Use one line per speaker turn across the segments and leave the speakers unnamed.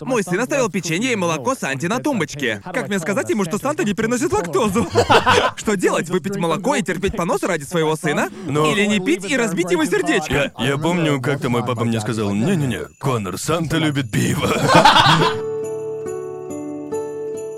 Мой сын оставил печенье и молоко Санте на тумбочке. Как мне сказать ему, что Санта не переносит лактозу? Что делать? Выпить молоко и терпеть понос ради своего сына?
Но-
Или не пить и разбить его сердечко?
Я, я помню, как-то мой папа мне сказал, не-не-не, Конор, Санта любит пиво.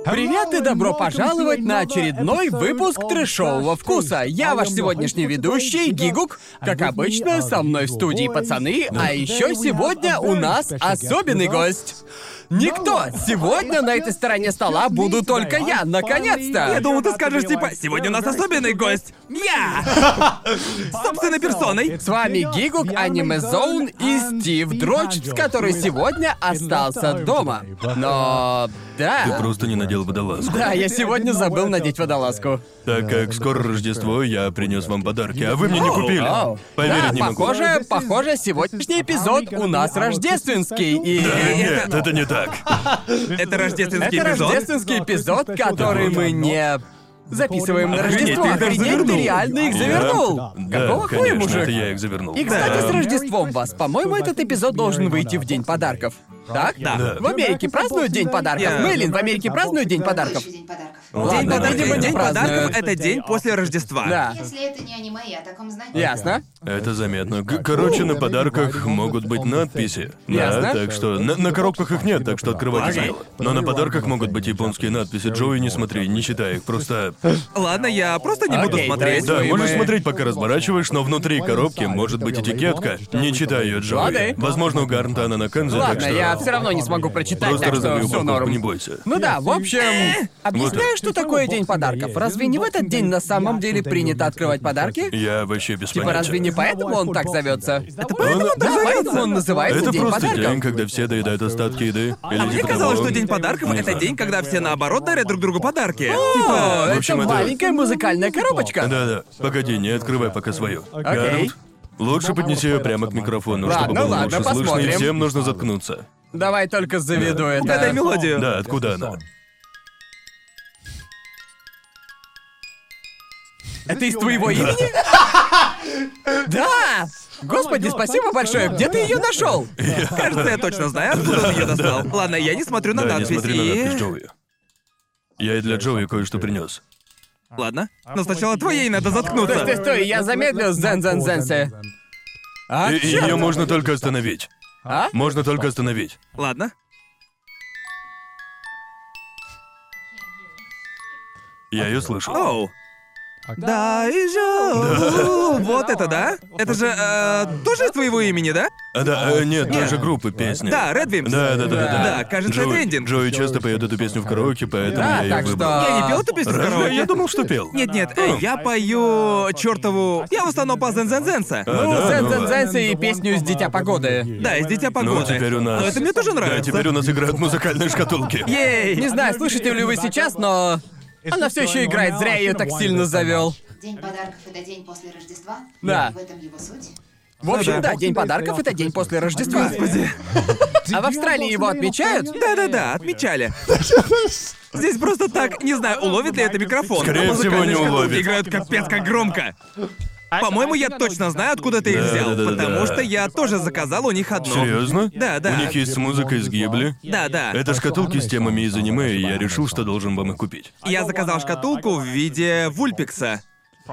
Привет и добро пожаловать на очередной выпуск трэшового вкуса. Я ваш сегодняшний ведущий Гигук. Как обычно, со мной в студии пацаны, а еще сегодня у нас особенный гость. Никто! Сегодня на этой стороне стола буду только я, наконец-то!
Я думал, ты скажешь типа, сегодня у нас особенный гость. Я! Собственной персоной.
С вами Гигук, Аниме Зоун и Стив Дроч, который сегодня остался дома. Но... да.
Ты просто не надел водолазку.
Да, я сегодня забыл надеть водолазку.
Так как скоро Рождество, я принес вам подарки, а вы мне не
Оу,
купили.
оу.
Поверить
Да,
не могу.
Похоже, похоже, сегодняшний эпизод у нас рождественский,
Э,
и...
Нет, это не так.
Это рождественский
Это
эпизод.
рождественский эпизод, который мы не записываем на
Охренеть,
Рождество.
ты их даже
Охренеть, ты
завернул.
реально их
Я-
завернул.
Да,
Какого хуя,
конечно,
мужик?
это я их завернул.
И, кстати,
Да.
с Рождеством вас, по-моему, этот эпизод должен выйти в День подарков. Так?
Да.
В Америке празднуют День подарков.
Я-
Мэлин, в Америке празднуют День подарков.
Следующий день подарков.
Ладно,
День
давай.
подарков,
видимо, не
день подарков
празднуют.
это день после Рождества.
Да.
Если это не аниме, я о таком знаю.
Ясно.
Это заметно. К- короче, на подарках могут быть надписи.
Ясно.
Да, так что... На, на коробках их нет, так что открывайте
Окей.
смело. Но на подарках могут быть японские надписи. Джоуи, не смотри, не читай их, просто...
Ладно, я просто не буду
Окей,
смотреть.
Да,
Свои
можешь
мы-
смотреть, пока разворачиваешь, но внутри коробки может быть этикетка. Не читай ее, Джоуи.
Лады.
Возможно, у Гарнта она на Канзе, так
Ладно,
что...
я все равно не смогу прочитать,
Просто
так что
разорви
все
упаковку,
норм.
не бойся.
Ну да, в общем,
Ну
объясняю,
Ну,
что такое день подарков. Разве не в этот день на самом деле принято открывать подарки?
Я вообще без
Типа,
понятия.
разве не поэтому он так зовется? Это
поэтому он так
да, поэтому он называется
Это
день
просто
подарков.
день, когда все доедают остатки еды. Или
А мне
типа
казалось,
того.
что день подарков
Не
это
знаю.
день, когда все наоборот дарят друг другу подарки.
О,
Типа,
в
это
общем, это-
маленькая музыкальная коробочка.
Да-да, погоди, не открывай пока свою.
Окей.
Гарнт, лучше поднеси ее прямо к микрофону,
Ладно,
чтобы было
ладно,
лучше слышно,
посмотрим.
и всем нужно заткнуться.
Давай только заведу
угадай
это.
мелодию.
Да, откуда она?
Это из твоего имени? Да! Господи, спасибо большое. Где ты ее нашел?
Кажется, я точно знаю, откуда он ее достал. Ладно, я не
Ну
смотрю на
Да, не
надпись
смотри на надпись
и...
Джоуи. Я и для Джоуи кое-что принес.
Ладно. Но сначала твоей надо
Стой, стой,
заткнуться.
стой, я замедлил зен зен зенсе. А,
И
чёрт.
ее можно только остановить.
А?
Можно только остановить.
Ладно.
Я ее слышу.
Оу. Да, и жо. Вот это, да? Это же э, тоже из твоего имени, да?
А, да, э, нет, той же группы песни.
Да, Red Wimps.
Да, да, да, да, да.
Да, кажется,
Джоуи-
это эндинг.
Джоуи часто поет эту песню в караоке, поэтому
Да,
я ее
так
выбрал.
что-
Я не пел эту песню в
Разве?
караоке?
Я думал, А. что пел.
Нет-нет, э, я пою чертову... Я в основном по Зензензенса.
А,
Ну,
да,
Зен
ну
Зен
ладно.
Зенсе и песню из Дитя Погоды.
Да, из Дитя Погоды.
Ну, теперь у нас...
Но это мне тоже
Да,
нравится.
теперь у нас играют музыкальные шкатулки.
Ей!
Не знаю, слышите ли вы сейчас, но... Она все еще играет, зря я ее так сильно завел.
День подарков это день после Рождества.
Да.
И В этом его суть.
В общем,
Ну
да,
да.
День подарков это день после Рождества.
Господи.
А в Австралии его отмечают?
Да-да-да, отмечали. Здесь просто так, не знаю, уловит ли это микрофон.
Скорее
А музыкальные
всего, не
шкатулки
уловит.
Играют капец как громко.
А
По-моему, я точно знаю, откуда ты их
Да,
взял,
да, да, да,
потому
да.
что я тоже заказал у них одно.
Серьезно?
Да, да.
Ну, У них есть музыка из Гибли.
Да, да.
Это шкатулки с темами из аниме, и я решил, что должен вам их купить.
Я заказал шкатулку в виде вульпикса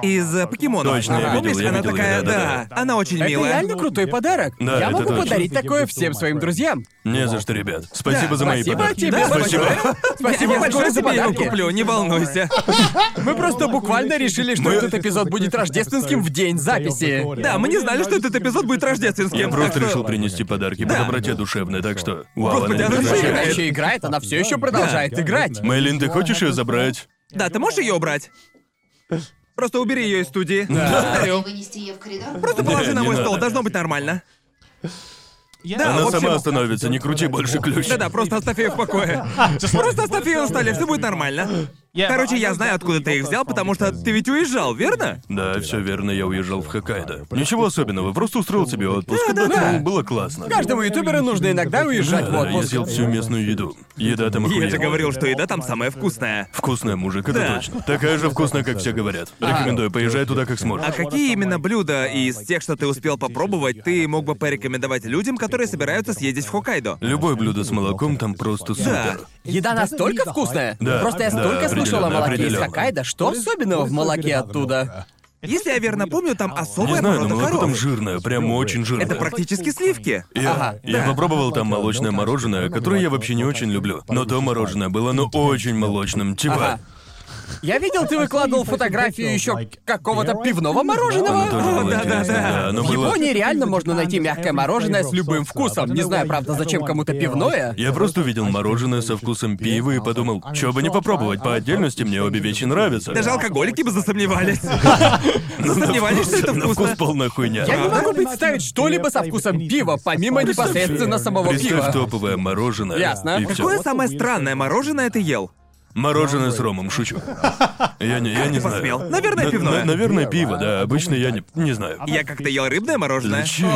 из э, покемонов.
Точно, я
А помнишь,
видел, я
она
видел,
такая,
да, да,
она очень
Это
милая.
реально крутой подарок.
Да,
Я
это
могу
точно.
подарить такое всем своим друзьям.
Не за что, ребят. Спасибо за мои
Спасибо
подарки.
тебе
Да,
большое.
спасибо.
Спасибо
я
большое
скоро
за
тебе его
подарки.
куплю, не волнуйся.
Мы просто буквально решили, что
Мы-
этот эпизод будет рождественским в день записи.
Да, мы не знали, что этот эпизод будет рождественским.
Я
так
просто
что-
решил принести подарки по доброте душевной, так что... Вау,
Господи, она
она не
же
Она
прекращает.
играет.
еще играет, она все еще продолжает играть.
Мэйлин, ты хочешь ее забрать?
Да, ты можешь ее убрать? Просто убери ее из студии.
И
Повторю.
вынести ее в коридор.
Просто положи
Не,
на
не
мой
надо.
стол, должно быть нормально. Да,
Она
в общем-
сама остановится, не крути больше ключ.
Да-да, просто оставь ее в покое. Просто оставь ее на столе, все будет нормально. Короче, я знаю, откуда ты их взял, потому что ты ведь уезжал, верно?
Да, все верно, я уезжал в Хоккайдо. Ничего особенного, просто устроил себе отпуск,
Да, да,
отдохнул,
да.
было классно.
Каждому ютуберу нужно иногда уезжать в
Да, я
отпуск.
съел всю местную еду. Еда там
Я
охуенная.
же говорил, что еда там самая вкусная.
Вкусная, мужик, это
Да.
точно. Такая же вкусная, как все говорят. Рекомендую, поезжай туда как сможешь.
А какие именно блюда из тех, что ты успел попробовать, ты мог бы порекомендовать людям, которые собираются съездить в Хоккайдо?
Любое блюдо с молоком там просто
Да.
супер.
Еда настолько вкусная.
Да,
Просто я
да,
столько слышал о
определенно,
молоке из
определенно.
Хоккайдо. Что особенного в молоке оттуда?
Если я верно помню, там
Не
особая
знаю, но
порода
молоко там
коровы.
жирное, прям очень жирное.
Это практически сливки.
Я,
Ага,
я
да.
попробовал там молочное мороженое, которое я вообще не очень люблю. Но то мороженое было ну очень молочным, типа.
Ага. Я видел, ты выкладывал фотографию еще какого-то пивного мороженого.
Оно тоже
О,
было
да, да,
интересно,
да.
да, оно
В
было-
Японии реально можно найти мягкое мороженое с любым вкусом. Не знаю, правда, зачем кому-то пивное.
Я просто увидел мороженое со вкусом пива и подумал, что бы не попробовать, по отдельности мне обе вещи нравятся.
Даже алкоголики бы засомневались.
Но на
сомневались, что
вкус-
это
на вкус
вкусно?
полная хуйня.
Я не
Ага.
могу представить что-либо со вкусом пива, помимо
Представь,
непосредственно самого
Представь
пива.
топовое мороженое.
Ясно.
И все.
Какое самое странное мороженое ты ел?
Мороженое с ромом, шучу. Я не, я не
ты
знаю.
посмел? Наверное,
На-
пивное.
на- наверное, пиво, да. Обычно я не, не знаю.
Я как-то ел рыбное мороженое.
Зачем?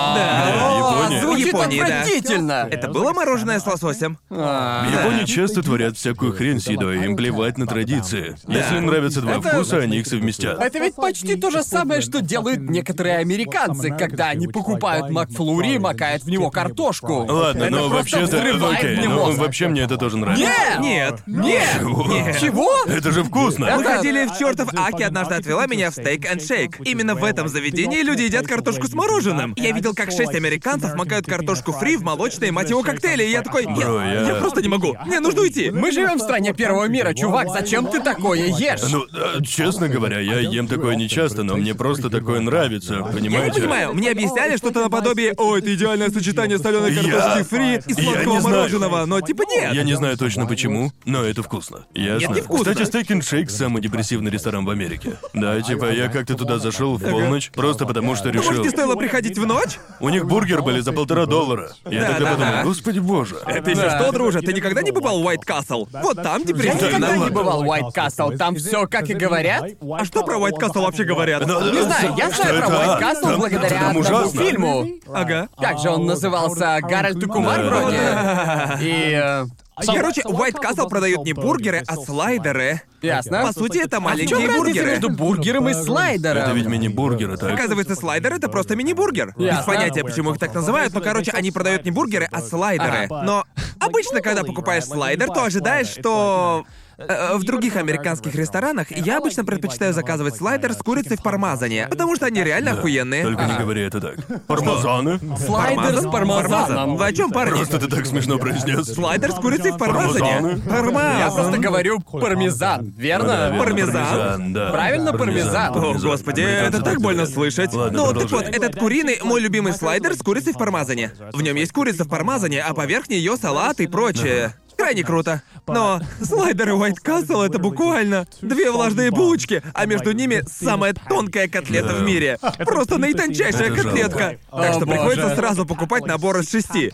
Да.
Да,
О,
Япония.
В
Звучит
Японии, да.
отвратительно.
Это было мороженое с лососем?
В
А,
Японии часто творят всякую хрень с едой, им плевать на традиции. Если им нравятся два
Это-
вкуса, они их совместят.
Это ведь почти то же самое, что делают некоторые американцы, когда они покупают Макфлури и макают в него картошку.
Ладно,
Это
но
просто
вообще-то...
взрывает
Окей,
мне
ну,
мозг.
вообще мне это тоже нравится.
Нет!
Нет.
Нет!
Нет!
Ну, Чего?
Это же вкусно!
Мы
Это-
ходили в чертов Аки, однажды отвела меня в стейк and шейк. Именно в этом заведении люди едят картошку с мороженым. Я видел, как шесть американцев макают картошку фри в молочные мать его коктейли, и я такой, я,
Бро, я-
я просто не могу, мне нужно уйти.
Мы живем в стране первого мира, чувак, зачем ты такое ешь?
Ну, э, честно говоря, я ем такое нечасто, но мне просто такое нравится,
Я не
понимаете?
понимаю, мне объясняли что-то наподобие «О, это идеальное сочетание соленой
Я-
картошки фри и
я
сладкого
не знаю.
мороженого», но типа нет.
Я не знаю точно почему, но это вкусно. Ясно.
Это вкусно.
Кстати, Steak and Shake самый депрессивный ресторан в Америке. Да, типа я как-то туда зашел в полночь, просто потому что решил.
Может, не стоило приходить в ночь?
У них бургеры были за полтора доллара. Я
Да,
тогда
да,
подумал,
да.
господи боже.
Ты еще
Да.
что, друже, ты никогда не бывал в White Castle? Вот там
Я
депрессивно.
никогда не
ладно.
бывал в White Castle, там все как и говорят.
А что про White Castle вообще
Не
говорят?
знаю, я
Ну, Что
знаю про
это,
White
а?
Castle
Там-
благодаря
там
одному
ужасно.
фильму.
Ага.
Как же он назывался? Гарольд и Кумар
Да.
вроде? И... э,
Короче, White Castle продают не бургеры, а слайдеры.
Ясно.
По сути, это
А в чем
маленькие
разница
бургеры.
между бургером и слайдером?
Это ведь мини-бургеры, так?
Оказывается, слайдер это просто мини-бургер. Без
Ясно.
понятия, почему их так называют, но, короче, они продают не бургеры, а слайдеры.
Ага.
Но обычно, когда покупаешь слайдер, то ожидаешь, что... э, В других американских ресторанах я обычно предпочитаю заказывать слайдер с курицей в пармазане, потому что они реально охуенные.
Только не говори это так. Пармезаны?
Слайдер с пармезаном.
Вы Ну, о чем, парни?
Просто ты так смешно произнес.
Слайдер с курицей в пармезане.
Пармезаны?
Пармезан.
Я просто говорю пармезан,
Да,
верно?
верно,
Пармезан.
да.
Правильно, пармезан.
О, господи, это так больно слышать.
Ладно,
ну, так
продолжай.
вот, этот куриный мой любимый слайдер с курицей в пармазане. В нем есть курица в пармазане, а поверх нее салат и прочее. Крайне круто. Но слайдеры White Castle это буквально две влажные булочки, а между ними самая тонкая котлета в мире. Просто наитончайшая
Это жалко.
котлетка. Так
О,
что приходится
боже.
сразу покупать набор из шести.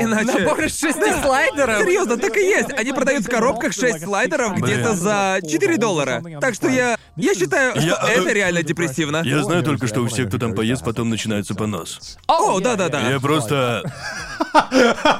Иначе...
Набор из шести слайдеров?
Серьезно, так и есть. Они продают в коробках 6 слайдеров
Блин.
где-то за 4 доллара. Так что я. Я считаю,
Я-
что это
э,
реально депрессивно.
Я знаю только, что у всех, кто там поест, потом начинается понос.
О, да-да-да.
Я просто...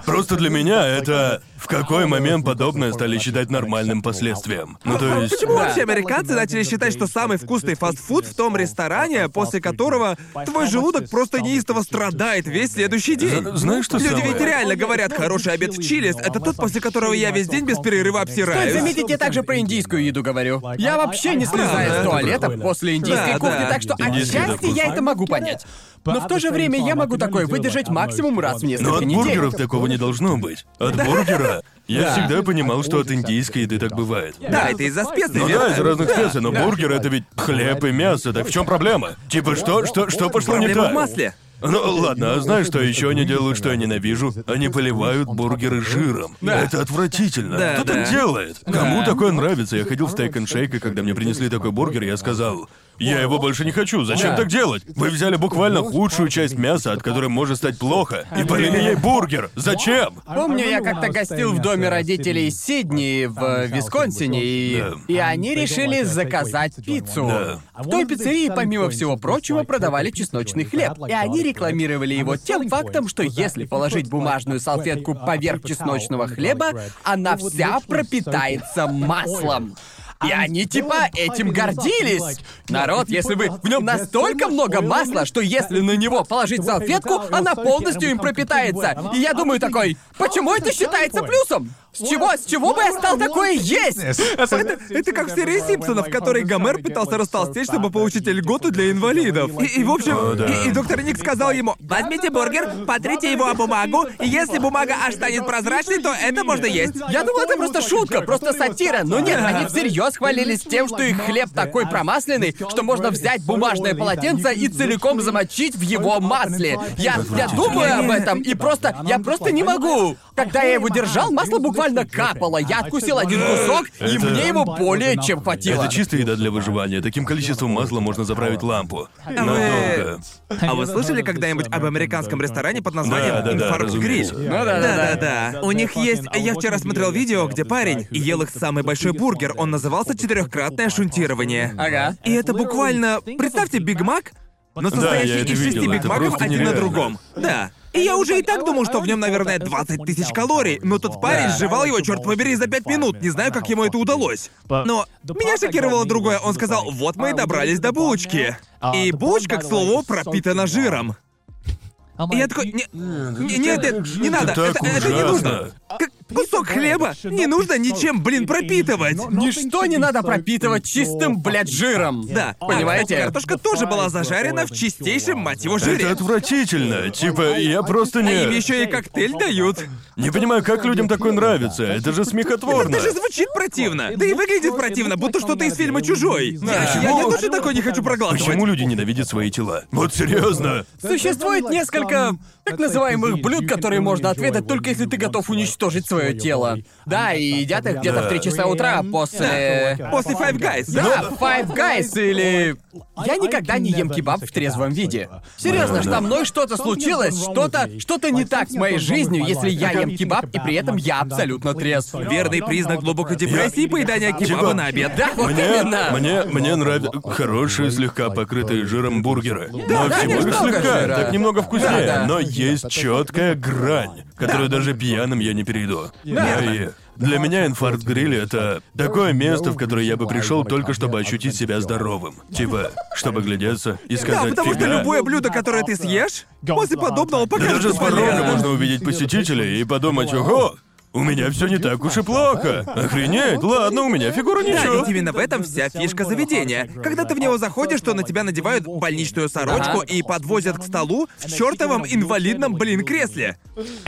Просто для меня это... В какой момент подобное стали считать нормальным последствием? Ну то есть...
Почему
Да.
вообще американцы начали считать, что самый вкусный фастфуд в том ресторане, после которого твой желудок просто неистово страдает весь следующий день?
Зна- знаешь, что
Люди
самое?
ведь реально говорят, хороший обед в Чилис — это тот, после которого я весь день без перерыва
Стоит
обсираюсь.
заметить, я также про индийскую еду говорю. Я вообще не слезаю
Да,
с
да.
туалета после индийской
Да,
кухни,
да.
так что
Индийская еда
отчасти я
вкусная.
это могу понять. Но в то же время я могу такое выдержать максимум раз в
Но
несколько
от
недель.
бургеров такого не должно быть. От бургера... Я
Да.
всегда понимал, что от индийской еды так бывает.
Да, это из-за специй,
Ну
верно?
да, из разных специй, но бургер это ведь хлеб и мясо, так в чем проблема? Типа что, что, что пошло не
Проблема в
так?
масле.
Ну ладно, а знаешь, что еще они делают, что я ненавижу? Они поливают бургеры жиром. Это отвратительно.
Да,
Кто
да.
так делает? Кому такое нравится? Я ходил в стейк н шейк, и когда мне принесли такой бургер, я сказал. Я его больше не хочу. Зачем
Да.
так делать? Вы взяли буквально худшую часть мяса, от которой может стать плохо, и полили ей бургер. Зачем?
Помню, я как-то гостил в доме родителей из Сидней в э, Висконсине, и,
Да.
и они решили заказать пиццу.
Да.
А
А
В той пиццерии, помимо всего прочего, продавали чесночный хлеб, и они рекламировали его тем фактом, что если положить бумажную
а,
салфетку
а,
поверх чесночного хлеба, она
Ну
вся пропитается маслом. И они типа этим гордились. Народ, если вы... В нем настолько много масла, что если на него положить салфетку, она полностью им пропитается. И я думаю
«А
такой, почему это считается плюсом? С чего, с чего бы я стал такое есть?
Это, это как в серии Симпсонов, в которой Гомер пытался растолстеть, чтобы получить льготу для инвалидов. И, и, в общем,
О, да.
и, и доктор Ник сказал ему, возьмите бургер, потрите его о бумагу, и если бумага аж станет прозрачной, то это можно есть.
Я думал, это просто шутка, просто сатира. Но нет, они всерьез хвалились тем, что их хлеб такой промасленный, что можно взять бумажное полотенце и целиком замочить в его масле. Я, я думаю об этом, и просто... Я просто не
А
могу. Когда я его держал, масло буквально капало. Я откусил один кусок, и
Это-
мне его более чем хватило.
Это чистая еда для выживания. Таким количеством масла можно заправить лампу. Но
Э.
долго.
А вы слышали когда-нибудь об американском ресторане под названием
Да, да, да,
Farm
разумеется.
Grill?
Ну да, да, да.
Да-да-да. У них а есть... Я вчера смотрел видео, где парень и ел их самый большой бургер. Он назывался «Четырехкратное шунтирование».
Ага.
И это буквально... Представьте Биг Мак, но
Да, я
состоящий
это
из шести
видел, это
Биг Маков
просто
один на
нереально.
другом. Да. И я уже и так думал, что в нем, наверное, 20 тысяч калорий, но тот парень
Да.
жевал его, черт побери, за 5 минут. Не знаю, как ему это удалось. Но меня шокировало другое. Он сказал, вот мы и добрались до булочки. И булочка, к слову, пропитана жиром.
А
И я такой, «Не- не- нет, нет, не надо,
так
это, это не
ужасно.
нужно. Как кусок хлеба не нужно ничем, блин, пропитывать.
ну,
Ничто не надо пропитывать чистым, блядь, жиром.
Да, а,
Понимаете?
кстати, картошка тоже была зажарена в чистейшем, мать его,
Это
жире.
отвратительно. Типа, я просто
А им
не...
еще и коктейль
ну,
дают.
Не понимаю, как людям такое нравится. Это же смехотворно.
Это же звучит противно.
ну,
Да и выглядит противно, будто что-то из фильма «Чужой».
Да.
Я- Я, я тоже такое не хочу
А
проглатывать.
Почему люди ненавидят свои тела? Вот серьезно.
Существует несколько так называемых блюд, которые можно отведать только если ты готов уничтожить свое тело. Да, и едят их где-то в 3 часа утра после...
Э,
После Five Guys,
Да, Five Guys или... Я никогда не ем кебаб в трезвом виде. Серьезно, что со мной что-то случилось, что-то, что-то не так с моей жизнью, если я ем кебаб, и при этом я абсолютно трезв.
Верный признак глубокой депрессии — поедание кебаба
Типа-
на обед.
Да, вот
Мне,
именно.
мне, мне нравятся хорошие, слегка покрытые жиром бургеры. но
да,
всего лишь
немного
слегка,
жира.
так немного вкуснее.
Да, да.
Но есть четкая грань, которую даже пьяным я не перейду. Я и- Для меня инфаркт гриль это такое место, в которое я бы пришел только чтобы ощутить себя здоровым. Типа, чтобы глядеться и
Да,
сказать
потому что
«фига».
любое блюдо, которое ты съешь, после подобного
Да
Да
покажется
даже с
полезным.
порога можно увидеть посетителей и подумать, ого, у меня все не так уж и плохо. Охренеть, ладно, у меня фигура
Да,
ничего.
ведь именно в этом вся фишка заведения. Когда ты в него заходишь, то на тебя надевают больничную сорочку
Ага.
и подвозят к столу в чертовом инвалидном, блин, кресле.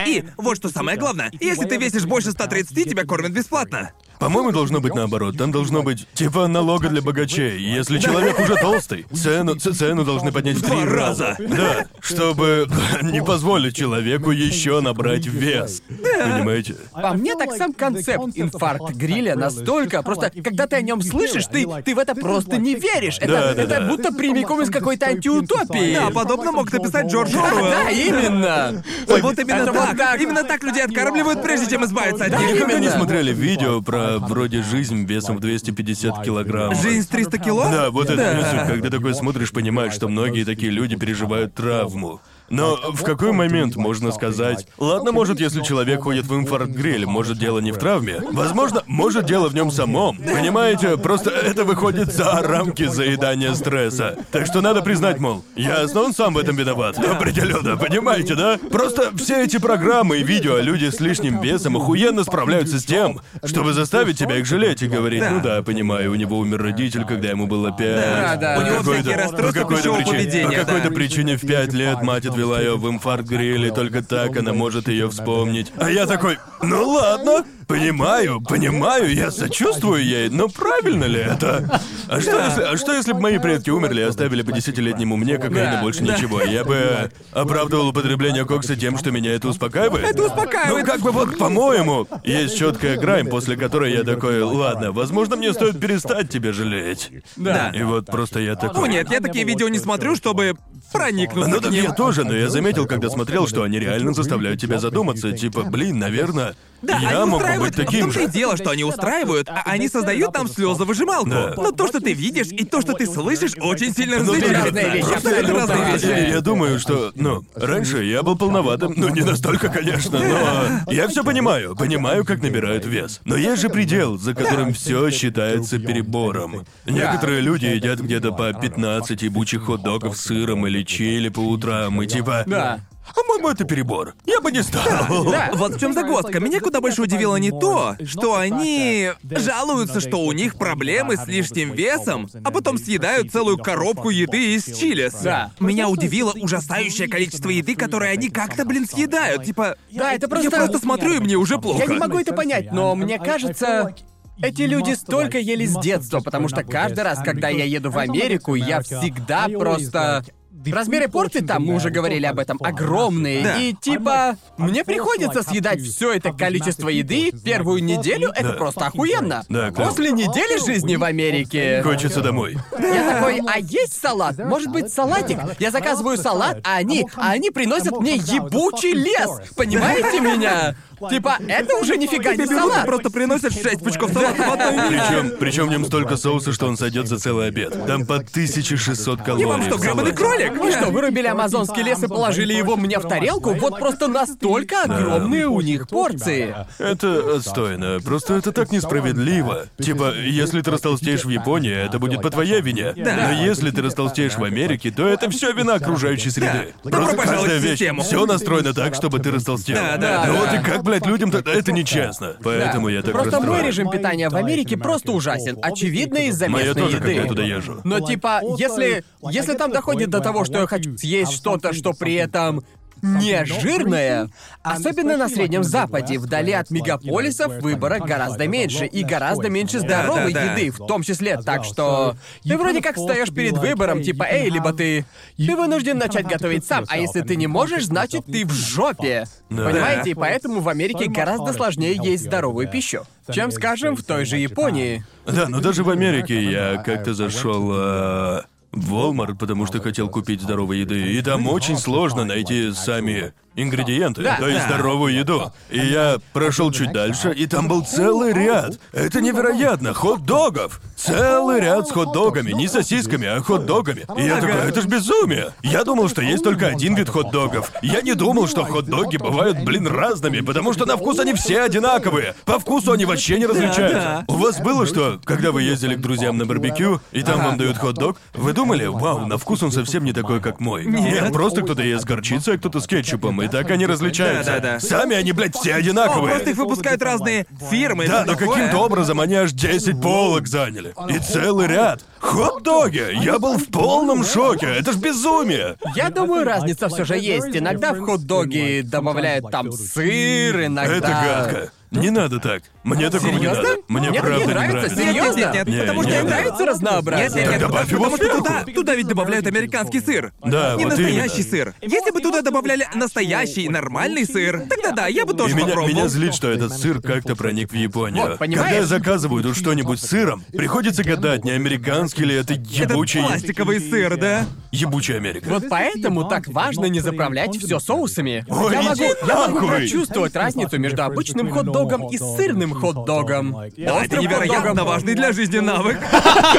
И вот что самое главное, если ты весишь больше 130, тебя кормят бесплатно.
По-моему, должно быть наоборот. Там должно быть типа налога для богачей. Если человек уже толстый, цену, ц- цену должны поднять в
Два
три
раза.
раза. Да, чтобы не позволить человеку еще набрать вес. Понимаете?
А
По мне, так сам концепт инфаркт гриля настолько просто, когда ты о нем слышишь, ты, ты в это просто не веришь. Это,
Да, да,
это
да.
будто прямиком из какой-то антиутопии.
Да, подобно мог написать Джордж Оруэлл.
Да, именно.
Вот именно
это вот
так.
так.
Именно так людей откармливают, прежде чем избавиться от
Да,
них.
Никогда не
именно.
смотрели видео про вроде жизнь весом в 250 килограмм.
Жизнь с 300 кило?
Да, вот это
Да.
мысль, когда такое смотришь, понимаешь, что многие такие люди переживают травму. Но в какой момент можно сказать, ладно, может, если человек ходит в инфаркт-гриль, может, дело не в травме. Возможно, может, дело в нем самом. Понимаете, просто это выходит за рамки заедания стресса. Так что надо признать, мол, ясно, он сам в этом виноват. Определенно, понимаете, да? Просто все эти программы и видео, люди с лишним весом охуенно справляются с тем, чтобы заставить тебя их жалеть и говорить, ну да, понимаю, у него умер родитель, когда ему было пять.
Да, да.
По
У него
какой-то-
всякие
по
расстройства
какой-то
пищевого
причине-
поведения,
По какой-то
да.
причине в пять лет мать отвела ее в инфаркт гриль, и только так она может ее вспомнить. А я такой, ну ладно, Понимаю, понимаю, я сочувствую ей, но правильно ли это? А что, если, а что если бы мои предки умерли и оставили бы десятилетнему мне кокаин
Да,
и больше
да.
ничего? Я бы оправдывал употребление кокса тем, что меня это успокаивает.
Это успокаивает.
Ну как бы вот, по-моему, есть четкая грань, после которой я такой, ладно, возможно, мне стоит перестать тебя жалеть.
Да.
И вот просто я такой...
О, нет, я такие видео не смотрю, чтобы проникнуться
Ну
к
так
ним.
я тоже, но я заметил, когда смотрел, что они реально заставляют тебя задуматься. Типа, блин, наверное,
Да,
я
они
мог бы
устраивают,
быть таким
в том-то и
же.
дело, что они устраивают, а они создают нам слезовыжималку.
Да.
Но то, что ты видишь, и то, что ты слышишь, очень сильно
Ну,
различаются.
да,
разные вещи,
Просто это
абсолютно
разные
разные.
вещи.
Я, я думаю, что, ну, раньше я был полноватым, ну не настолько, конечно, но я все понимаю, понимаю, как набирают вес. Но есть же предел, за которым все считается перебором. Некоторые люди едят где-то по 15 бучих хот-догов с сыром или чили по утрам, и типа...
Да.
По-моему, это перебор. Я бы не стал.
Да, вот в чем загвоздка. Меня куда больше удивило не то, что они жалуются, что у них проблемы с лишним весом, а потом съедают целую коробку еды из чилис.
Да.
Меня удивило ужасающее количество еды, которое они как-то, блин, съедают. Типа,
Да, это просто-
Я просто смотрю, и мне уже плохо.
Я не могу это понять, но мне кажется, эти люди столько ели с детства, потому что каждый раз, когда я еду в Америку, я всегда просто... Размеры порции там, мы уже говорили об этом, огромные.
Да.
И типа, мне приходится съедать все это количество еды первую неделю, это
Да.
просто охуенно.
Да, класс.
После недели жизни в Америке...
Хочется домой.
Я такой, а есть салат? Может быть, салатик? Я заказываю салат, а они, а они приносят мне ебучий лес. Понимаете меня? Типа, это уже нифига не
тебе берут и
салат.
просто приносят шесть пучков салата в одном
Причем, причем в нем столько соуса, что он сойдет за целый обед. Там по 1600 калорий.
И вам что,
в
гребаный
салате.
кролик?
Вы что, вырубили амазонский лес и положили его мне в тарелку? Вот просто настолько огромные у них порции.
Это отстойно. Просто это так несправедливо. Типа, если ты растолстеешь в Японии, это будет по твоей вине.
Да.
Но если ты растолстеешь в Америке, то это все вина окружающей среды.
Да.
Просто
Добро пожаловать
каждая
в
вещь.
систему.
Все настроено так, чтобы ты растолстел.
Да, да,
Ну
да.
вот и как, блядь, людям тогда это нечестно. Поэтому я так
Просто
расстроен.
мой режим питания в Америке просто ужасен. Очевидно, из-за
Моё
местной
тоже, когда
еды.
я туда езжу.
Но типа, если... Если там доходит до того, что я хочу
А
съесть что-то, что при этом не жирное, особенно на Среднем Западе, вдали от мегаполисов выбора гораздо меньше и гораздо меньше здоровой
Да-да-да.
еды, в том числе. Так что ты вроде как встаешь перед выбором, типа, эй, либо ты... Ты вынужден начать готовить сам, а если ты не можешь, значит ты в жопе.
Да.
Понимаете, и поэтому в Америке гораздо сложнее есть здоровую пищу, чем, скажем, в той же Японии.
Да, но даже в Америке я как-то зашел э, в Walmart, потому что хотел купить здоровой еды, и там очень сложно найти сами ингредиенты,
Да,
то есть
да.
здоровую еду. И я прошел чуть дальше, и там был целый ряд. Это невероятно, хот-догов. Целый ряд с хот-догами, не сосисками, а хот-догами. И я такой, это ж безумие. Я думал, что есть только один вид хот-догов. Я не думал, что хот-доги бывают, блин, разными, потому что на вкус они все одинаковые. По вкусу они вообще не различаются. У вас было что, когда вы ездили к друзьям на барбекю, и там вам дают хот-дог, вы думали, вау, на вкус он совсем не такой, как мой. Нет, просто кто-то ест с горчицей, а кто-то с кетчупом, и так они различаются.
Да-да-да.
Сами они, блядь, все
О,
одинаковые.
просто их выпускают разные фирмы.
Да,
это
но
такое. а?
каким-то образом они аж 10 полок заняли. И целый ряд. Хот-доги! Я был в полном шоке. Это ж безумие.
Я думаю, разница все же есть. Иногда в хот-доги добавляют там сыр, иногда...
Это гадко. Не надо так. Мне такого не
Серьезно?
надо. Мне
Мне
правда
такие
не
нравятся,
нравится.
Нет,
серьезно?
нет, нет,
Не,
потому что
не,
Мне
им
не.
нравится
нравится
разнообразие.
Нет, нет, нет,
Так добавь его
потому что
сверху.
туда, туда ведь добавляют американский сыр.
Да,
И
вот
настоящий
именно.
сыр. Если бы туда добавляли настоящий нормальный сыр, тогда да, я бы тоже
И меня,
попробовал.
меня злит, что этот сыр как-то проник в Японию.
Вот, понимаешь?
Когда я заказываю тут что-нибудь с сыром, приходится гадать, не американский ли это
Этот
ебучий...
пластиковый сыр, да?
Ебучая Америка.
Вот поэтому так важно не заправлять все соусами.
Ой,
я
иди
могу, я могу
нахуй!
прочувствовать разницу между обычным хот-догом и сырным хот-догом.
Да, это
Острым
невероятно
хот-догом-
важный для жизни навык.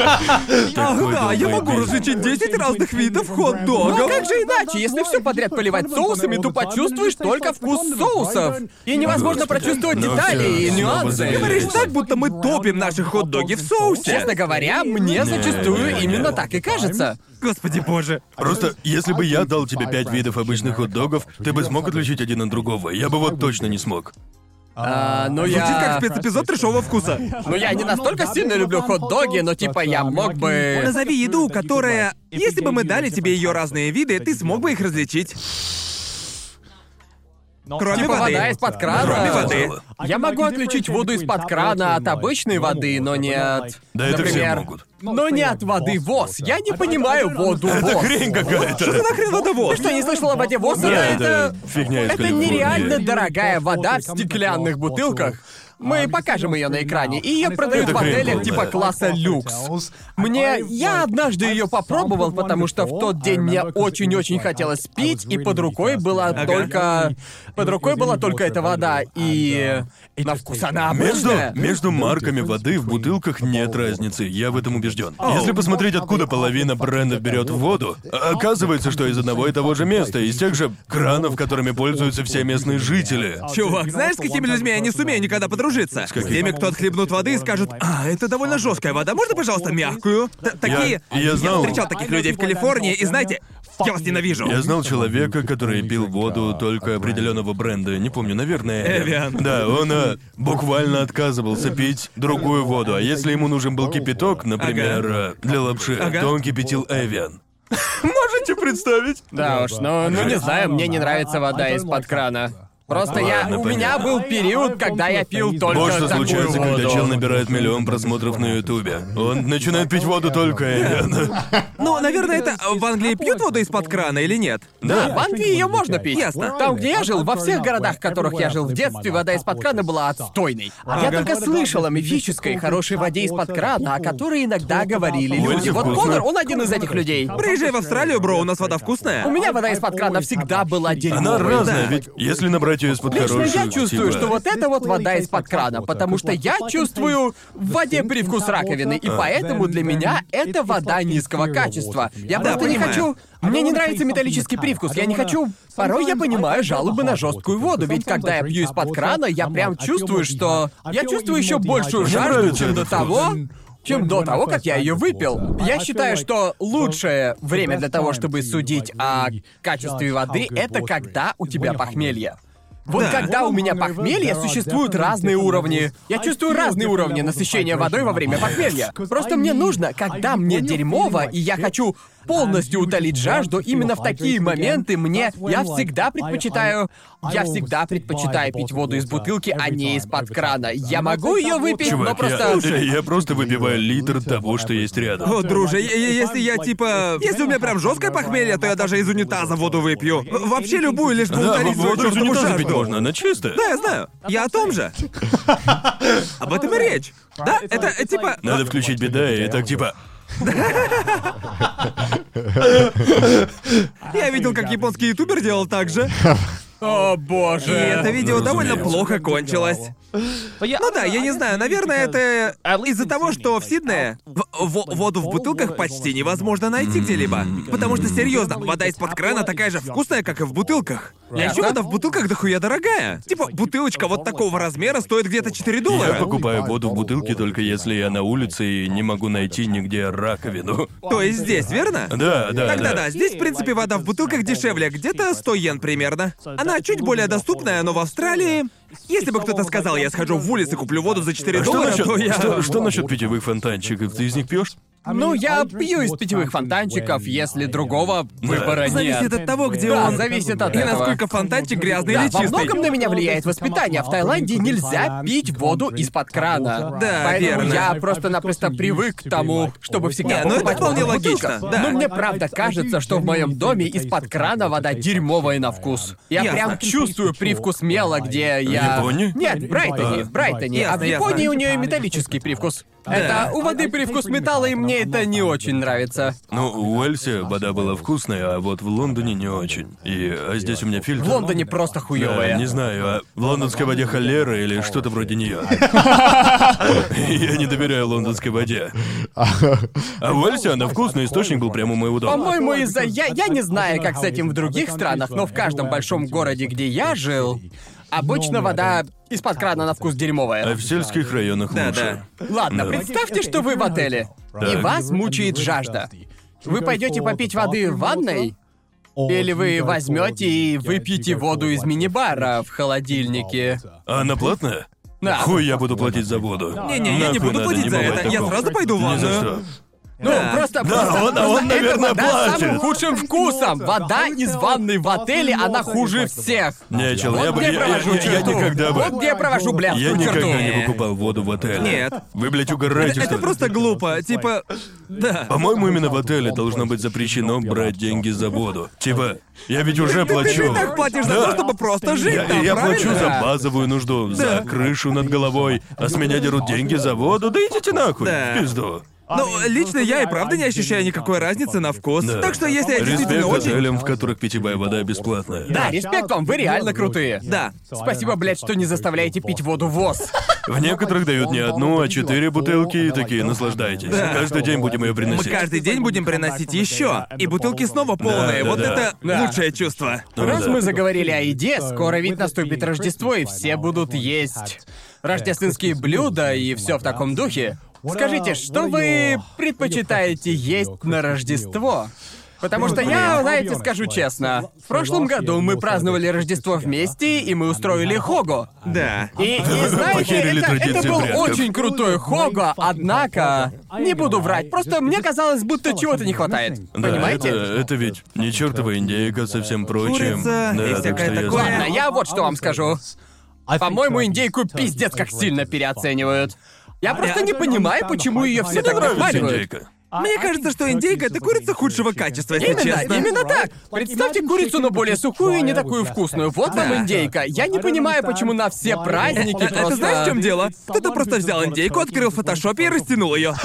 Ах,
Такой
да, я
долбоебизм.
могу различить 10 разных видов
Ну
хот-догов.
а как же иначе, если все подряд поливать соусами, то почувствуешь только вкус соусов. И невозможно
Господи.
прочувствовать
Ну всё,
детали и
снова
нюансы.
завелись.
Говоришь так, будто мы топим наши хот-доги в соусе.
Честно говоря, мне зачастую
не,
именно
не.
так и кажется.
Господи боже.
Просто, если бы я дал тебе пять видов обычных хот-догов, ты бы смог отличить один от другого. Я бы вот точно не смог.
А, но
Звучит
я...
как спецэпизод трешового вкуса.
Ну я не настолько сильно люблю хот-доги, но типа я мог бы...
Назови еду, которая... Если бы мы дали тебе ее разные виды, ты смог бы их различить. Кроме
Типа
воды.
вода из-под крана.
Кроме воды.
Я могу отличить воду из-под крана от обычной воды, но не от...
Да это все
например,
могут.
Но не от воды ВОЗ. Я не понимаю воду
Это
ВОЗ.
хрень какая-то.
Нахрен водовоз?
Ты что, не слышал о воде ВОЗ?
Не, это
это...
фигня из
Это
Калифорнии.
нереально дорогая вода в стеклянных бутылках. Мы покажем ее на экране, и ее продают
Это
в отелях
хрень,
типа
да.
класса люкс. Мне... Я однажды ее попробовал, потому что в тот день мне очень-очень хотелось пить, и под рукой была
Ага.
только... Под рукой была только эта вода, и... Ну, На вкус она
Между,
обычная.
между марками воды в бутылках нет разницы, я в этом убежден. Если посмотреть, откуда половина брендов берет воду, а оказывается, что из одного и того же места, из тех же кранов, которыми пользуются все местные жители.
Чувак, знаешь, с какими людьми я не сумею никогда подружиться? С, теми, кто отхлебнут воды и скажут, а, это довольно жесткая вода, можно, пожалуйста, мягкую? Т- такие...
я знал. типа
встречал таких людей в Калифорнии, и знаете, я вас ненавижу.
Я знал человека, который пил воду только определенного бренда, не помню, наверное.
Эвиан.
Да, он э, буквально отказывался пить другую воду, а если ему нужен был кипяток, например, э, для лапши,
Ага.
то он кипятил Эвиан. Можете представить?
Да уж, ну, ну не знаю, мне не нравится вода из-под крана. Просто я...
Ладно,
У меня
понятно.
был период, когда я пил только
Вот что
такую
случается,
воду.
когда чел набирает миллион просмотров на Ютубе. Он начинает пить воду только Эвиан.
Ну, наверное, это в Англии пьют воду из-под крана или нет?
Да, в Англии ее можно пить.
Ясно.
Там, где я жил, во всех городах, в которых я жил в детстве, вода из-под крана была отстойной. А Я
Ага.
только слышал о мифической хорошей воде из-под крана, о которой иногда говорили
Ой,
люди.
это
Вот
вкусно.
Конор, он один из этих людей.
Приезжай в Австралию, бро, у нас вода вкусная.
У меня вода из-под крана всегда была
Она
дерьмовой.
разная,
да.
ведь если набрать ее из-под
Лично
хорошую...
я чувствую,
типа-
что вот это вот вода из-под крана, потому что я чувствую в воде привкус раковины, и поэтому для меня это вода низкого качества. Я
Да,
просто не
понимаю.
хочу... Мне не нравится металлический привкус, я не хочу... Порой я понимаю жалобы на жесткую воду, ведь когда я пью из-под крана, я прям чувствую, что... Я чувствую еще большую
Мне
жажду,
нравится
чем до
этот вкус.
того, чем до того, как я ее выпил. Я считаю, что лучшее время для того, чтобы судить о качестве воды, это когда у тебя похмелье. Вот
Да.
когда у меня похмелье, существуют разные уровни. Я чувствую разные уровни насыщения водой во время похмелья. Просто мне нужно, когда мне дерьмово, и я хочу полностью утолить жажду, именно в такие моменты мне... Я всегда предпочитаю... Я всегда предпочитаю пить воду из бутылки, а не из-под крана. Я могу ее выпить, но
Чувак, я-
просто...
я, я просто выпиваю литр того, что есть рядом.
О, друже, е- е- если я типа... Если у меня прям жесткое похмелье, то я даже из унитаза воду выпью. В- Вообще любую, лишь бы
Да,
удалить свою
воду из
чёртову
унитаза пить
жажду.
можно, она чистая.
Да, я знаю. Я о том же. Об этом и речь. Да, это э, типа...
Надо включить беда, и так типа...
Я видел, как японский ютубер делал так же.
О боже.
И это видео довольно
разумеется.
ну, плохо кончилось. Ну да, я типа, не знаю, наверное, это из-за того, что в Сиднее в- во- воду в бутылках почти невозможно найти где-либо. Потому что, серьезно, вода из-под крана такая же вкусная, как и в бутылках. А еще
Ясно.
вода в бутылках дохуя дорогая. Типа, бутылочка вот такого размера стоит где-то 4
Я
доллара.
покупаю воду в бутылке только если я на улице и не могу найти нигде раковину.
То есть здесь, верно?
Да, да,
Тогда да, здесь, в принципе, вода в бутылках дешевле, где-то 100 йен примерно. Она чуть более доступная, но в Австралии... Если бы кто-то сказал, я схожу в улицу и куплю воду за 4
А что
доллара, то
насчет,
я...
что, что насчет питьевых фонтанчиков? Ты из них пьешь?
Ну, я пью из питьевых фонтанчиков, если другого выбора
Зависит
нет.
от того, где
Да,
он...
зависит от
И
этого.
насколько фонтанчик грязный
Да,
или
во
чистый.
многом на меня влияет воспитание. В Таиланде нельзя пить воду из-под крана.
Да,
Поэтому
верно.
я просто-напросто привык к тому, чтобы всегда
Не, ну это
покупать воду
вполне
в бутылках.
логично, да.
Но мне правда кажется, что в моем доме из-под крана вода дерьмовая на вкус. Я
Ясно.
прям чувствую привкус мела, где я...
Японии?
Нет, в Брайтоне, в Брайтоне. а в
Ясно, ясно.
Японии у нее металлический привкус. Это у воды привкус металла, и мне это не очень нравится.
Ну, у Уэльсе вода была вкусная, а вот в Лондоне не очень. И а здесь у меня фильтр.
В Лондоне просто
Да,
хуёвая.
не знаю, а в лондонской воде холера или что-то вроде нее. Я не доверяю лондонской воде. А в Уэльсе она вкусная, источник был прямо у моего дома.
По-моему, из-за... Я, я не знаю, как с этим в других странах, но в каждом большом городе, где я жил, обычно вода из-под крана на вкус
А
дерьмовая.
в сельских районах
Да,
лучше.
Ладно,
Да.
представьте, что вы в отеле, и
Ну. Так.
вас мучает жажда. Вы пойдете попить воды в ванной, или вы возьмете и выпьете воду из мини-бара в холодильнике.
А она платная?
Да.
Хуй я буду платить за воду.
Не-не, я не
Нахуй
буду
надо,
платить за
бывает
это. Я
такого.
сразу пойду в
Ни за
ванную.
что.
Ну,
Да.
просто,
Да,
просто,
он-
просто
он,
эта
наверное,
вода с самым
плачет.
худшим вкусом. Вода из ванной в отеле, она хуже всех.
Не, чел, я
Вот
бы...
где
Я,
я провожу
я- я
черту.
никогда бы...
Вот где я провожу блядскую
Я
черту.
никогда не покупал воду в отеле.
Нет.
Вы, блядь, угораете, что
Это
ли?
просто глупо, типа... Да.
По-моему, именно в отеле должно быть запрещено брать деньги за воду. Типа, я ведь уже
Ты
плачу.
так платишь за
Да.
то, чтобы просто жить
Я,
там,
я плачу
правильно?
за базовую нужду, за крышу над головой, а с меня дерут деньги за воду. Да идите нахуй,
Да.
в пизду.
Ну, лично я и правда не ощущаю никакой разницы на вкус.
Да.
А Так что если я
Респект
действительно очень...
отелям, в которых питьевая вода бесплатная.
Да, респект вам, вы реально крутые.
Да.
Спасибо, блядь, что не заставляете пить воду ВОЗ.
В некоторых дают не одну, а четыре бутылки и такие, наслаждайтесь.
Да.
Каждый день будем ее
Мы
приносить.
каждый день будем приносить еще, и бутылки снова полные.
да,
вот
да.
это
Да.
лучшее чувство.
Ну
Раз
да.
мы заговорили о еде, скоро ведь наступит Рождество, и все будут есть рождественские блюда и все в таком духе. Скажите, что вы предпочитаете есть на Рождество? Потому что я, знаете, скажу честно, в прошлом году мы праздновали Рождество вместе, и мы устроили хого.
Да.
И, и знаете,
похерили
это, это
традиции
был
предков.
очень крутой хого, однако... Не буду врать, просто мне казалось, будто чего-то не хватает.
Да,
Понимаете?
Это, это ведь не чертова индейка со всем прочим.
Курица и
да, так
всякое
что я
такое.
знаю.
Ладно, я вот что вам скажу. По-моему, индейку пиздец как сильно переоценивают. Я
А
просто не понимаю, почему ее все
Мне
так
нравится
похваливают.
индейка.
Мне кажется, что индейка — это курица худшего качества, если
Именно,
честно.
именно так. Представьте курицу, но более сухую и не такую вкусную. Вот вам
Да.
индейка. Я не понимаю, почему на все праздники
Э, э,
просто...
Это знаешь, в чем дело? Кто-то просто взял индейку, открыл в фотошопе и растянул ее.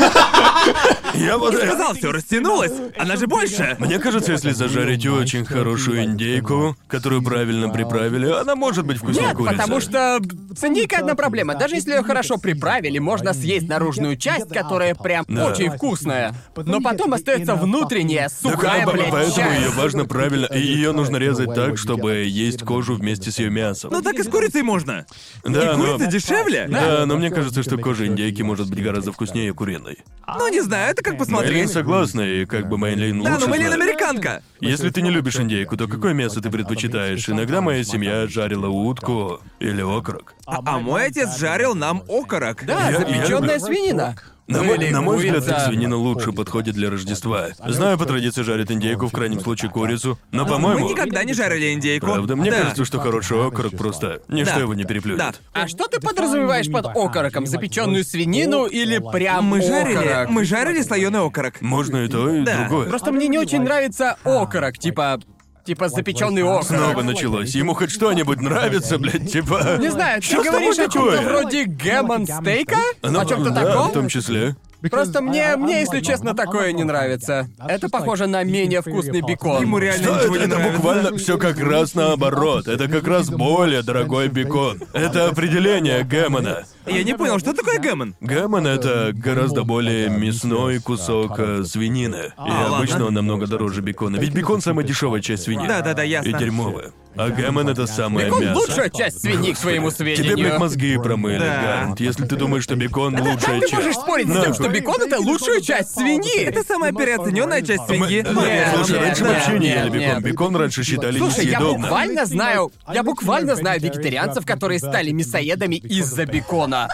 Я вот...
Сказал, все растянулось. Она же больше.
Мне кажется, если зажарить очень хорошую индейку, которую правильно приправили, она может быть вкуснее
Нет,
курицы.
потому что с индейкой одна проблема. Даже если ее хорошо приправили, можно съесть наружную часть, которая прям
Да.
очень вкусная. Но потом остается внутренняя,
Так, а
сухая,
по-
блядь,
поэтому
часть.
ее важно правильно, и ее нужно резать так, чтобы есть кожу вместе с ее мясом.
Ну так и с курицей можно.
да, ну.
и
но...
курица дешевле?
Да, но мне кажется, что кожа индейки может быть гораздо вкуснее куриной.
Ну не знаю, это как
Мэйлин
посмотреть.
согласна, и как бы Мэйлин лучше
Да, но Мэйлин
знает.
американка.
Если ты не любишь индейку, то какое мясо ты предпочитаешь? Иногда моя семья жарила утку или окорок.
А, а мой отец жарил нам окорок.
Да,
Я- я
запеченная
люблю.
свинина.
На
Ну
мой,
или
на мой взгляд,
курица.
так свинина лучше подходит для Рождества. Знаю, по традиции жарят индейку, в крайнем случае курицу, но,
Мы
по-моему...
никогда не жарили индейку.
Правда, мне
Да.
кажется, что хороший окорок просто... Ничто
Да.
его не переплюнет.
Да.
А что ты подразумеваешь под
А,
окороком? Запеченную свинину или прям
Мы жарили,
окорок?
мы жарили слоеный окорок.
Можно и то, и
Да.
другое.
Просто мне не очень нравится
А,
окорок, типа... Типа запеченный окорок.
Снова началось. Ему хоть что-нибудь нравится, блядь, типа...
Не знаю, ты
Что с тобой
говоришь о чем-то
такое?
вроде гэмон стейка?
Ну,
о чем-то
да,
таком?
в том числе.
Просто мне, мне, если честно, такое не нравится. Это похоже на менее вкусный бекон.
Ему реально
Что это?
ничего не
Это
нравится.
буквально все как раз наоборот. Это как раз более дорогой бекон. Это определение Гэммона.
Я не понял, что такое гэмон?
Гэммон — это гораздо более мясной кусок э, свинины.
А,
И
ладно.
обычно он намного дороже бекона. Ведь бекон — самая дешевая часть свиньи.
Да-да-да, ясно.
И дерьмовая. А гэммон — это самое
Бекон
мясо.
лучшая часть свиньи, к своему сведению.
Тебе, блядь, мозги промыли,
Да.
Гарнт, если ты думаешь, что бекон лучшая
Как ты
часть.
можешь спорить с тем,
Нахуй.
что бекон это лучшая часть свиньи?
Это самая переоцененная часть
Мы-
свиньи.
Нет,
Нет,
слушай,
нет,
раньше
нет.
вообще не ели
нет,
бекон.
нет.
Бекон раньше считали
Слушай, я
несъедобным.
буквально знаю, я буквально знаю вегетарианцев, которые стали мясоедами из-за бекона.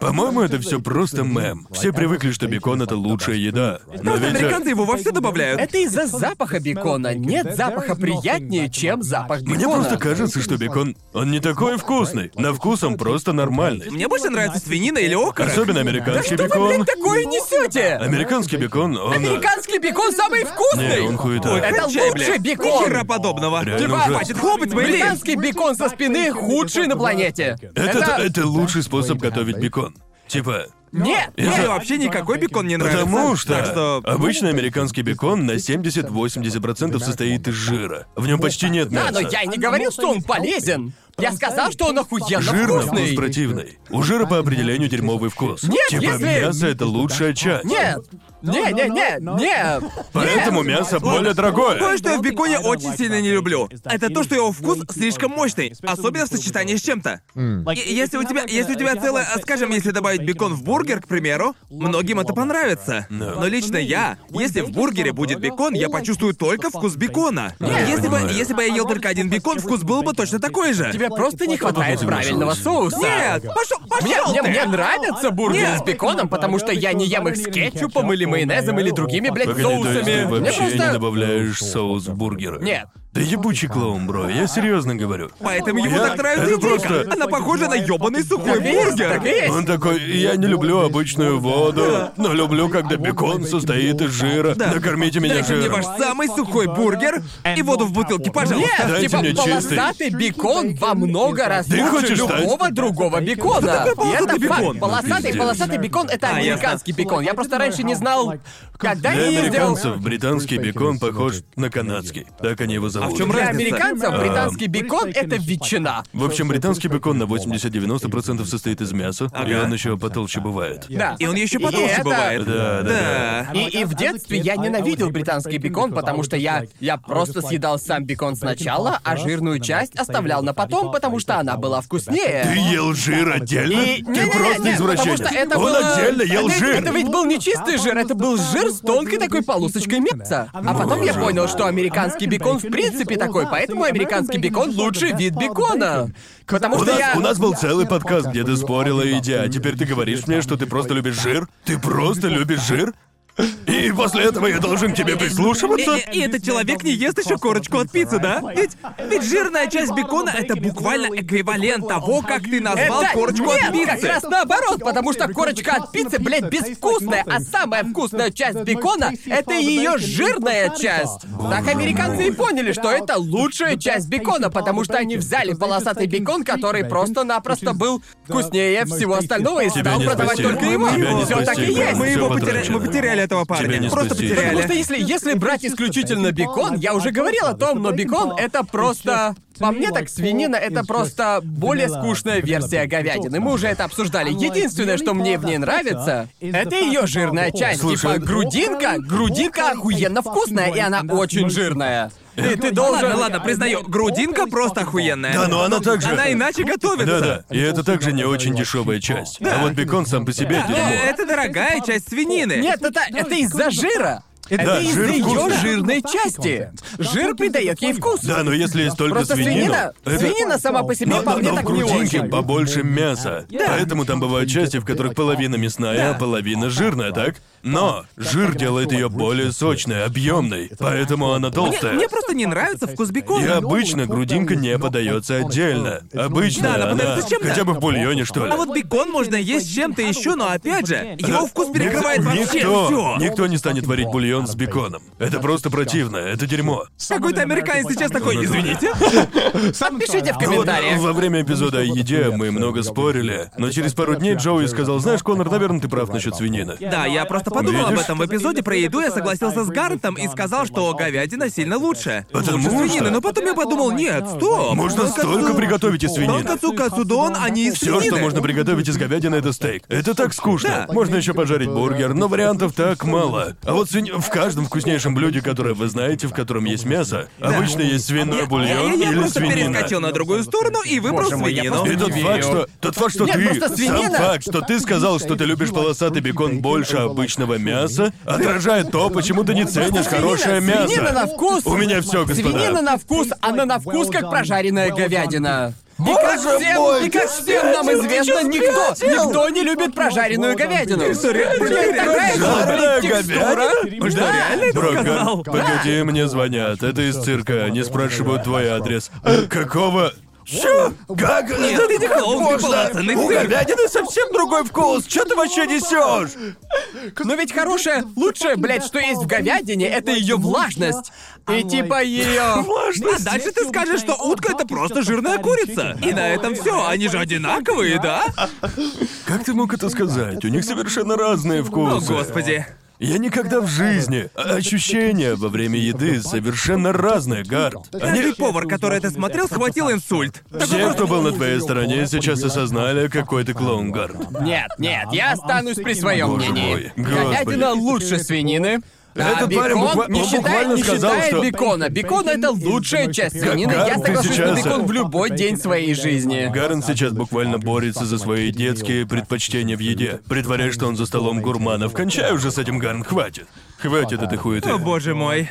По-моему, это все просто мем. Все привыкли, что бекон это лучшая еда. Но
Просто
ведь э,
американцы его во все добавляют.
Это из-за запаха бекона. Нет запаха приятнее, чем запах бекона.
мне просто кажется, что бекон, он не такой вкусный. На вкус он просто нормальный.
Мне больше нравится свинина или окорок.
Особенно американский
Что вы,
бекон.
блядь, такое несете?
Американский бекон, он... э,
Американский бекон самый вкусный!
Не, он хуета.
Это
Кончай,
лучший
блядь.
бекон!
Ни хера подобного.
Реально
Типа,
ужасно.
хватит хлопать, Мэйлин.
Британский бекон со спины худший на планете.
Это, это лучший способ готовить бекон. Типа,
Нет!
Мне вообще никакой бекон не нравится.
Потому что,
Так что...
обычно американский бекон на 70-80% состоит из жира. В нем почти нет мяса.
Да, но я и не говорил, что он полезен. Я сказал, что он охуенно
Жир на вкус
вкусный.
противный. У жира по определению дерьмовый вкус.
Нет,
типа
если-
мясо это лучшая часть.
Нет! Не, не, не, не!
Поэтому мясо более дорогое.
Кое-что я в беконе очень сильно не люблю. Это то, что его вкус слишком мощный, особенно в сочетании с чем-то. И- Если у тебя, если у тебя целое, а, скажем, если добавить бекон в бургер, к примеру, многим это понравится. Но лично я, если в бургере будет бекон, я почувствую только вкус бекона.
я
Если бы,
понимаю.
если бы я ел только один бекон, вкус был бы точно такой же.
Тебе просто не хватает
Подумай,
правильного соуса.
Нет, пошел, пошел
Мне, мне,
ты!
мне нравится бургер
Нет.
с беконом, потому что я не ем их с кетчупом или майонезом или другими, блядь,
Погоди, то есть
соусами. Мне
ты вообще
просто...
не добавляешь соус бургера?
Нет.
Ты ебучий клоун, бро, я серьезно говорю.
Поэтому ему
Я-
так нравится
это
индейка.
просто-
Она похожа на ёбаный сухой
Так и есть,
бургер.
так и есть.
Он такой, я не люблю обычную воду, но люблю, когда бекон состоит из жира.
Да.
Накормите меня
Дайте мне
жиром.
ваш самый сухой бургер и воду в бутылке, пожалуйста.
Нет,
Дайте
типа
мне чистый.
полосатый бекон во много раз
Ты
лучше
хочешь стать-
любого другого бекона.
Что такое
И это
полосатый
факт.
бекон?
Полосатый,
Пиздец.
полосатый бекон это
А, ясно.
американский бекон. Я просто раньше не знал, когда
Для
я ездил.
американцев британский бекон похож на канадский. Так они его зовут.
А в чём
Для
разница?
американцев
Эм.
британский бекон это ветчина.
В общем, британский бекон на 80-90% состоит из мяса, и
Ага.
он еще потолще бывает.
Да.
И он еще
И
потолще
это-
бывает.
Да, да, да.
И, и в детстве я ненавидел британский бекон, потому что я, я просто съедал сам бекон сначала, а жирную часть оставлял на потом, потому что она была
Ты
вкуснее.
ел жир отдельно?
И-
Ты
не-не-не,
просто
нет,
извращенец.
Потому что это
он
было-
отдельно ел
это,
жир.
Это ведь был не чистый жир, это был жир с тонкой такой полосочкой мяса. А потом я
Боже.
понял, что американский бекон в принципе такой, поэтому американский бекон лучший вид бекона. Потому
У
что
нас,
я...
у нас был целый подкаст, где ты спорила и идя. А теперь ты говоришь мне, что ты просто любишь жир? Ты просто любишь жир? И после этого я должен к тебе
И,
прислушиваться?
и- и этот человек не ест еще корочку от пиццы, да? Ведь, ведь жирная часть бекона это буквально эквивалент того, как ты назвал
Это-
корочку
нет,
от пиццы.
как раз наоборот, потому что корочка от пиццы, блядь, безвкусная, а самая вкусная часть бекона — это ее жирная часть. Так американцы и поняли, что это
Ну,
лучшая часть бекона, потому что они взяли полосатый бекон, который просто-напросто был вкуснее всего остального и
Тебя
стал
не
продавать
спасти.
только ему.
Тебя не
Все так и
спасти,
есть.
Мы
Всё
его
потрачено.
потеряли, мы потеряли этого
Тебя
парня.
не
Просто
спасти.
потеряли.
Потому что если, если брать исключительно бекон, я уже говорил о том, но бекон это просто. По мне так свинина это просто более скучная версия говядины. Мы уже это обсуждали. Единственное, что мне в ней нравится, это ее жирная часть.
Слушай,
Типа грудинка, грудинка охуенно вкусная, и она очень жирная. И ты должен.
Ладно, ладно, признаю, грудинка просто охуенная.
Да, но она также...
Она иначе готовится.
Да-да, и это также не очень дешевая часть. А вот бекон сам по себе
Но
дерьмо.
Э, это дорогая часть свинины.
Нет, это, это из-за жира. Это
Да,
из-за
жир
ее
вкусный.
жирной части. Жир придает ей вкус.
Да, но если есть только
Просто свинина,
свинина... это-
свинина сама по себе
Но,
по
но-
мне
но в
так не
грудинке
очень.
побольше мяса. Поэтому там бывают части, в которых половина мясная, а половина жирная, так? Но жир делает ее более сочной, объемной, поэтому она
Мне,
толстая.
мне просто не нравится вкус бекона.
И обычно грудинка не подается отдельно.
Да,
Обычно
она
она,
подается чем-то.
хотя бы в бульоне, что ли.
А вот бекон можно есть с чем-то еще, но опять же, его вкус
Никто-
перекрывает вообще
никто,
все.
никто не станет варить бульон с беконом. Это просто противно, это дерьмо.
Какой-то американец сейчас такой, извините.
Пишите в
Ну вот,
комментариях.
во время эпизода о еде мы много спорили, но через пару дней Джоуи сказал, знаешь, Конор, наверное, ты прав насчет свинины.
Да, я просто подумал об
Видишь?
этом в эпизоде про еду, я согласился с Гарнтом и сказал, что говядина сильно лучше.
Потому
лучше
что-
свинины, но потом я подумал, нет, стоп.
Можно столько приготовить из свинины.
Тонкацу кацудон, они а из
Все, что
свинины.
можно приготовить из говядины, это стейк. Это так скучно. Можно еще пожарить бургер, но вариантов так мало. А вот свинь... в каждом вкуснейшем блюде, которое вы знаете, в котором есть мясо, обычно есть свиной
Я,
бульон
Э, я
или
просто
свинина.
перескочил на другую сторону и выбрал
Боже мой, я
свинину.
просто
И
не
тот
верю.
факт, что, тот факт, что
Нет,
ты,
просто
сам
свинина.
факт, что ты сказал, что ты любишь полосатый бекон больше обычного мяса, отражает то, почему ты не ценишь
Просто
хорошее
свинина-
мясо.
свинина на вкус.
У меня все, господа.
Свинина на вкус, она на вкус как прожаренная говядина. И как,
Боже
всем,
мой,
и как
ты
всем нам
спятил,
известно,
ты
никто,
спятил!
никто не любит прожаренную говядину.
Ты что, реально
Блядь,
говоришь?
такая
Жареная
говорит текстура.
говядина?
Вы что,
Да.
реально это
Бро,
сказал?
Гар, погоди, мне звонят. Это из цирка. Они спрашивают твой адрес. Э, Какого... Чё? Как? Угу,
Нет, ты не клоун, ты полноценный
У
цирк.
говядины совсем другой вкус. Чё ты вообще несешь?
Но ведь хорошее, лучшее, блядь, что есть в говядине, это ее влажность. И типа ее.
А дальше ты скажешь, что утка это просто жирная курица. И на этом все. Они же одинаковые, да?
Как ты мог это сказать? У них совершенно разные
О,
вкусы.
Ну, господи.
Я никогда в жизни. А, Ощущения во время еды совершенно разные, Гард.
Каждый
Они...
повар, который это смотрел, схватил инсульт.
Все, кто был на твоей стороне, сейчас осознали, какой ты клоун, Гард.
Нет, нет, я останусь при своем
Боже
мнении.
мой,
Говядина
господи.
лучше свинины.
Этот
а бекон
парень буква-
не
он
считает,
буквально
не
сказал,
считает
что-
бекона. Бекон это лучшая часть свинины.
Как
Я
ты
соглашусь на
сейчас-
бекон в любой день своей жизни.
Гарн сейчас буквально борется за свои детские предпочтения в еде, притворяясь, что он за столом гурманов. Кончай уже с этим, Гарн, хватит. Хватит этой хуеты.
О, боже мой.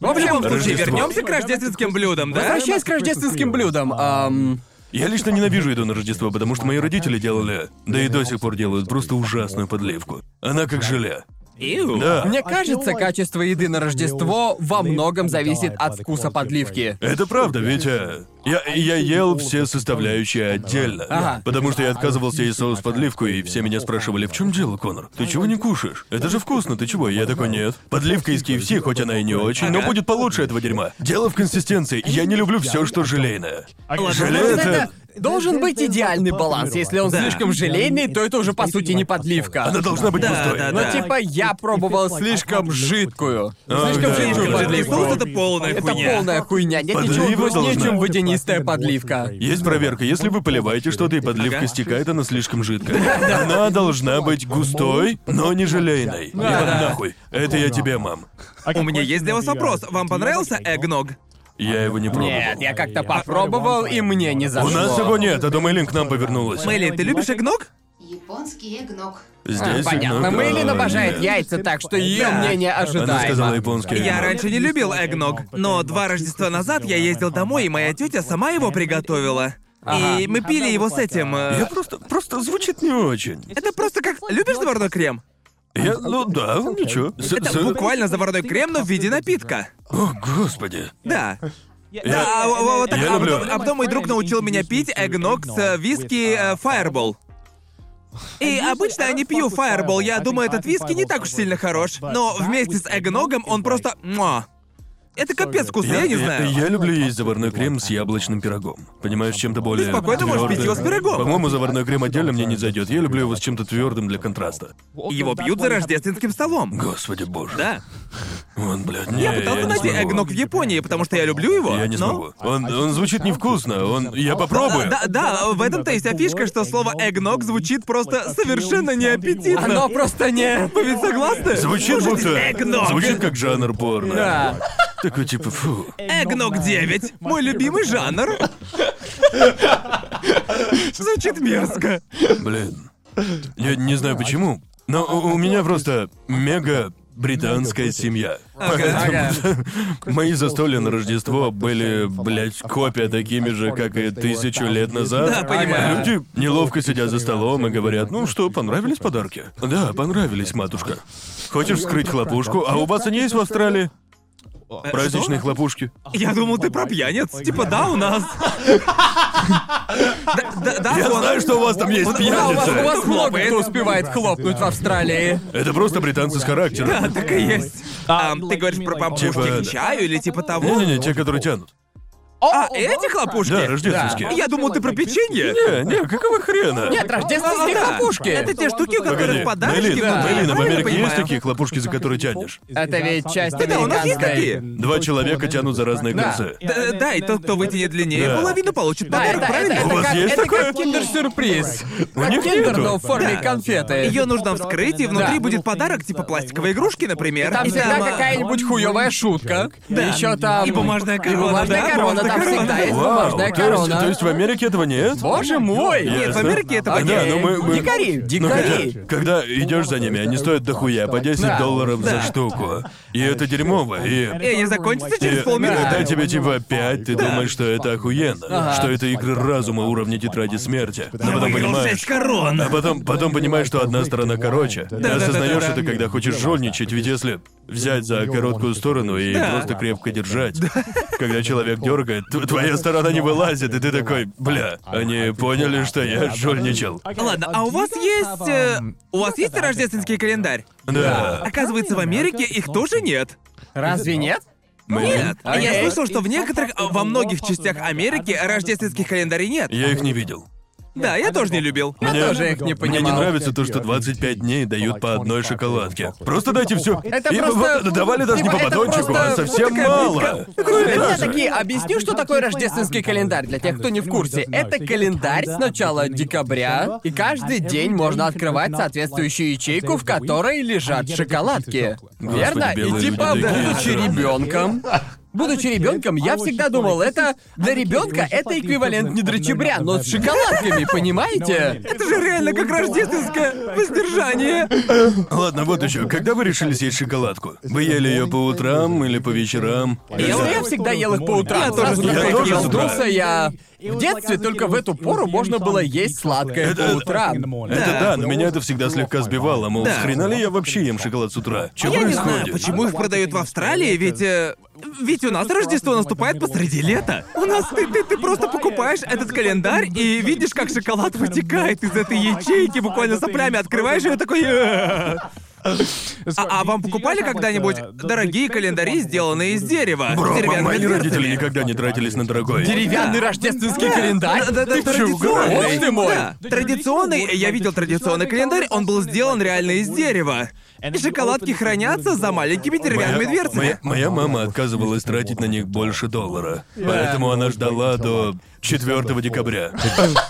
В общем,
В случае,
Рождество.
вернемся к рождественским блюдам, да?
возвращаясь к рождественским блюдам. ам,
Я лично ненавижу еду на Рождество, потому что мои родители делали, да и до сих пор делают, просто ужасную подливку. Она как желе.
Иу.
Да.
Мне кажется, качество еды на Рождество во многом зависит от вкуса подливки.
Это правда, ведь э, я, я ел все составляющие отдельно.
Ага.
Потому что я отказывался есть соус подливку, и все меня спрашивали, в чем дело, Конор? Ты чего не кушаешь? Это же вкусно, ты чего? Я такой, нет. Подливка из KFC, хоть она и не очень, но
Ага.
будет получше этого дерьма. Дело в консистенции. Я не люблю все, что желейное. Желе
Просто
это...
это Должен быть идеальный баланс. Если он
Да.
слишком желейный, то это уже по сути не подливка.
Она должна быть
Да,
густой.
да,
Ну,
да.
типа, я пробовал слишком жидкую. Ну,
А,
слишком
да.
жидкую
Да.
подливку. Ну,
Соус это полная
Это
хуйня.
полная хуйня. Нет ничего
Подлива
вкуснее,
должна.
чем водянистая подливка.
Есть проверка. Если вы поливаете что-то и подливка
Ага.
стекает, она слишком жидкая. Она должна быть густой, но не желейной.
Да,
Ебать
да.
нахуй. Это я тебе, мам.
У меня есть для вас вопрос. Вам понравился эгног?
Я его не пробовал.
Нет, я как-то попробовал, и мне не
У
зашло.
нас его нет, а то Мэйлин к нам повернулась.
Мэйлин, А, ты любишь эгног?
Японский эгног.
Здесь
А,
ну,
Понятно,
много-
Мэйлин обожает
Нет.
яйца, так что ее
Да.
мнение
Она сказала
ожидаемо.
японский.
Я раньше не любил эгног, но два Рождества назад я ездил домой, и моя тетя сама его приготовила. И
Ага.
мы пили его с этим. э,
Я просто, просто звучит не очень.
Это просто как... Любишь заварной крем?
Я, ну да, ничего. С-
Это
с-
буквально заварной крем, но в виде напитка.
О, господи.
Да.
Я-
Да, а, а, вот так,
Я
а
люблю.
потом, а потом мой друг научил меня пить эгног с э, виски Фаербол. И
э,
обычно я не пью Фаербол, я думаю, этот виски не так уж сильно хорош. Но вместе с эгногом он просто... муа. Это капец вкусно, я не знаю.
Я, люблю есть заварной крем с яблочным пирогом. Понимаешь, чем-то более.
Ты спокойно можешь пить его с
твёрдым.
пирогом.
По-моему, заварной крем отдельно мне не зайдет. Я люблю его с чем-то твердым для контраста.
Его пьют за рождественским столом.
Господи боже.
Да.
Он, блядь, не,
Я
не
пытался найти
смогу.
эгног в Японии, потому что я люблю его.
Я не
но-
смогу. Он, он звучит невкусно. Он. Я попробую.
Ну, Да, да, в этом-то и вся фишка, что слово эгног звучит просто совершенно неаппетитно.
Оно просто не...
Вы ведь согласны?
Звучит
Слушайте,
будто.
эгног.
Звучит как жанр порно.
Да.
Такой типа фу.
Эгног 9. Мой любимый жанр. Звучит мерзко.
Блин. Я не знаю почему, но у, у меня просто мега британская семья.
Ага.
Мои застолья на Рождество были, блядь, копия такими же, как и тысячу лет назад.
Да, понимаю.
Люди неловко сидят за столом и говорят, ну что, понравились подарки? Да, понравились, матушка. Хочешь вскрыть хлопушку? А у вас они есть в Австралии? Праздничные хлопушки.
Я думал, ты про пьяниц. Типа, да, у нас. Да, да, да,
Я
вон.
знаю, что у вас там есть
Да, у вас, у вас
пьяница.
много кто успевает хлопнуть в Австралии.
Это просто британцы с характером.
Да, так и есть. А, ты говоришь про
Типа,
пампушки
да.
к чаю или типа того?
Не-не-не, те, которые тянут.
А эти хлопушки?
Да, рождественские.
Я думал, ты про печенье.
Не, не, какого хрена?
Нет, рождественские
А, Да.
хлопушки.
Это те штуки, у
Погоди,
которых подарочки
Мэйлин,
внутри,
Да.
Ну, я
Мэйлин, в
правильно
Америке
понимаю?
есть такие хлопушки, за которые тянешь?
Это ведь часть
Да-да,
у нас есть
американской.
такие.
Ну,
Два человека тянут за разные
Да.
концы.
Да, да, и тот, кто вытянет длиннее,
Да.
половину получит
Да,
подарок,
это, это,
правильно?
это
У вас
как,
есть
это
такое?
как киндер-сюрприз.
У
Как
них
киндер, но в
нету.
форме
Да.
конфеты.
Ее нужно вскрыть, и внутри
Да.
будет подарок, типа пластиковой игрушки, например.
Там
и
всегда
а,
какая-нибудь хуевая шутка.
Да.
Еще там...
И бумажная корона,
И бумажная
да,
корона,
бумажная
там
корона.
всегда есть
Вау,
бумажная
то есть,
корона.
то есть в Америке этого нет?
Боже мой!
Нет, в
Ясно.
Америке этого
А, да,
нет.
но мы- мы-
Дикари,
Ну, хотя,
дикари.
когда идешь за ними, они стоят дохуя, по 10
Да.
долларов за
Да.
штуку. И это дерьмово, и...
И они закончатся
и-
через полминуты.
когда тебе типа 5, ты думаешь, что это охуенно,
Ага.
что это игры разума уровня тетради смерти. Но потом
Выиграл
понимаешь,
шесть корон.
А потом, потом понимаешь, что одна сторона короче. Ты
да,
да,
осознаешь
да, да.
это, когда хочешь жульничать, ведь если взять за короткую сторону и
Да.
просто крепко держать, когда человек дергает, тв- твоя сторона не вылазит, и ты такой, бля, они поняли, что я жульничал.
Ладно, а у вас есть... э, у вас есть рождественский календарь?
Да.
Оказывается, в Америке их тоже нет.
Разве нет?
Нет. А я
Окей.
слышал, что в некоторых, а, во многих частях Америки рождественских календарей нет.
Я их не видел.
Да,
А
я тоже не любил.
Я
Мне-
тоже их не
Мне не
понимал.
нравится то, что 25 дней дают по одной шоколадке. Просто дайте все.
Это просто-
давали даже не
типа,
по
это
батончику,
просто-
а совсем мало.
Я такие объясню, что такое рождественский календарь для тех, кто не в курсе. Это календарь с начала декабря, и каждый день можно открывать соответствующую ячейку, в которой лежат шоколадки. Верно? И
белые
типа,
люди такие
будучи
странные.
ребенком. Будучи ребенком, я всегда думал, это для ребенка это эквивалент не дрочебря, но с шоколадками, понимаете?
Это же реально как рождественское воздержание.
Ладно, вот еще. Когда вы решили съесть шоколадку? Вы ели ее по утрам или по вечерам?
Я,
Или-
я всегда ел их по утрам.
Я тоже
Сразу
с утра
как
тоже с утра.
проснулся, я В детстве только в эту пору можно было есть сладкое по
Это-
утрам.
Это да, но меня это всегда слегка сбивало, мол,
Да. А
с хрена ли я вообще ем шоколад с утра? Чё
Я не знаю,
происходит?
почему их продают в Австралии, ведь... э, ведь у нас Рождество наступает посреди лета. У нас ты, ты, ты просто покупаешь этот календарь и видишь, как шоколад вытекает из этой ячейки, буквально соплями открываешь ее такой... «Э». А, а вам покупали когда-нибудь дорогие календари, сделанные из дерева? с
Бро, м-
деревянными
мои родители
дверцами?
никогда не тратились на дорогое.
Деревянный рождественский календарь?
Да, да, да,
Ты чё,
традиционный.
угорел ты мой?
Да, традиционный, я видел традиционный календарь, он был сделан реально из дерева. И шоколадки хранятся за маленькими деревянными
Моя,
дверцами.
моя- моя мама отказывалась тратить на них больше доллара. Поэтому она ждала до 4 декабря.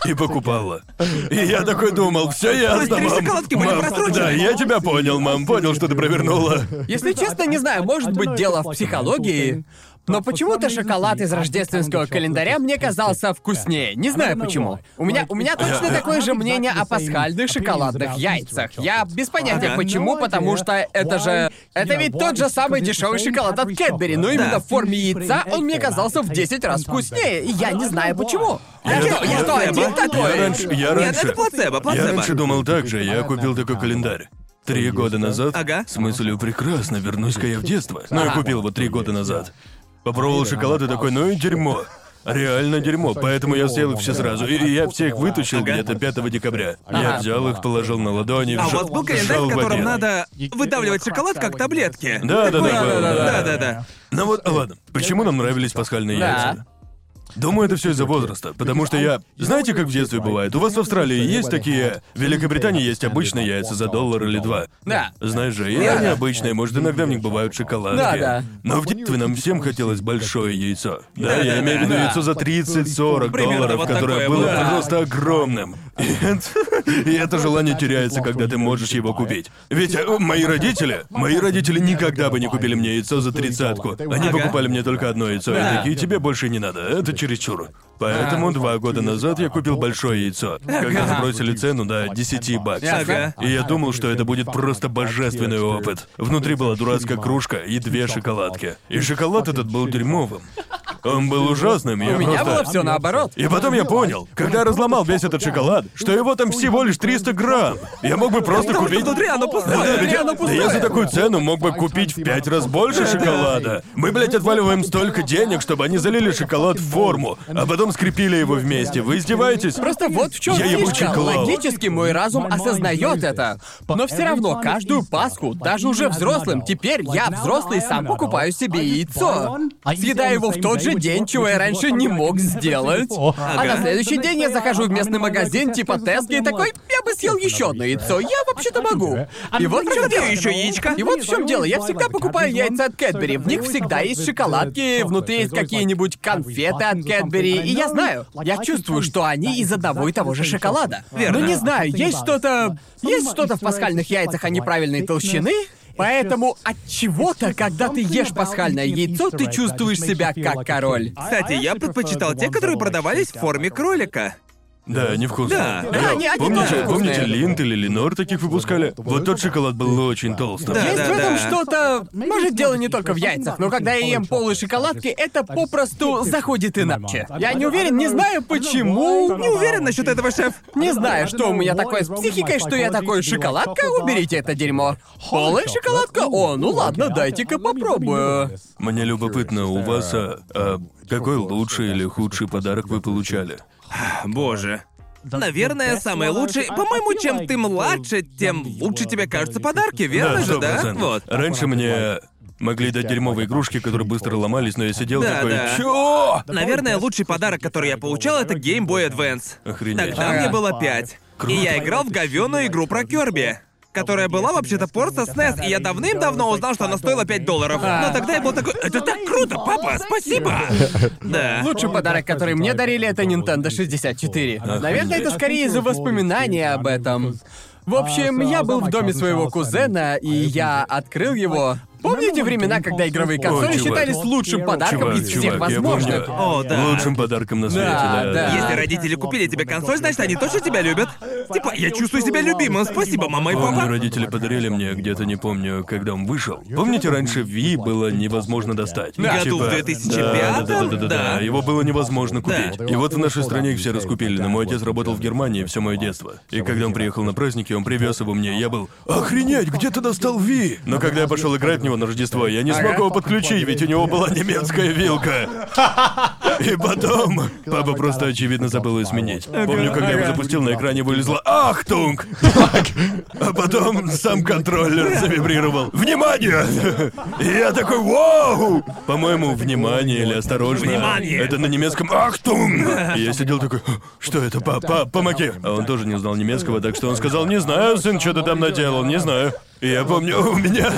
И покупала. И я такой думал, все ясно,
То есть три
мам.
шоколадки были
Мам,
просрочены?
Да, я тебя понял, мам. Понял, что ты провернула.
Если честно, не знаю, может быть дело в психологии. Но почему-то шоколад из рождественского календаря мне казался вкуснее. Не знаю почему. У меня, у меня точно такое же мнение о пасхальных шоколадных яйцах. Я без понятия
Ага.
почему, потому что это же... Это ведь тот же самый дешевый шоколад от Кэтбери, но именно
Да.
в форме яйца он мне казался в 10 раз вкуснее, и я не знаю почему. Я,
Я-
что, я что,
А я-
один
я
Я
такой?
раньше... Я
Нет,
раньше...
это плацебо,
Я
плацебо.
раньше думал так же, я купил такой календарь. Три года назад.
Ага.
С мыслью прекрасно, вернусь-ка я в детство. Но я
Ага.
купил его три года назад. Попробовал шоколад и такой, ну и дерьмо. Реально дерьмо, поэтому я съел их все сразу. И- И я всех вытащил
Ага.
где-то 5 декабря. Я
Ага.
взял их, положил на ладони,
А у
вжал-
вас был календарь,
вжал
в котором
обед.
надо выдавливать шоколад как таблетки?
Да, да, да,
Такой-
был, да.
да, да, да.
Ну вот, ладно, почему нам нравились пасхальные
Да.
яйца? Думаю, это все из-за возраста, потому что я... Знаете, как в детстве бывает? У вас в Австралии есть такие... В Великобритании есть обычные яйца за доллар или два.
Да.
Знаешь же, и
Да.
они обычные, может, иногда в них бывают шоколадки.
Да, да.
Но в детстве нам всем хотелось большое яйцо. Да,
Да,
я
да,
имею в виду
да.
яйцо за 30-40
Примерно
долларов,
вот
которое
такое
было
было.
просто огромным. И это- И это желание теряется, когда ты можешь его купить. Ведь э, мои родители, мои родители никогда бы не купили мне яйцо за тридцатку. Они
Ага.
покупали мне только одно яйцо, и
Да.
такие, тебе больше не надо, это чересчур. Поэтому два года назад я купил большое яйцо, когда сбросили цену до 10 баксов.
Ага.
И я думал, что это будет просто божественный опыт. Внутри была дурацкая кружка и две шоколадки. И шоколад этот был дерьмовым. Он был ужасным, я
У меня
просто...
было все наоборот.
И потом я понял, когда я разломал весь этот шоколад, что его там всего лишь 300 грамм. Я мог бы просто
Потому что
купить...
внутри оно
Да,
пустое.
да, ведь
Внутри
я,
оно
да
пустое.
я за такую цену мог бы купить в пять раз больше шоколада. Мы, блядь, отваливаем столько денег, чтобы они залили шоколад в форму, а потом скрепили его вместе. Вы издеваетесь?
Просто вот в чем
Я ему
фишка.
чеклал.
Логически мой разум осознает это. Но все равно каждую Пасху, даже уже взрослым, теперь я взрослый сам покупаю себе яйцо. Съедаю его в тот же день, чего я раньше не мог сделать. А на следующий день я захожу в местный магазин типа Тески и такой, я бы съел еще одно яйцо, я вообще-то могу. И вот в чем дело.
еще яичко?
И вот в чем дело. Я всегда покупаю яйца от Кэтбери. В них всегда есть шоколадки, внутри есть какие-нибудь конфеты от Кэтбери. И я знаю, я чувствую, что они из одного и того же шоколада.
Верно.
Но не знаю, есть что-то... Есть что-то в пасхальных яйцах они правильной толщины, Поэтому от чего-то, когда ты ешь пасхальное яйцо, ты чувствуешь себя как король.
Кстати, я предпочитал те, которые продавались в форме кролика.
Да, невкусно.
Да.
Йо,
Да, они- они тоже
помните, помните,
вкусные.
Линд или Ленор таких выпускали? Вот тот шоколад был очень толстым.
Да,
Есть
да,
в этом
да.
что-то... Может, дело не только в яйцах, но когда я ем полые шоколадки, это попросту заходит иначе. Я не уверен, не знаю почему...
Не уверен насчет этого, шеф.
Не знаю, что у меня такое с психикой, что я такой шоколадка, уберите это дерьмо. Полая шоколадка? О, ну ладно, дайте-ка попробую.
Мне любопытно, у вас а, а, какой лучший или худший подарок вы получали?
Боже. Наверное, самый лучший. По-моему, чем ты младше, тем лучше тебе кажутся подарки, верно же, да?
100%.
Вот.
Раньше мне могли дать дерьмовые игрушки, которые быстро ломались, но я сидел
Да,
такой,
да.
чё?
Наверное, лучший подарок, который я получал, это Game Boy Advance.
Охренеть.
Тогда
Ага.
мне было пять.
Круто.
И я играл в говёную игру про Кёрби. Которая была вообще-то порта SNES, и я давным-давно узнал, что она стоила 5 долларов.
А.
Но тогда я был такой, это так круто, папа, спасибо! Да.
Лучший подарок, который мне дарили, это Nintendo 64.
а
Наверное, это скорее из-за воспоминания
А,
об этом. В общем, я был в доме своего кузена, и я открыл его, Помните времена, когда игровые консоли
чувак.
считались лучшим подарком
Чувак,
из всех
чувак, я
возможных?
помню.
О, да.
Лучшим подарком на свете,
Да,
да.
да.
Если родители купили тебе консоль, значит, они точно тебя любят. Типа, я чувствую себя любимым. Спасибо, мама и
Помню,
папа.
родители подарили мне, где-то не помню, когда он вышел. Помните, раньше Ви было невозможно достать?
Да. Году в
да,
2005-м,
да, да, да, да, да.
да.
Его было невозможно
Да.
купить. И вот в нашей стране их все раскупили, но мой отец работал в Германии все мое детство. И когда он приехал на праздники, он привез его мне, и я был «Охренеть, где ты достал Ви?» Но когда я пошел играть в него на Рождество, я не смог
Ага.
его подключить, ведь у него была немецкая вилка. И потом... Папа просто, очевидно, забыл ее сменить. Помню, когда я его
Ага.
запустил, на экране вылезла «Ахтунг!» А потом сам контроллер завибрировал. Внимание! И я такой, вау! По-моему, внимание или осторожно.
Внимание!
Это на немецком «Ахтунг!» И я сидел такой, что это, пап, пап, помоги! А он тоже не знал немецкого, так что он сказал, не знаю, сын, что ты там наделал, не знаю. И я помню, у меня...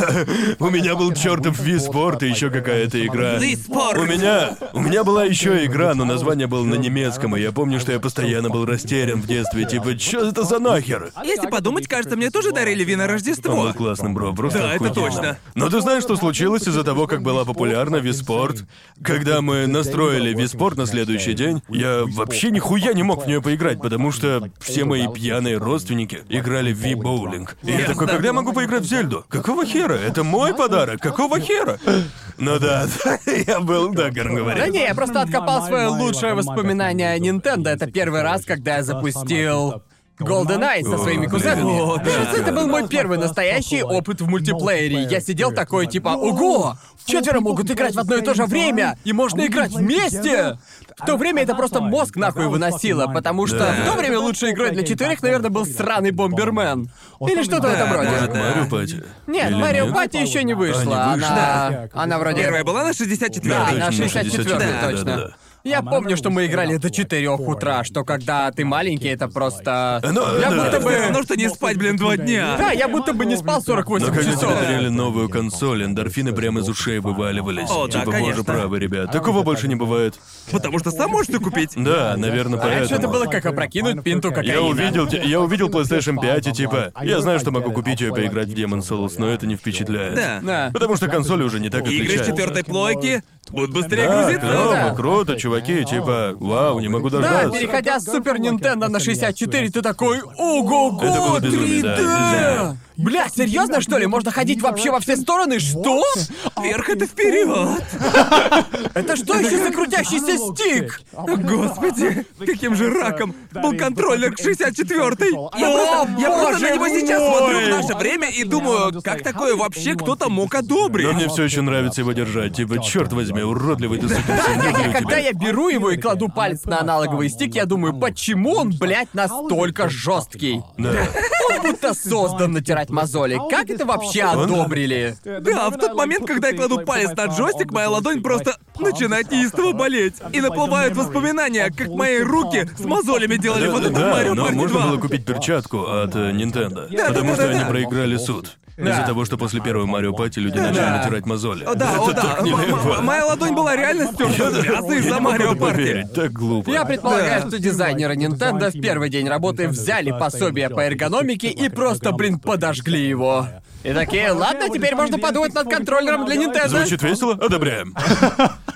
У меня был чертов Wii Sport и еще какая-то игра.
Wii Sport.
У меня... У меня была еще игра, но название было на немецком, и я помню, что я постоянно был растерян в детстве, типа, что это за нахер?
Если подумать, кажется, мне тоже дарили вино
Он
Рождество.
был классным, бро, просто
Да, это
охуенно.
точно.
Но ты знаешь, что случилось из-за того, как была популярна Виспорт? Когда мы настроили Виспорт на следующий день, я вообще нихуя не мог в нее поиграть, потому что все мои пьяные родственники играли в Ви-боулинг. И я
Ясно.
такой, когда я могу поиграть в Зельду? Какого хера? Это мой подарок, какого хера? Ну да, я был, да, говорит.
Да не, я просто откопал свое лучшее воспоминание о Nintendo. Это первый раз, когда я запустил Golden Eye со своими
О,
кузенами.
блин.
Кажется, это был мой первый настоящий опыт в мультиплеере. Я сидел такой, типа, ого, четверо могут играть в одно и то же время, и можно играть вместе. В то время это просто мозг нахуй выносило, потому что
Да.
в то время лучшей игрой для четверых, наверное, был сраный Бомбермен. Или что-то в этом
Да,
роде.
Может,
да. ну
Марио Пати?
Нет,
Или
Марио Пати еще не вышла.
А, не вышла.
Она...
Да.
Она вроде...
Первая была на
Да,
64-й.
Да, на
точно,
64
да,
точно.
да, да.
Я помню, что мы играли до 4 утра, что когда ты маленький, это просто...
Ну,
Я
да.
будто
Все
бы...
равно, что не спать, блин, два
Да,
дня.
я будто бы не спал
Но
48
когда тебе
часов.
дарили новую консоль, эндорфины прямо из ушей вываливались.
О, да,
типа, боже,
конечно.
правы, ребят. Такого больше не бывает.
Потому что сам можешь ты купить.
Да,
А
наверное,
А
поэтому.
Раньше это было как опрокинуть пинту кокаина.
Я увидел, я увидел PlayStation 5 и типа, я знаю, что могу купить ее и поиграть в Demon's Souls, но это не впечатляет.
Да.
Да.
Потому что консоли уже не так
Игры с
отличаются.
четвертой плойки будут быстрее
Да,
грузиться.
клево,
да.
круто, чуваки, типа, вау, не могу
Да,
дождаться.
переходя с Супер Нинтендо на 64, ты такой «Ого-го,
Это было безумие,
3D!»
да, безумие.
Бля, серьезно, что ли? Можно ходить вообще во все стороны? Что?
Вверх это вперед!
Это что еще за крутящийся стик?
О, Господи, каким же раком был контроллер к 64-й. Я
О,
просто, я просто
боже
на него сейчас
мой!
смотрю в наше время и думаю, как такое вообще кто-то мог
Но
одобрить?
мне все еще нравится его держать. Типа, черт возьми, уродливый ты сукин сын, не люблю
А Когда
тебя.
я беру его и кладу палец на аналоговый стик, я думаю, почему он, блядь, настолько жесткий?
Да.
Он будто создан натирать мозоли. Как это вообще одобрили?
Да, в тот момент, когда я кладу палец на джойстик, моя ладонь просто начинает неистово болеть. И наплывают воспоминания, как мои руки с мозолями делали
Да,
вот
да,
эту
да,
Марио
но
Party
можно
2.
было купить перчатку от э, Nintendo.
да,
потому
да,
что
да,
они
да.
проиграли суд. Из-за того, что после первого Марио Пати люди начали
Да.
натирать мозоли.
О, да, о,
Это
да.
так
М- м-
нелепо.
Моя ладонь была реально стерта в мясо
Я
из-за
не могу
Марио
это
Парти.
поверить, Так глупо.
Я предполагаю,
Да.
что дизайнеры Nintendo в первый день работы взяли пособие по эргономике и просто, блин, подожгли его. И такие, ладно, теперь можно подумать над контроллером для Nintendo.
Звучит весело? Одобряем.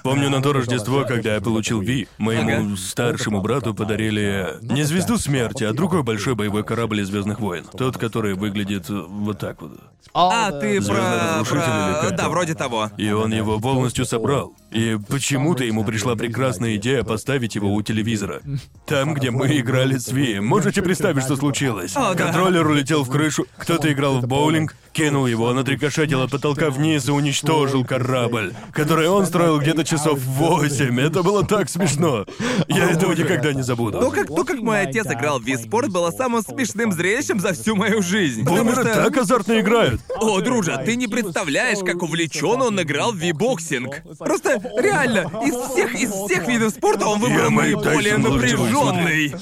Помню на то Рождество, когда я получил Ви, моему старшему брату подарили не звезду смерти, а другой большой боевой корабль из Звездных войн. Тот, который выглядит э, вот так вот.
А, ты про...
разрушитель или
про...
как
Да,
там?
вроде того.
И он его полностью собрал. И почему-то ему пришла прекрасная идея поставить его у телевизора. Там, где мы играли с Ви. Можете представить, что случилось?
О, да.
Контроллер улетел в крышу, кто-то играл в боулинг, кинул его, он отрикошетил от потолка вниз и уничтожил корабль, который он строил где-то часов восемь. Это было так смешно. Я этого никогда не забуду.
То, Ну, как, то, как мой отец играл в Wii было самым смешным зрелищем за всю мою жизнь. Потому
Бумеры
что...
так азартно играют.
О, друже, ты не представляешь, как увлечен он играл в вибоксинг. Просто реально, из всех, из всех видов спорта он
Я
выбрал
Майк
наиболее
Тайсон, лучше
напряженный.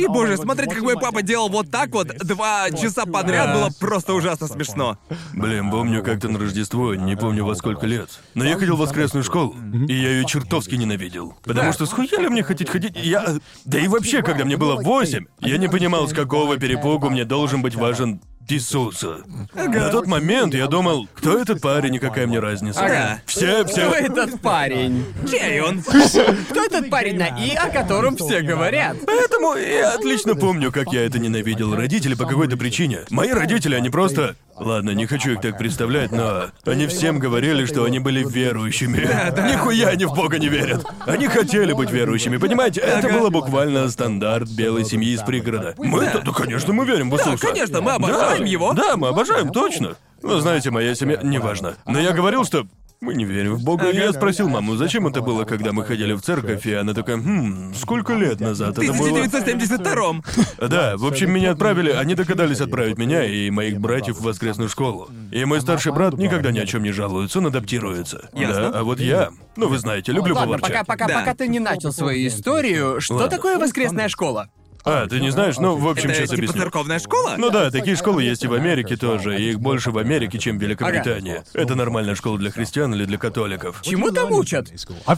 И боже, смотреть, как мой папа делал вот так вот два часа подряд, было просто ужасно смешно.
Блин, помню как-то на Рождество, не помню во сколько лет. Но я ходил в воскресную школу, и я ее чертовски ненавидел. Потому что схуяли мне хотеть ходить, я... Да и вообще, когда мне было восемь, я не понимал, с какого перепугу мне должен быть важен Иисуса. На тот момент я думал, кто этот парень и какая мне разница.
Ага.
Все,
Кто
все.
этот парень?
Чей он?
Кто этот парень на «и», о котором все говорят?
Поэтому я отлично помню, как я это ненавидел. Родители по какой-то причине. Мои родители, они просто... Ладно, не хочу их так представлять, но они всем говорили, что они были верующими. Нихуя они в Бога не верят. Они хотели быть верующими, понимаете? Это было буквально стандарт белой семьи из пригорода. Мы-то, да, конечно, мы верим в Иисуса.
конечно, мы обожаем
Да,
его.
Да, А, мы обожаем, точно. Вы знаете, моя семья... Неважно. Но я говорил, что мы не верим в Бога. И Я спросил маму, зачем это было, когда мы ходили в церковь, и она такая, хм, сколько лет назад
В
это было?
1972-м.
Да, в общем, меня отправили, они догадались отправить меня и моих братьев в воскресную школу. И мой старший брат никогда ни о чем не жалуется, он адаптируется.
Ясно.
Да, а вот я, ну вы знаете, люблю
Ладно,
поворчать.
пока, пока,
Да.
пока ты не начал свою историю, что
Ладно.
такое воскресная школа?
А, ты не знаешь? Ну, в общем,
Это
сейчас
типа
объясню.
церковная школа?
Ну да, такие школы есть и в Америке тоже, и их больше в Америке, чем в Великобритании. Это нормальная школа для христиан или для католиков.
Чему там учат?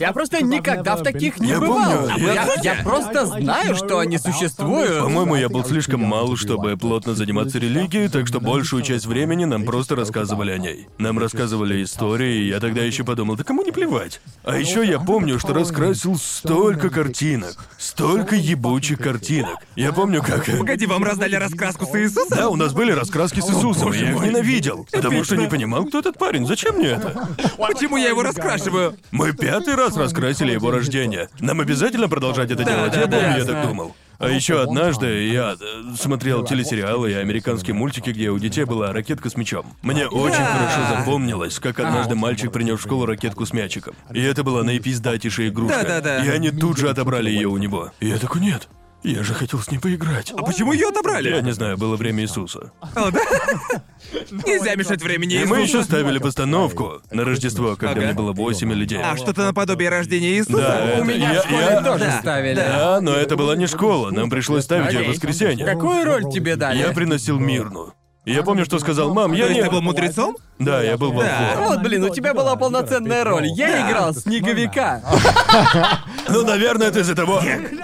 Я просто никогда в таких не
Я
бывал.
помню,
А
я-
Я, я просто знаю, что они существуют.
По-моему, я был слишком мал, чтобы плотно заниматься религией, так что большую часть времени нам просто рассказывали о ней. Нам рассказывали истории, и я тогда еще подумал, да кому не плевать. А еще я помню, что раскрасил столько картинок, столько ебучих картинок. Я помню, как...
Погоди, вам раздали раскраску с Иисусом?
Да, у нас были раскраски с Иисусом, я их ненавидел, потому что
Эпично.
не понимал, кто этот парень, зачем мне это?
Почему я его раскрашиваю?
Мы пятый раз раскрасили его рождение. Нам обязательно продолжать это
Да,
делать,
да,
я
да.
помню, я так думал. А еще однажды я э, смотрел телесериалы и американские мультики, где у детей была ракетка с мячом. Мне очень
Да.
хорошо запомнилось, как однажды мальчик принес в школу ракетку с мячиком. И это была наипиздатейшая игрушка.
Да-да-да.
И они тут же отобрали ее у него. И я такой, нет, я же хотел с ней поиграть.
А почему ее
Я
отобрали?
не знаю, было время Иисуса.
О, да? Нельзя мешать времени
И мы
Иисуса.
еще ставили постановку на Рождество, когда
Ага.
мне было 8 или 9.
А что-то наподобие рождения Иисуса?
Да, это-
У меня
я-
в школе
я-
тоже
Да,
ставили.
Да, но это была не школа, нам пришлось ставить ее в
Окей.
воскресенье.
Какую роль тебе дали?
Я приносил мирну. Я помню, что сказал мам, я
То есть
не...
ты был мудрецом?
Да, я был волхвом.
Ну Вот, блин, у тебя была полноценная роль. Я
Да.
играл снеговика.
Ну, наверное, это из-за того...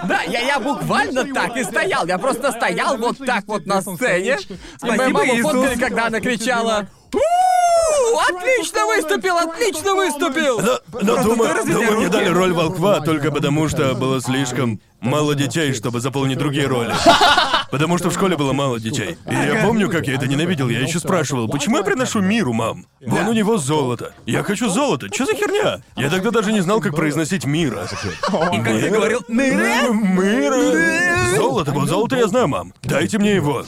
Да, я, я буквально так и стоял. Я просто стоял вот так вот на сцене. И мою
Спасибо,
маму
Иисус.
фоткали, когда она кричала «У, Отлично выступил, отлично выступил!
Но, но думаю,
разве
думаю,
руки?
мне дали роль волхва только потому, что было слишком мало детей, чтобы заполнить другие роли. Потому что в школе было мало детей. И я помню, как я это ненавидел. Я еще спрашивал, почему я приношу миру, мам? Вон у него золото. Я хочу золото. Че за херня? Я тогда даже не знал, как произносить мира.
И как ты говорил, «Ныре?»
Мыра! Золото, вот золото я знаю, мам. Дайте мне его.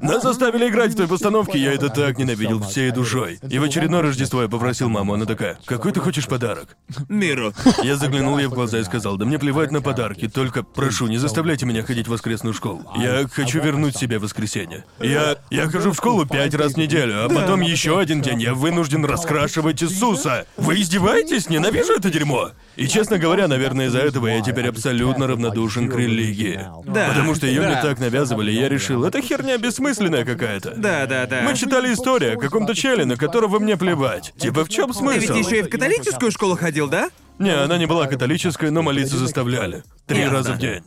Нас заставили играть в той постановке, я это так ненавидел всей душой. И в очередное Рождество я попросил маму, она такая, какой ты хочешь подарок?
миру.
Я заглянул ей в глаза и сказал, да мне плевать на подарки, только прошу, не заставляйте меня ходить в воскресную школу. Я хочу вернуть себе воскресенье. Я, я хожу в школу пять раз в неделю, а потом еще один день я вынужден раскрашивать Иисуса. Вы издеваетесь? Ненавижу это дерьмо. И честно говоря, наверное, из-за этого я теперь абсолютно равнодушен к религии.
Да.
Ну, Потому что ее мне
Да.
так навязывали, и я решил, это херня бессмысленная какая-то.
Да, да, да.
Мы читали историю о каком-то челе, на которого мне плевать. Типа, в чем
Ты
смысл?
ведь еще и в католическую школу ходил, да?
Не, она не была католической, но молиться заставляли. Три
Ясно.
раза в день.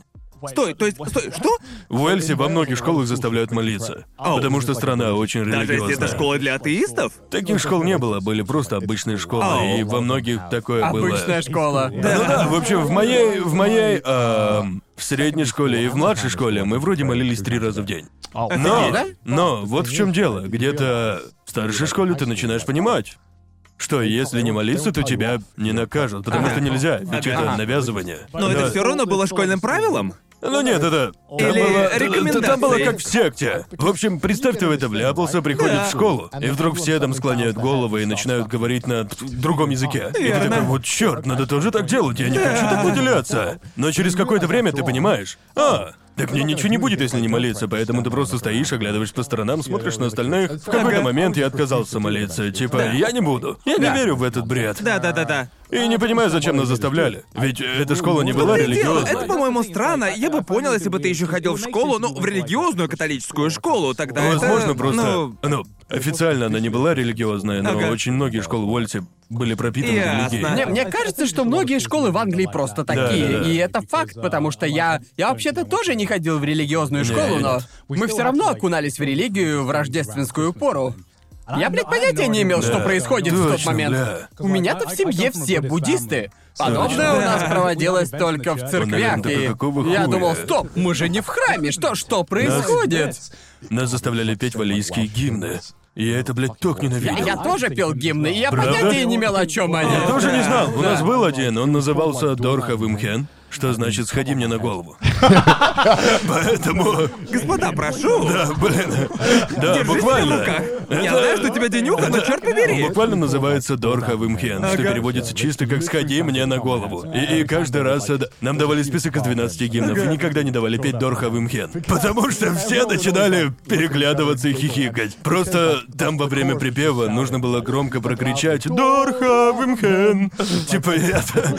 Стой, то есть, стой, что?
В Уэльсе во многих школах заставляют молиться.
Ау.
Потому что страна очень религиозная.
Даже если это школа для атеистов?
Таких школ не было, были просто обычные школы,
Ау.
и во многих такое было.
Обычная школа.
Ну да, в общем, в моей, в моей, эм, в средней школе и в младшей школе мы вроде молились три раза в день. Но,
да?
но вот в чем дело. Где-то в старшей школе ты начинаешь понимать, что если не молиться, то тебя не накажут, потому что нельзя, ведь
Ага.
это навязывание.
Но это
Да.
все равно было школьным правилом?
Ну нет, это... там
Или
было- т-
рекомендации.
Там было как в секте. В общем, представь, ты в это вляпался, приходит
Да.
в школу, и вдруг все там склоняют головы и начинают говорить на т- другом языке. И ты
Верно.
такой, вот черт, надо тоже так делать, я не хочу так выделяться. Но через какое-то время ты понимаешь, а, так мне ничего не будет, если не молиться, поэтому ты просто стоишь, оглядываешь по сторонам, смотришь на остальных. В какой-то момент я отказался молиться, типа, я не буду, я не верю в этот бред.
Да, да, да, да.
И не понимаю, зачем нас заставляли. Ведь э, эта школа не была
Ты дело,
религиозной.
это, по-моему, странно. Я бы понял, если бы ты еще ходил в школу, ну, в религиозную католическую школу, тогда это,
Возможно, просто.
ну,
Ну, Официально она не была религиозная, но
Ага.
очень многие школы Уольти были пропитаны
Ясно.
религией.
Мне, мне кажется, что многие школы в Англии просто такие,
да, да.
и это факт, потому что я... Я вообще-то тоже не ходил в религиозную
Не,
школу, но
нет.
мы все равно окунались в религию в рождественскую пору. Я, блядь, понятия не имел, что
Да,
происходит в тот
точно,
момент.
бля.
У меня-то в семье все буддисты. Подобное у нас
Да.
проводилось только в церквях,
Ну, наверное, такой,
и
«Какого
я
хуя?»
думал, стоп, мы же не в храме, что, что происходит?
Нас заставляли петь валийские гимны. И я это, блядь, так
Я,
ненавидел.
я тоже пел гимны, и я
Правда?
понятия не имел, о чем они.
Я тоже не знал. У
Да.
нас был один, он назывался Дорха Вимхен, что значит «сходи мне на голову». Поэтому...
Господа, прошу!
Да, блин. Да,
Держите на
буквально.
руках. Я
Это-
знаю, что у тебя денюха, но черт побери.
Он буквально называется Дорха Вимхен, что
Ага.
переводится чисто как «сходи мне на голову». И, и каждый раз это- нам давали список из 12 гимнов и никогда не давали петь Дорха Вимхен. Потому что все начинали переглядываться и хихикать. Просто там во время припева нужно было громко прокричать «Дорха Вимхен». Типа и это...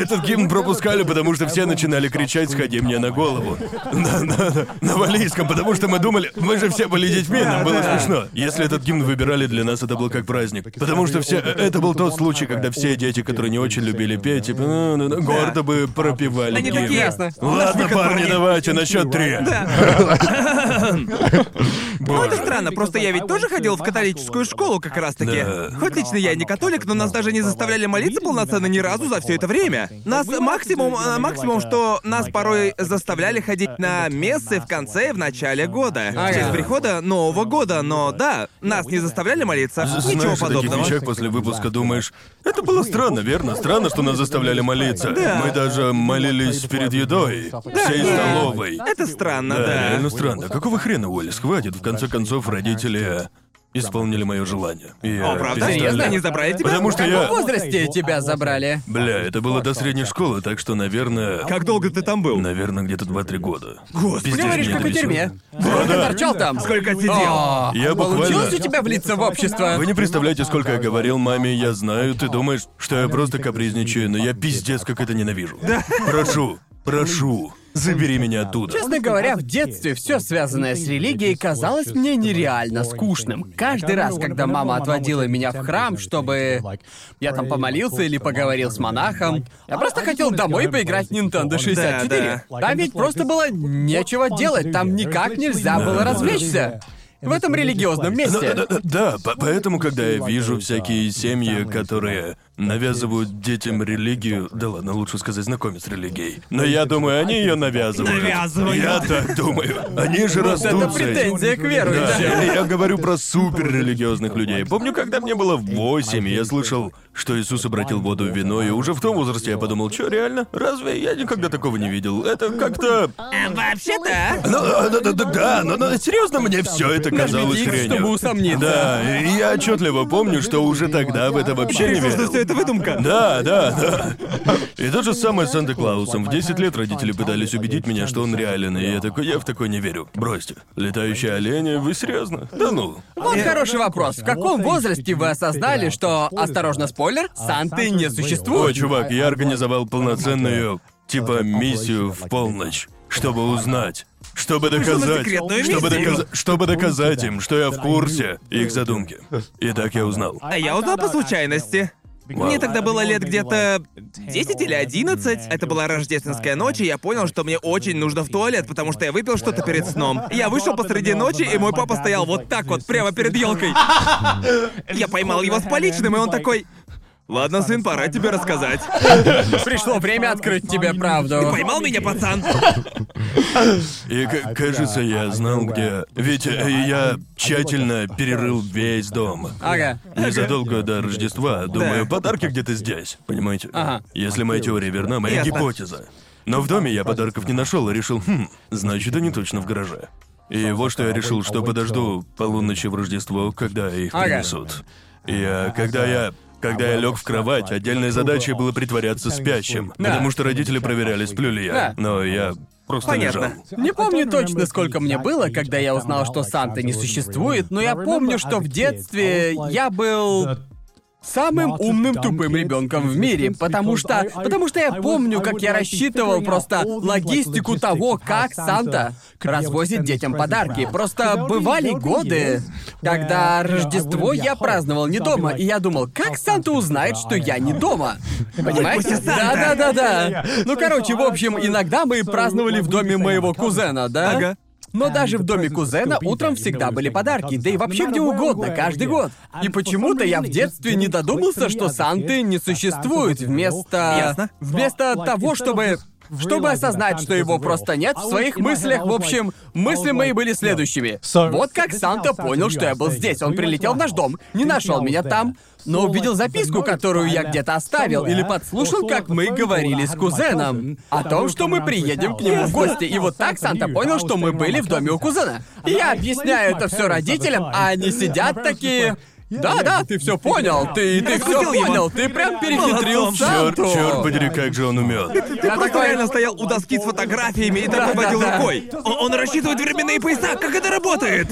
Этот гимн пропускали, потому что все начинали кричать «Сходи мне на голову». На, на- на валийском, потому что мы думали, мы же все были детьми, нам было смешно. Если этот гимн выбирали для нас, это был как праздник. Потому что все... Это был тот случай, когда все дети, которые не очень любили петь, типа, «Ну, ну, ну», гордо бы пропевали
Они
гимн.
такие, ясно.
Ладно,
Наш выход,
парни,
парни.
давайте, на счет три.
Ну, это странно, просто я ведь тоже ходил в католическую школу как раз-таки.
Да.
Хоть лично я и не католик, но нас даже не заставляли молиться полноценно ни разу за все это время. Нас максимум, э, максимум, что нас порой заставляли ходить на мессы в конце и в начале года.
Ага.
В честь прихода Нового года, но да, нас не заставляли молиться. Ничего
Знаешь, о таких
подобного.
вещах после выпуска думаешь, это было странно, верно? Странно, что нас заставляли молиться.
Да.
Мы даже молились перед едой, всей
да.
столовой.
Это странно,
Да,
Ну
ну,
да.
реально странно. Какого хрена, Уоллес, хватит? В конце концов, родители исполнили мое желание. И, э,
О, правда?
перестали.
Серьезно, они забрали тебя?
Потому что
В
я...
каком возрасте тебя забрали?
Бля, это было до средней школы, так что, наверное...
Как долго ты там был?
Наверное, где-то 2-3 года.
Господи.
Пиздец,
Говоришь,
мне
как
это
в тюрьме.
весело.
Сколько торчал там?
А
Сколько сидел?
О,
Я
Получилось
буквально...
у тебя влиться в общество?
Вы не представляете, сколько я говорил маме, я знаю, ты думаешь, что я просто капризничаю, но я пиздец как это ненавижу. Прошу, прошу, забери меня оттуда.
Честно говоря, в детстве все связанное с религией казалось мне нереально скучным. Каждый раз, когда мама отводила меня в храм, чтобы я там помолился или поговорил с монахом, я просто хотел домой поиграть в Nintendo 64.
Да, да.
Там ведь просто было нечего делать, там никак нельзя было развлечься. В этом религиозном
Ну,
месте.
да, да, да, по- поэтому, когда я вижу всякие семьи, которые навязывают детям религию, да ладно, лучше сказать, знакомят с религией. Но я думаю, они ее навязывают.
Навязывают.
Я так думаю. Они же растут.
Это
с этим.
претензия к веру,
Да,
да.
я, я говорю про суперрелигиозных людей. Помню, когда мне было восемь, я слышал, что Иисус обратил воду в вино, и уже в том возрасте я подумал, что реально? Разве я никогда такого не видел? Это как-то...
Э,
Вообще-то.
Ну, да, да, да, да, но, но серьезно, мне все это казалось
Нажмите X,
хренью.
чтобы усомниться.
Да, и я отчетливо помню, что уже тогда в это вообще не
Решил, что
верил.
все это выдумка.
Да, да, да. И то же самое с Санта Клаусом. В 10 лет родители пытались убедить меня, что он реален, и я такой, я в такой не верю. Бросьте. Летающие олени, вы серьезно? Да ну.
Вот хороший вопрос. В каком возрасте вы осознали, что, осторожно, спойлер, Санты не
О,
существует?
чувак,
а
я организовал полноценную, типа, миссию в полночь, чтобы узнать. Чтобы доказать,
секретную
чтобы,
миссию.
доказа- чтобы доказать им, что я в курсе их задумки. И так я узнал.
А я узнал по случайности. Мне тогда было лет где-то 10 или 11. Это была рождественская ночь, и я понял, что мне очень нужно в туалет, потому что я выпил что-то перед сном. Я вышел посреди ночи, и мой папа стоял вот так вот, прямо перед елкой. Я поймал его с поличным, и он такой... Ладно, сын, пора тебе рассказать.
Пришло время открыть тебе правду.
Поймал меня, пацан.
И,
а,
к- кажется, я знал, где... Ведь э, я тщательно перерыл весь дом.
Ага.
Незадолго до Рождества, думаю, подарки где-то здесь, понимаете?
Ага.
Если моя теория верна, моя
Ясно.
гипотеза. Но в доме я подарков не нашел и решил, хм, значит, они точно в гараже. И вот что я решил, что подожду полуночи в Рождество, когда их
Ага.
принесут. Я, когда я когда я лег в кровать, отдельной задачей было притворяться спящим,
Да.
потому что родители проверяли, сплю ли я.
Да.
Но я просто
Понятно.
лежал.
Не помню точно, сколько мне было, когда я узнал, что Санты не существует, но я помню, что в детстве я был самым умным тупым ребенком в мире, потому что, потому что я помню, как я рассчитывал просто логистику того, как Санта развозит детям подарки. Просто бывали годы, Тогда Рождество я праздновал не дома, и я думал, как Санта узнает, что я не дома? Понимаете? Да, да, да, да. Ну, короче, в общем, иногда мы праздновали в доме моего кузена, да?
Ага.
Но даже в доме кузена утром всегда были подарки, да и вообще где угодно, каждый год. И почему-то я в детстве не додумался, что Санты не существует вместо...
Ясно.
Вместо того, чтобы... Чтобы осознать, что его просто нет, в своих мыслях, в общем, мысли мои были следующими. Вот как Санта понял, что я был здесь. Он прилетел в наш дом, не нашел меня там, но увидел записку, которую я где-то оставил, или подслушал, как мы говорили с кузеном о том, что мы приедем к нему в гости. И вот так Санта понял, что мы были в доме у кузена. И А я объясняю это все родителям, а они сидят такие. Да, да, ты все понял, ты, ты все
Раскрутил его.
понял, ты прям перехитрил
Молодцом,
Черт,
Санту.
черт подери, как же он умен.
Ты
Я
просто
такой-
реально стоял у доски с фотографиями и
Да,
так водил
да, да.
рукой. О- Он рассчитывает временные пояса, как это работает?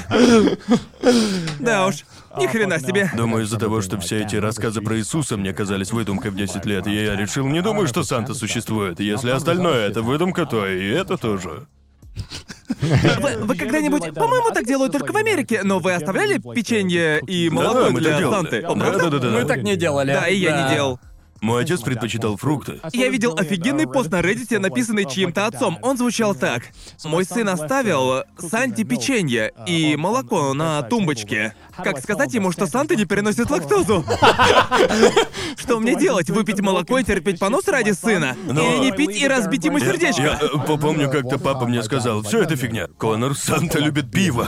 Да уж, ни хрена себе.
Думаю, из-за того, что все эти рассказы про Иисуса мне казались выдумкой в 10 лет, и я решил, не думаю, что Санта существует. Если остальное — это выдумка, то и это тоже.
Вы, вы когда-нибудь, по-моему, так делают только в Америке, но вы оставляли печенье и молоко
Да-да, мы
для
так делали.
Санты? О, правда?
Да-да-да-да.
Мы так не делали.
Да, и я не делал.
Мой отец предпочитал фрукты.
Я видел офигенный пост на Reddit, написанный чьим-то отцом. Он звучал так. «Мой сын оставил Санте печенье и молоко на тумбочке. Как сказать ему, что Санта не переносит лактозу? Что мне делать? Выпить молоко и терпеть понос ради сына?
Но-
Или не пить и разбить ему
Я- Я,
сердечко?
э, помню, как-то папа мне сказал, все это фигня. Конор, Санта любит пиво.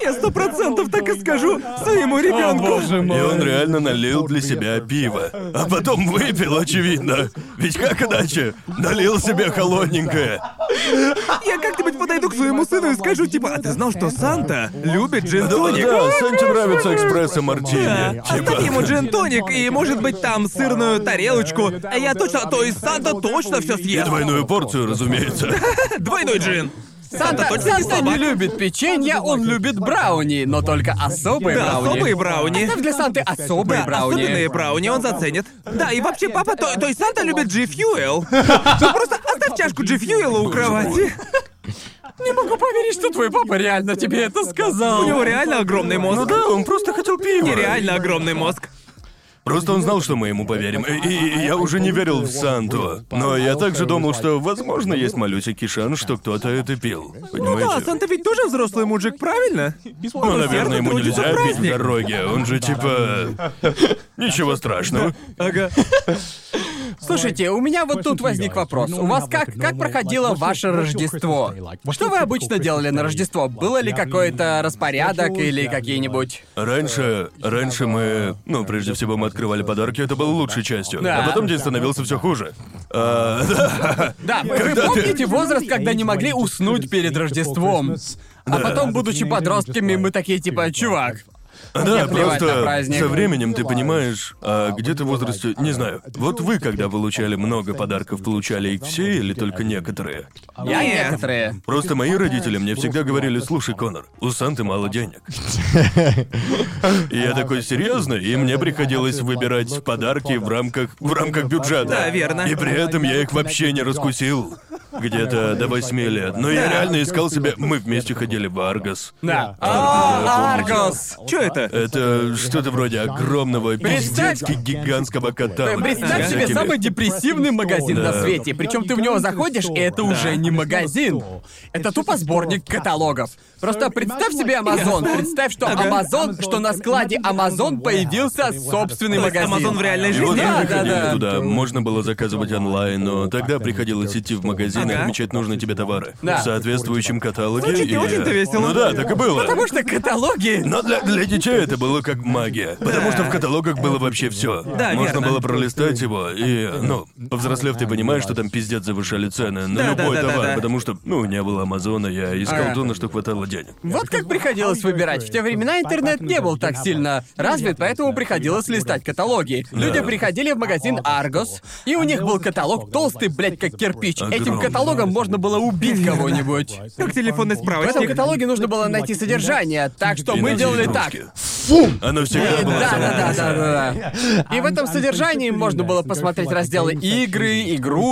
Я сто процентов так и скажу своему ребенку.
И он реально налил для себя пиво. А потом выпил, очевидно. Ведь как иначе? Налил себе холодненькое.
Я как-нибудь подойду к своему сыну и скажу, типа, а ты знал, что Санта любит джин-тоник?
Да, Типа. Санте нравится экспресса мартини.
Да. Оставь ему джин-тоник и, может быть, там сырную тарелочку. А я точно, то есть Санта точно все
И
съест.
двойную порцию, разумеется.
Двойной джин.
Санта,
точно
Санта
не
не
собака.
любит печенье, он любит брауни, но только особые
Да,
брауни.
особые брауни.
Оставь для Санты особые
Да,
брауни.
особенные брауни он заценит. Да, и вообще папа, то, то есть Санта любит G Fuel. Ну просто оставь чашку G Fuel у кровати.
Не могу поверить, что твой папа реально тебе это сказал.
У него реально огромный мозг.
Ну да, он просто хотел пива.
Нереально огромный мозг.
Просто он знал, что мы ему поверим. И, и- и я уже не верил в Санту. Но я также думал, что, возможно, есть малюсенький шанс, что кто-то это пил.
Ну да,
Понимаете?
Санта ведь тоже взрослый мужик, правильно?
Ну, наверное, ему
трудится
нельзя пить в
праздник.
дороге. Он же типа... Ничего страшного.
Ага.
Слушайте, у меня вот тут возник вопрос. У вас как, как проходило ваше Рождество? Что вы обычно делали на Рождество? Было ли какой-то распорядок или какие-нибудь...
Раньше, раньше мы, ну, прежде всего мы открывали подарки, это было лучшей частью.
Да.
А потом день становился все хуже. А,
Да, вы вы помните возраст, когда не могли уснуть перед Рождеством? А потом, будучи подростками, мы такие типа, чувак,
Да,
плевать на
просто
праздник.
со временем ты понимаешь, а где ты в возрасте, не знаю. Вот вы, когда получали много подарков, получали их все или только некоторые?
я
Не.
некоторые.
Просто мои родители мне всегда говорили, слушай, Конор, у Санты мало денег. И я такой, серьезно? И мне приходилось выбирать подарки в рамках, в рамках бюджета.
Да, верно.
И при этом я их вообще не раскусил. Где-то до восьми лет. Но я реально искал себе... Мы вместе ходили в Аргос.
Да.
Да,
О,
помните.
Аргос!
Чё это?
Это что-то вроде огромного,
Представь-
пиздецки гигантского кота.
Э, Представь
С
себе
всякими-
самый депрессивный магазин на
Да.
свете. Причем ты в него заходишь, и это уже не магазин. Это тупо сборник каталогов. Просто представь себе Амазон. Представь, что Амазон, что на складе Амазон появился собственный
То есть
магазин.
Amazon в реальной
И
жизни?
вот мы
Да, да,
заходили
да.
туда, можно было заказывать онлайн, но тогда приходилось идти в магазин и
Ага.
отмечать нужные тебе товары.
Да.
В соответствующем каталоге
Звучит не
и-
очень-то весело.
Ну да, так и было.
Потому что каталоги...
Но для, для детей это было как магия. Потому что в каталогах было вообще все.
Да,
Можно
верно.
было пролистать его, и, ну, повзрослев, ты понимаешь, что там пиздец завышали цены на
Да, да,
любой
да, да,
товар,
да.
потому что, ну, не было Амазона, я искал
Ага.
то, на что хватало денег.
Вот как приходилось выбирать. В те времена интернет не был так сильно развит, поэтому приходилось листать каталоги. Люди приходили в магазин Argos, и у них был каталог толстый, блядь, как кирпич. Этим
Огромный.
каталогом можно было убить кого-нибудь.
Как телефонный
В этом
справочник.
каталоге нужно было найти содержание, так что
И
мы
наши
делали так.
игрушки.
Фу!
Оно всегда
Да,
было
да,
самым
да,
вкусным.
да, да, да. И в этом содержании можно было посмотреть разделы игры,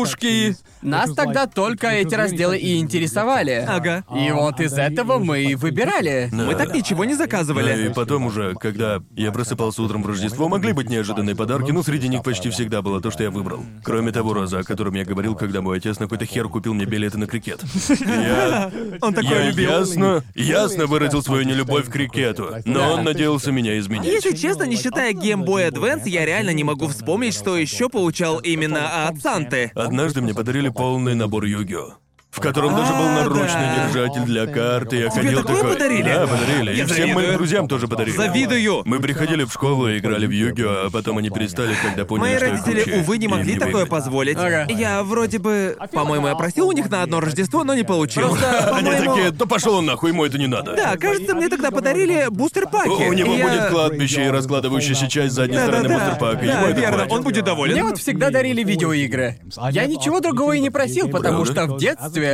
игрушки. Нас тогда только эти разделы и интересовали.
Ага.
И
А,
вот из этого мы и выбирали.
Мы так ничего не
Ну
заказывали.
и потом уже, когда я просыпался утром в Рождество, могли быть неожиданные подарки, но среди них почти всегда было то, что я выбрал. Кроме того раза, о котором я говорил, когда мой отец на какой-то хер купил мне билеты на крикет. Я,
Он такой
я
любил.
ясно, ясно выразил свою нелюбовь к крикету, но он надеялся меня изменить.
Если честно, не считая Game Boy Advance, я реально не могу вспомнить, что еще получал именно от Санты.
Однажды мне подарили полный набор югио. В котором даже был
А,
наручный
да.
держатель для карты, я ходил
такое
такой.
подарили?
Да, подарили.
Я
И всем моим
завидую.
друзьям тоже подарили.
Завидую.
Мы приходили в школу и играли в югио, а потом они перестали, когда поняли,
Мои
что я круче,
родители, увы, не
и
могли такое
выиграли.
позволить.
Ага.
Я вроде бы, по-моему, я просил у них на одно Рождество, но не получил. Просто,
Они
по-моему,
такие, да пошел он нахуй, ему это не надо.
Да, кажется, мне тогда подарили бустер паки.
У у него
Я-
будет кладбище и раскладывающаяся часть задней
Да, да,
стороны
да.
бустерпака.
Да,
Ему это
верно,
хватит.
он будет доволен.
Мне вот всегда дарили видеоигры. Я ничего другого и не просил, потому что в детстве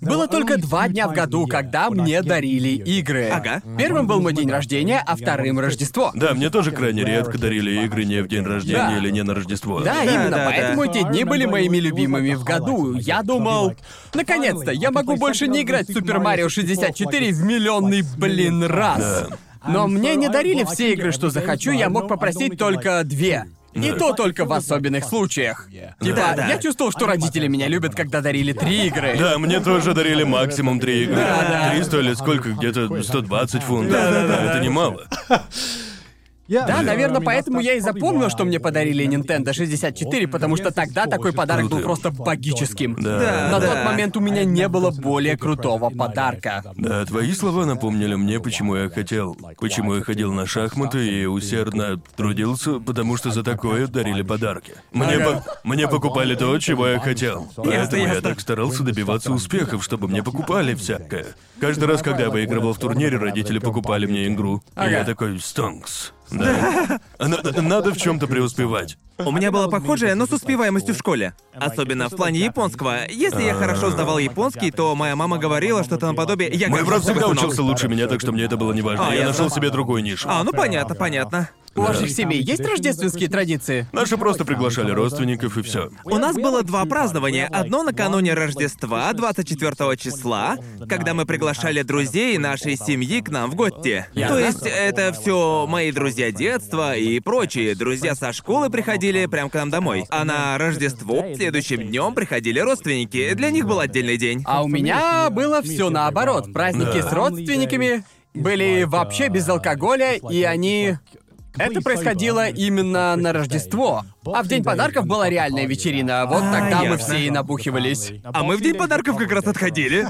было только два дня в году, когда мне дарили игры.
Ага.
Первым был мой день рождения, а вторым — Рождество.
Да, мне тоже крайне редко дарили игры не в день рождения
Да.
или не на Рождество.
Да, именно
да,
поэтому
да.
те дни были моими любимыми в году. Я думал, наконец-то, я могу больше не играть в Супер Марио 64 в миллионный, блин, раз. Но мне не дарили все игры, что захочу, я мог попросить только две. И то только в особенных случаях. Типа,
Да, да.
я чувствовал, что родители меня любят, когда дарили три игры.
Да, мне тоже дарили максимум три игры.
Да, да.
Три стоили сколько? Где-то 120 фунтов. Это немало.
Да,
Да, наверное, поэтому я и запомнил, что мне подарили Nintendo 64, потому что тогда такой подарок был просто богическим.
Да.
На
Да.
тот момент у меня не было более крутого подарка.
Да, твои слова напомнили мне, почему я хотел, почему я ходил на шахматы и усердно трудился, потому что за такое дарили подарки. Мне,
Ага.
пок- мне покупали то, чего я хотел. Поэтому я
ясно.
так старался добиваться успехов, чтобы мне покупали всякое. Каждый раз, когда я выигрывал в турнире, родители покупали мне игру. И я
Ага.
такой «Стонкс». Да. Надо, надо в чем-то преуспевать.
У меня было похожее, но с успеваемостью в школе. Особенно в плане японского. Если я хорошо сдавал японский, то моя мама говорила что-то наподобие «Я
Мой
как
брат
хороший
всегда
пацанок».
учился лучше меня, так что мне это было не важно.
А,
я
ясно.
нашел себе другую нишу.
А, ну понятно, понятно.
У ваших семей есть рождественские традиции?
Наши просто приглашали родственников и все.
У нас было два празднования. Одно накануне Рождества, 24 числа, когда мы приглашали друзей нашей семьи к нам в гости. То есть это все мои друзья детства и прочие. Друзья со школы приходили прямо к нам домой. А на Рождество следующим днем приходили родственники. Для них был отдельный день.
А у меня было все наоборот. Праздники
Да.
с родственниками были вообще
а,
без алкоголя, и они...
типа.
Это происходило именно на Рождество. А в день подарков была реальная вечерина. Вот
А,
тогда мы
ясно.
все и набухивались.
А мы в день подарков как раз отходили.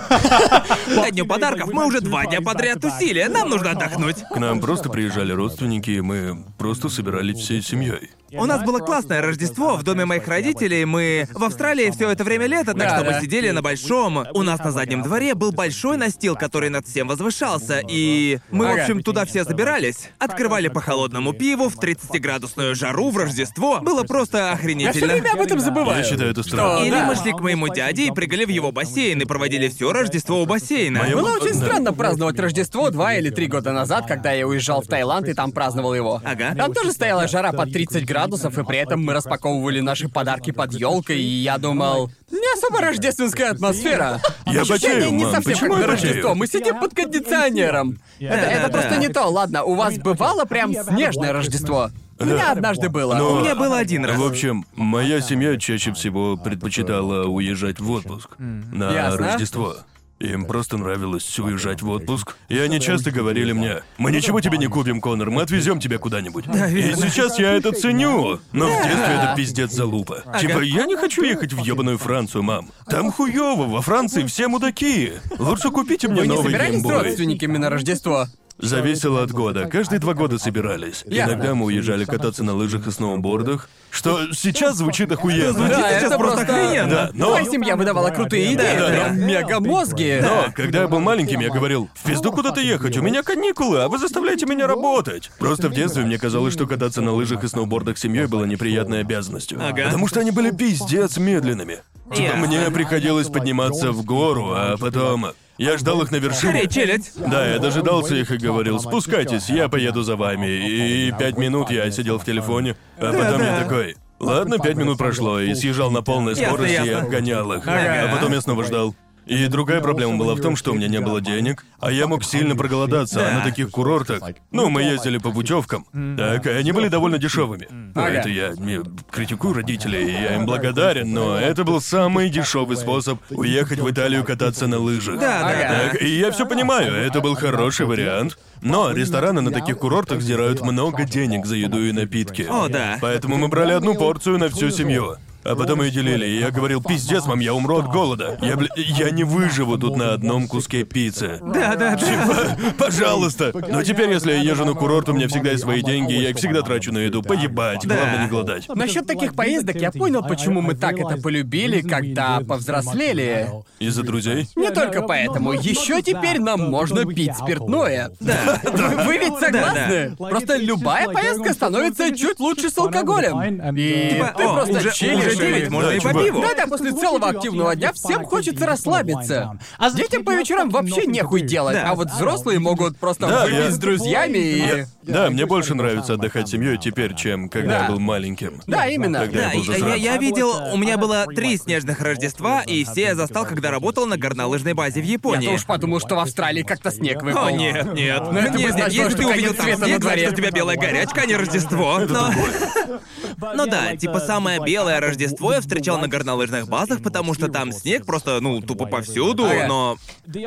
По дню подарков мы уже два дня подряд тусили. Нам нужно отдохнуть.
К нам просто приезжали родственники, и мы просто собирались всей семьей.
У нас было классное Рождество в доме моих родителей. Мы в Австралии все это время лето, так
Да,
что
да.
мы сидели на большом. У нас на заднем дворе был большой настил, который над всем возвышался, и мы, в
Ага.
общем, туда все забирались. Открывали по холодному пиву в 30-градусную жару в Рождество. Было просто
Я все А время об
охренительно.
этом забываю.
Я считаю это
Что?
странно.
Или
Да.
мы шли к моему дяде и прыгали в его бассейн и проводили все Рождество у бассейна.
Моё-
Было очень
Да.
странно праздновать Рождество два или три года назад, когда я уезжал в Таиланд и там праздновал его.
А
Ага.
Там тоже стояла жара под 30 градусов, и при этом мы распаковывали наши подарки под елкой, и я думал, не особо рождественская атмосфера.
Я
Ощущение
потею,
не
мам,
совсем
почему
как
я
на Рождество.
потею?
Мы сидим под кондиционером. Это,
Да,
это
да,
просто
да.
не то. Ладно, у вас бывало прям снежное Рождество? У меня однажды было.
Но-
У меня было один раз.
В общем, моя семья чаще всего предпочитала уезжать в отпуск на
Ясно.
Рождество. Им просто нравилось уезжать в отпуск. И они часто говорили мне, мы
Ну
ничего тебе не купим, Конор, мы отвезем тебя куда-нибудь. и сейчас я это ценю. Но в детстве это пиздец залупа. Типа, я не хочу ехать в ебаную Францию, мам. Там хуёво, во Франции все мудаки. Лучше купите мне
Вы не
новый
собирались с
геймбой.
родственниками на Рождество?
Зависело от года. Каждые два года собирались.
Ясно.
Иногда мы уезжали кататься на лыжах и сноубордах, что сейчас звучит охуенно.
Да, сейчас
это
просто охренно.
Да, но-
Твоя семья выдавала крутые идеи,
да,
прям
да.
мега мозги.
Но когда я был маленьким, я говорил, в пизду куда-то ехать, у меня каникулы, а вы заставляете меня работать. Просто в детстве мне казалось, что кататься на лыжах и сноубордах с семьей было неприятной обязанностью.
Ага.
Потому что они были пиздец медленными. Типа
Ясно.
мне приходилось подниматься в гору, а потом Я ждал их на вершине.
Скорее, челядь.
Да, я дожидался их и говорил, спускайтесь, я поеду за вами. И пять минут я сидел в телефоне, а потом я
да.
такой... Ладно, пять минут прошло, и съезжал на полной
Ясно,
скорости и
ясно.
обгонял их.
Ага.
А потом я снова ждал. И другая проблема была в том, что у меня не было денег, а я мог сильно проголодаться, а
Да.
на таких курортах. Ну, мы ездили по путевкам. Так, и они были довольно дешевыми. Ну,
Ага.
это я не критикую родителей, я им благодарен, но это был самый дешевый способ уехать в Италию кататься на лыжах.
Да, да.
Так, и я все понимаю, это был хороший вариант. Но рестораны на таких курортах сдирают много денег за еду и напитки.
О, да.
Поэтому мы брали одну порцию на всю семью. А потом ее делили, и я говорил, пиздец, мам, я умру от голода. Я, бля, я не выживу тут на одном куске пиццы.
Да, да, да.
Типа, пожалуйста. Но теперь, если я езжу на курорт, у меня всегда есть свои деньги, я их всегда трачу на еду. Поебать,
Да.
главное не голодать.
Насчет таких поездок я понял, почему мы так это полюбили, когда повзрослели.
Из-за друзей?
Не только поэтому, еще теперь нам можно пить спиртное.
Да.
Вы, вы ведь согласны?
Да, да.
Просто любая поездка становится чуть лучше с алкоголем. И
Типа,
ты
о,
просто
уже-
чилишь
уже
и-
девять, можно
и по
чувак.
пиву.
Да-да, после целого активного дня всем хочется расслабиться.
А с
Детям по вечерам вообще нехуй делать,
Да.
а вот взрослые могут просто
Да,
выпить
я-
с друзьями и...
Я-
Да, мне больше нравится отдыхать с семьей теперь, чем когда
Да.
я был маленьким.
Да, именно.
Тогда
Да,
я был
я, я-
засранцем.
я видел, у меня было три снежных Рождества, и все я застал, когда работал на горнолыжной базе в Японии.
Я-то уж подумал, что в Австралии как-то снег выпал.
О, нет, нет.
Ну, это
нет,
бы
нет,
значило,
если
что
ты увидел
конец
там
света на
снег,
дворе.
значит, у тебя белая горячка, а не Рождество. Но...
Ну
Ну да, типа самое белое Рождество я встречал на горнолыжных базах, потому что там снег просто, ну, тупо повсюду,
Ага.
но...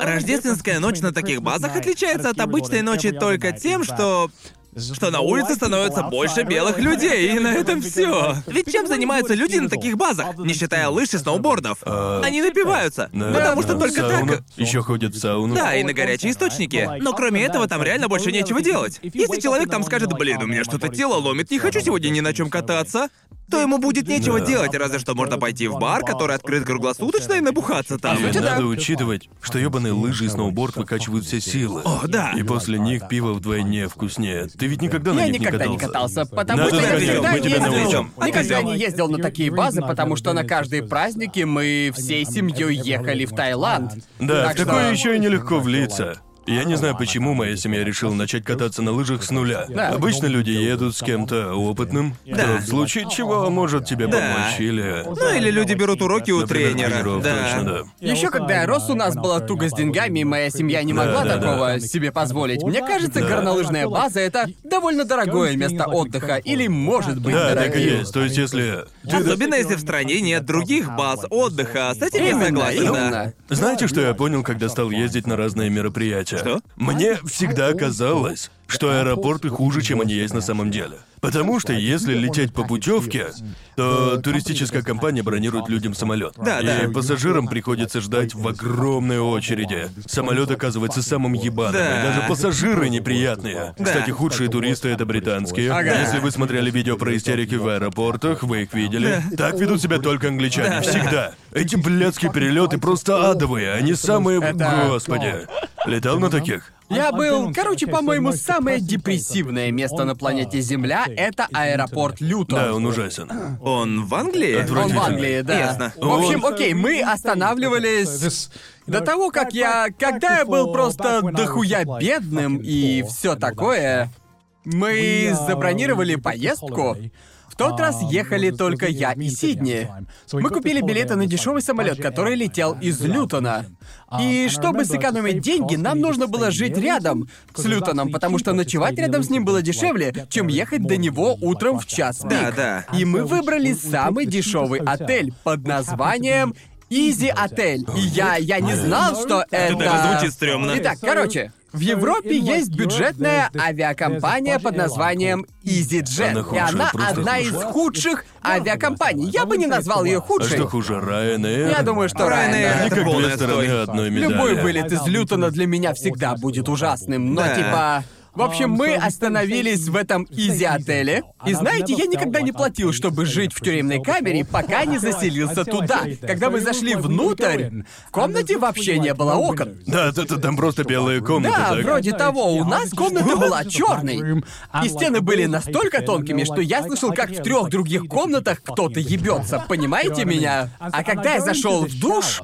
Рождественская ночь на таких базах отличается от обычной ночи только тем, что что на улице становится больше белых людей, и на этом все. Ведь чем занимаются люди на таких базах, не считая лыж и сноубордов? Они напиваются,
А, Да, Ну,
потому что
да,
только
сауна.
так...
Еще ходят в сауну.
Да, и на горячие источники. Но кроме этого, там реально больше нечего делать. Если человек там скажет, блин, у меня что-то тело ломит, не хочу сегодня ни на чем кататься, то ему будет нечего
Да.
делать, разве что можно пойти в бар, который открыт круглосуточно, и набухаться там.
И
сути, да.
надо учитывать, что ёбаные лыжи и сноуборд выкачивают все силы.
О, да.
И после них пиво вдвойне вкуснее. Ты ведь никогда на
Я
них
никогда не
не катался.
катался, потому
Надо
что я
наведем,
никогда
мы
не
тебя
ездил.
наведем.
Никогда
Наведем.
не ездил на такие базы, потому что на каждые праздники мы всей семьей ехали в Таиланд.
Да,
Так
в такое
что-
еще и нелегко влиться. Я не знаю, почему моя семья решила начать кататься на лыжах с нуля.
Да.
Обычно люди едут с кем-то опытным, кто
Да.
в случае чего может тебе
Да.
помочь или...
Ну или люди берут уроки у
Например,
тренера.
тренеров, точно,
Да.
да.
Еще когда я рос, у нас была туго с деньгами, и моя семья не могла
Да, да,
такого
да.
себе позволить. Мне кажется,
Да.
горнолыжная база это довольно дорогое место отдыха, или может быть
Да, так и
дорогим.
есть. То есть, если... ты-
Особенно если в стране нет других баз отдыха. С этим я
Именно,
согласен, да.
именно.
Знаете, что я понял, когда стал ездить на разные мероприятия?
Что?
Мне всегда казалось, что аэропорты хуже, чем они есть на самом деле. Потому что если лететь по путевке, то туристическая компания бронирует людям самолет.
Да,
и
да.
пассажирам приходится ждать в огромной очереди. Самолет оказывается самым ебаным,
Да.
и даже пассажиры неприятные.
Да.
Кстати, худшие туристы это британские.
Ага.
Если вы смотрели видео про истерики в аэропортах, вы их видели. Так ведут себя только англичане. Всегда. Эти блядские перелеты просто адовые, они самые.
Это-
Господи. Летал на таких?
Я был, короче, по-моему, самое депрессивное место на планете Земля — это аэропорт Лютон.
Да, он ужасен.
Он в Англии?
Он в
Отвратительно.
Англии, да.
Ясно.
В общем,
Он-
окей, мы останавливались до того, как я... Когда я был просто дохуя бедным и
Ну
все такое, мы забронировали поездку. В тот раз ехали только я и Сидни. Мы купили билеты на дешевый самолет, который летел из Лютона. И чтобы сэкономить деньги, нам нужно было жить рядом с Лютоном, потому что ночевать рядом с ним было дешевле, чем ехать до него утром в час пик.
Да, да.
И мы выбрали самый дешевый отель под названием Изи отель. И я, я не знал, что это...
даже звучит стрёмно.
Итак, короче, в Европе есть бюджетная авиакомпания под названием
Она
EasyJet. И
худшая,
она
просто
одна из
худшая.
худших авиакомпаний. Я бы не назвал ее
А
худшей.
что хуже, Ryanair?
Я думаю, что
Ryanair
Они
Ryanair.
это
как две
полная
стороны
стой.
одной медали.
Любой вылет из Лютона для меня всегда будет ужасным, но
Да.
типа... В общем, мы остановились в этом изи-отеле. И знаете, я никогда не платил, чтобы жить в тюремной камере, пока не заселился туда. Когда мы зашли внутрь, в комнате вообще не было окон.
Да, это, это- там просто белые комнаты,
Да,
так?
вроде того, у нас комната была черной. а И стены были настолько тонкими, что я слышал, как в трех других комнатах кто-то ебется. Понимаете меня? А когда я зашел в душ,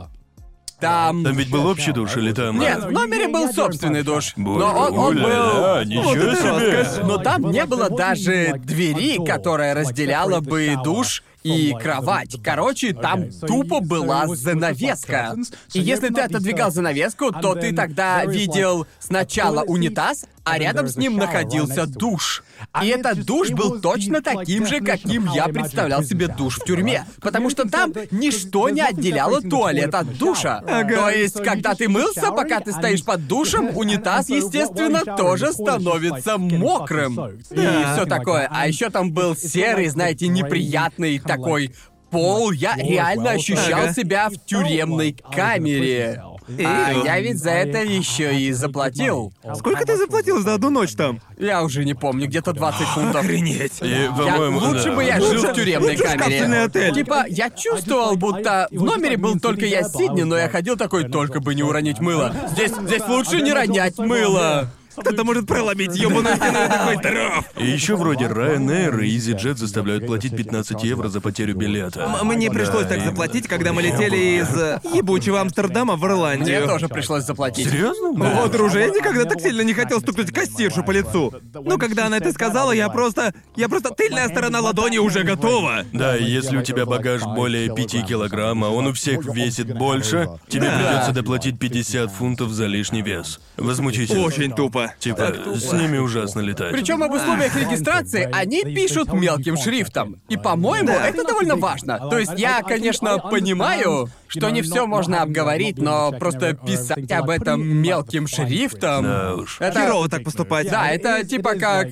Там...
Там ведь был общий душ или там...
Нет, в номере был собственный душ.
Боже,
но он, он
оля,
был...
да, ничего
Вот это
себе!
роскошь.
Но там не было даже двери, которая разделяла бы душ и кровать. Короче, там тупо была занавеска. И если ты отодвигал занавеску, то ты тогда видел сначала унитаз, а рядом с ним находился душ. И этот душ был точно таким же, каким я представлял себе душ в тюрьме. Потому что там ничто не отделяло туалет от душа.
Ага.
То есть, когда ты мылся, пока ты стоишь под душем, унитаз, естественно, тоже становится мокрым. И
Да.
все такое. А еще там был серый, знаете, неприятный такой пол. Я реально ощущал
Ага.
себя в тюремной камере. А я ведь за это еще и заплатил.
А Сколько ты заплатил за одну ночь там?
Я уже не помню, где-то 20 фунтов.
Охренеть.
а? И,
Я-
Э, по-моему,
лучше
да.
бы я жил в
Лучше-
тюремной
лучше в капсульный
камере.
отель.
Типа, я чувствовал, будто в номере был только я с Сидни, но я ходил такой, только бы не уронить мыло. Здесь, здесь лучше не ронять мыло.
Кто-то может проломить ёбаную стену и такой «Здоров!»
И еще вроде Ryanair и EasyJet заставляют платить 15 евро за потерю билета.
М- Мне пришлось так
и-
заплатить, когда мы летели из э, ебучего Амстердама в
Мне
Ирландию.
тоже пришлось заплатить.
Серьезно? Да.
Вот, друже, я никогда так сильно не хотел стукнуть кассиршу по лицу. Но когда она это сказала, я просто... Я просто... Тыльная сторона ладони уже готова.
Да, и если у тебя багаж более 5 килограмм, а он у всех весит больше, тебе
Да.
придется доплатить 50 фунтов за лишний вес. Возмутительно.
Очень тупо.
Типа, с ними ужасно летать.
Причем об условиях регистрации они пишут мелким шрифтом. И, по-моему,
Да.
это довольно важно. То есть я, конечно, понимаю, что не все можно обговорить, но просто писать об этом мелким шрифтом.
Да уж.
Это-
Херово так поступать.
Да, это типа как...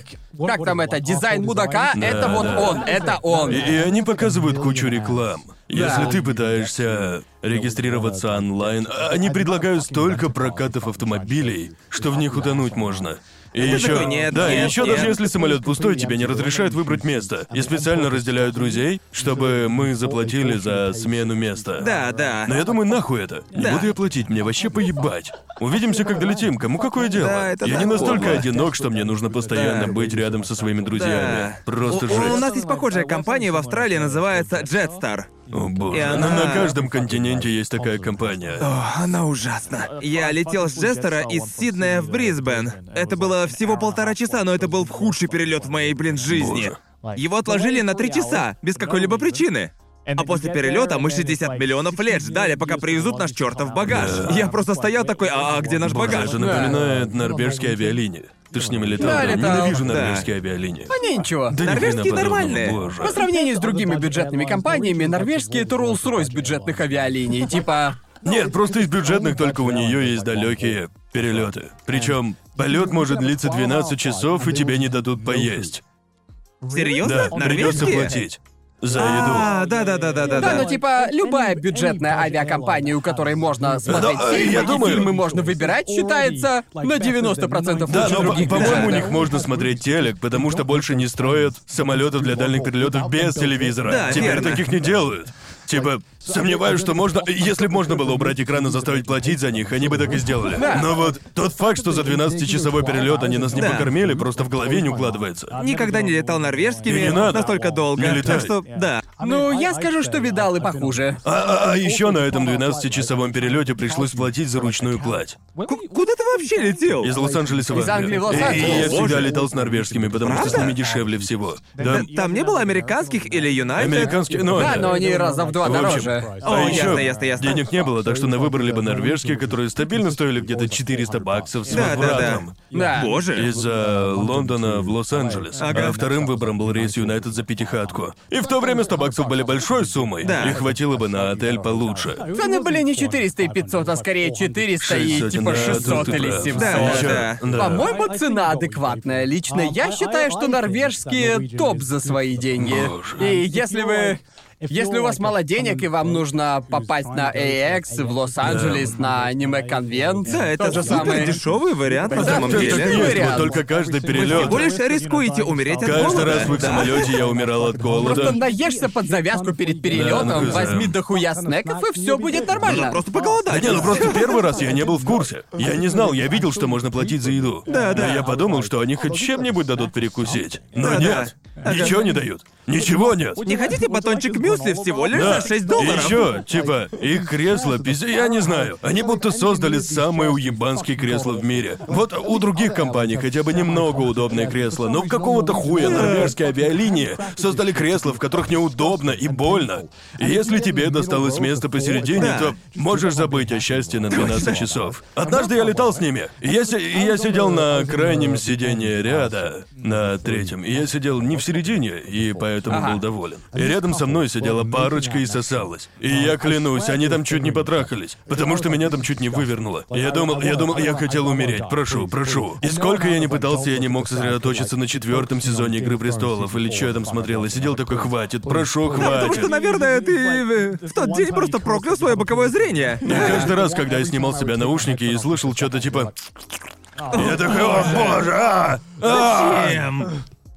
Как там это? Дизайн мудака? Это вот он, это он.
И, и они показывают кучу реклам. Если
Да.
ты пытаешься регистрироваться онлайн, а они предлагают столько прокатов автомобилей, что в них утонуть можно. И еще,
такой, «Нет,
да, и
нет,
еще
нет».
даже если самолет пустой, тебе не разрешают выбрать место. И специально разделяют друзей, чтобы мы заплатили за смену места.
Да, да.
Но я думаю, нахуй это. Не
Да.
буду я платить, мне вообще поебать. Увидимся, когда летим. Кому какое дело?
Да, это
я не
так
настолько
подло.
одинок, что мне нужно постоянно
Да.
быть рядом со своими друзьями.
Да.
Просто
у,
жесть.
у нас есть похожая компания в Австралии, называется Jetstar.
О боже.
И она-
Ну, на каждом континенте есть такая компания.
О, она
Э,
ужасна. Я летел с Джестера из Сиднея в Брисбен. Это было всего полтора часа, но это был худший перелет в моей, блин, жизни. Его отложили на три часа, без какой-либо причины. А после перелета мы 60 миллионов лет ждали, пока привезут наш чертов багаж.
Да.
Я просто стоял такой, а, а где наш
Боже,
багаж?
это напоминает норвежские авиалинии. Ты ж с ними летал,
Да,
да?
летал.
Ненавижу
Да.
норвежские авиалинии.
Не, ничего.
Да ни хрена
Норвежские
подобного,
нормальные.
Боже.
По сравнению с другими бюджетными компаниями, норвежские это Rolls-Royce бюджетных авиалиний, типа...
Нет, просто из бюджетных только у нее есть далекие перелеты. Причем полет может длиться 12 часов, и тебе не дадут поесть.
Серьезно?
Да, придется
Ну, Норвежские?
платить. За
А,
еду.
да, да, да, да, да,
Да, ну
да.
типа любая бюджетная авиакомпания, у которой можно смотреть
Да, э,
фильмы,
я
и
думаю-
фильмы можно выбирать, считается на 90% лучше
Да, но, по-
других
по-моему, у
бюджетных.
них можно смотреть телек, потому что больше не строят самолетов для дальних перелетов без телевизора.
Да,
Теперь
верно.
таких не делают. Типа, сомневаюсь, что можно... Если бы можно было убрать экран и заставить платить за них, они бы так и сделали.
Да.
Но вот тот факт, что за 12-часовой перелет они нас не
Да.
покормили, просто в голове не укладывается. А,
Никогда не летал норвежскими
И ну, не надо.
настолько долго.
Не летай.
Так что, да.
Ну, я скажу, что видал и похуже.
А, а, еще на этом 12-часовом перелете пришлось платить за ручную кладь.
Ку- куда ты вообще летел?
Из Лос-Анджелеса в
Из Англии в
Англию. И- И, я
Лос-Анджелес.
всегда летал с норвежскими, потому что с
Правда?
ними дешевле всего. Да.
Т- Там не было американских или юнайтед?
Американские, ну,
Да,
это-
но они раза в два
В общем,
дороже.
А
О,
еще
ясно, ясно, ясно.
денег не было, так что на выбор либо норвежские, которые стабильно стоили где-то 400 баксов с
Да, да,
возвратом.
Да.
Боже.
Из э, Лондона в Лос-Анджелес.
Ага.
А вторым выбором был рейс Юнайтед за пятихатку. И в то время 100 баксов были большой суммой.
Да.
И хватило бы на отель получше.
Цены были не 400 и 500, а скорее 400 и
600,
типа
да, тут
600
ты
или
прав.
700.
Да,
Ещё-
да.
да.
По-моему, цена адекватная. Лично я считаю, что норвежские топ за свои деньги.
Боже.
И если вы... Если у вас мало денег и вам нужно попасть на AX в Лос-Анджелес на аниме-конвент,
Да, это
тот же
супер
самый...
дешевый вариант на самом
Так и
это
деле.
есть,
вариант.
вот только каждый перелет.
Всего лишь рискуете умереть от
Каждый
голода.
раз в их
Да.
самолете я умирал от
Просто
голода.
наешься под завязку перед
Да, ну,
перелетом,
да.
возьми дохуя снеков, и все будет
Нужно
нормально.
просто поголодать.
Не, ну просто первый раз я не был в курсе. Я не знал, я видел, что можно платить за еду.
Да, да.
Но я подумал, что они хоть чем-нибудь дадут перекусить. Но
Да, да.
нет. Ничего не дают. Ничего нет.
Не хотите батончик
ну,
мюсли всего лишь
Да.
за 6 долларов?
И еще, типа, их кресло, пизде, я не знаю. Они будто создали самые уебанские кресла в мире. Вот у других компаний хотя бы немного удобные кресла, но у какого-то хуя норвежские авиалинии создали кресла, в которых неудобно и больно. И если тебе досталось место посередине,
Да.
то можешь забыть о счастье на 12 часов. Однажды я летал с ними. И я, си- и я сидел на крайнем сиденье ряда, на третьем. И я сидел не в середине, и поэтому
Ага.
был доволен. И рядом со мной сидела парочка и сосалась. И я клянусь, они там чуть не потрахались, потому что меня там чуть не вывернуло. Я думал, я думал, я хотел умереть. Прошу, прошу. И сколько я не пытался, я не мог сосредоточиться на четвертом сезоне Игры престолов или что я там смотрел. И сидел такой, хватит, прошу,
Да, потому
хватит.
что, наверное, ты э, в тот день просто проклял свое боковое зрение.
И каждый раз, когда я снимал с себя наушники и слышал что-то типа... Я такой, о боже, а! А!»
Эм,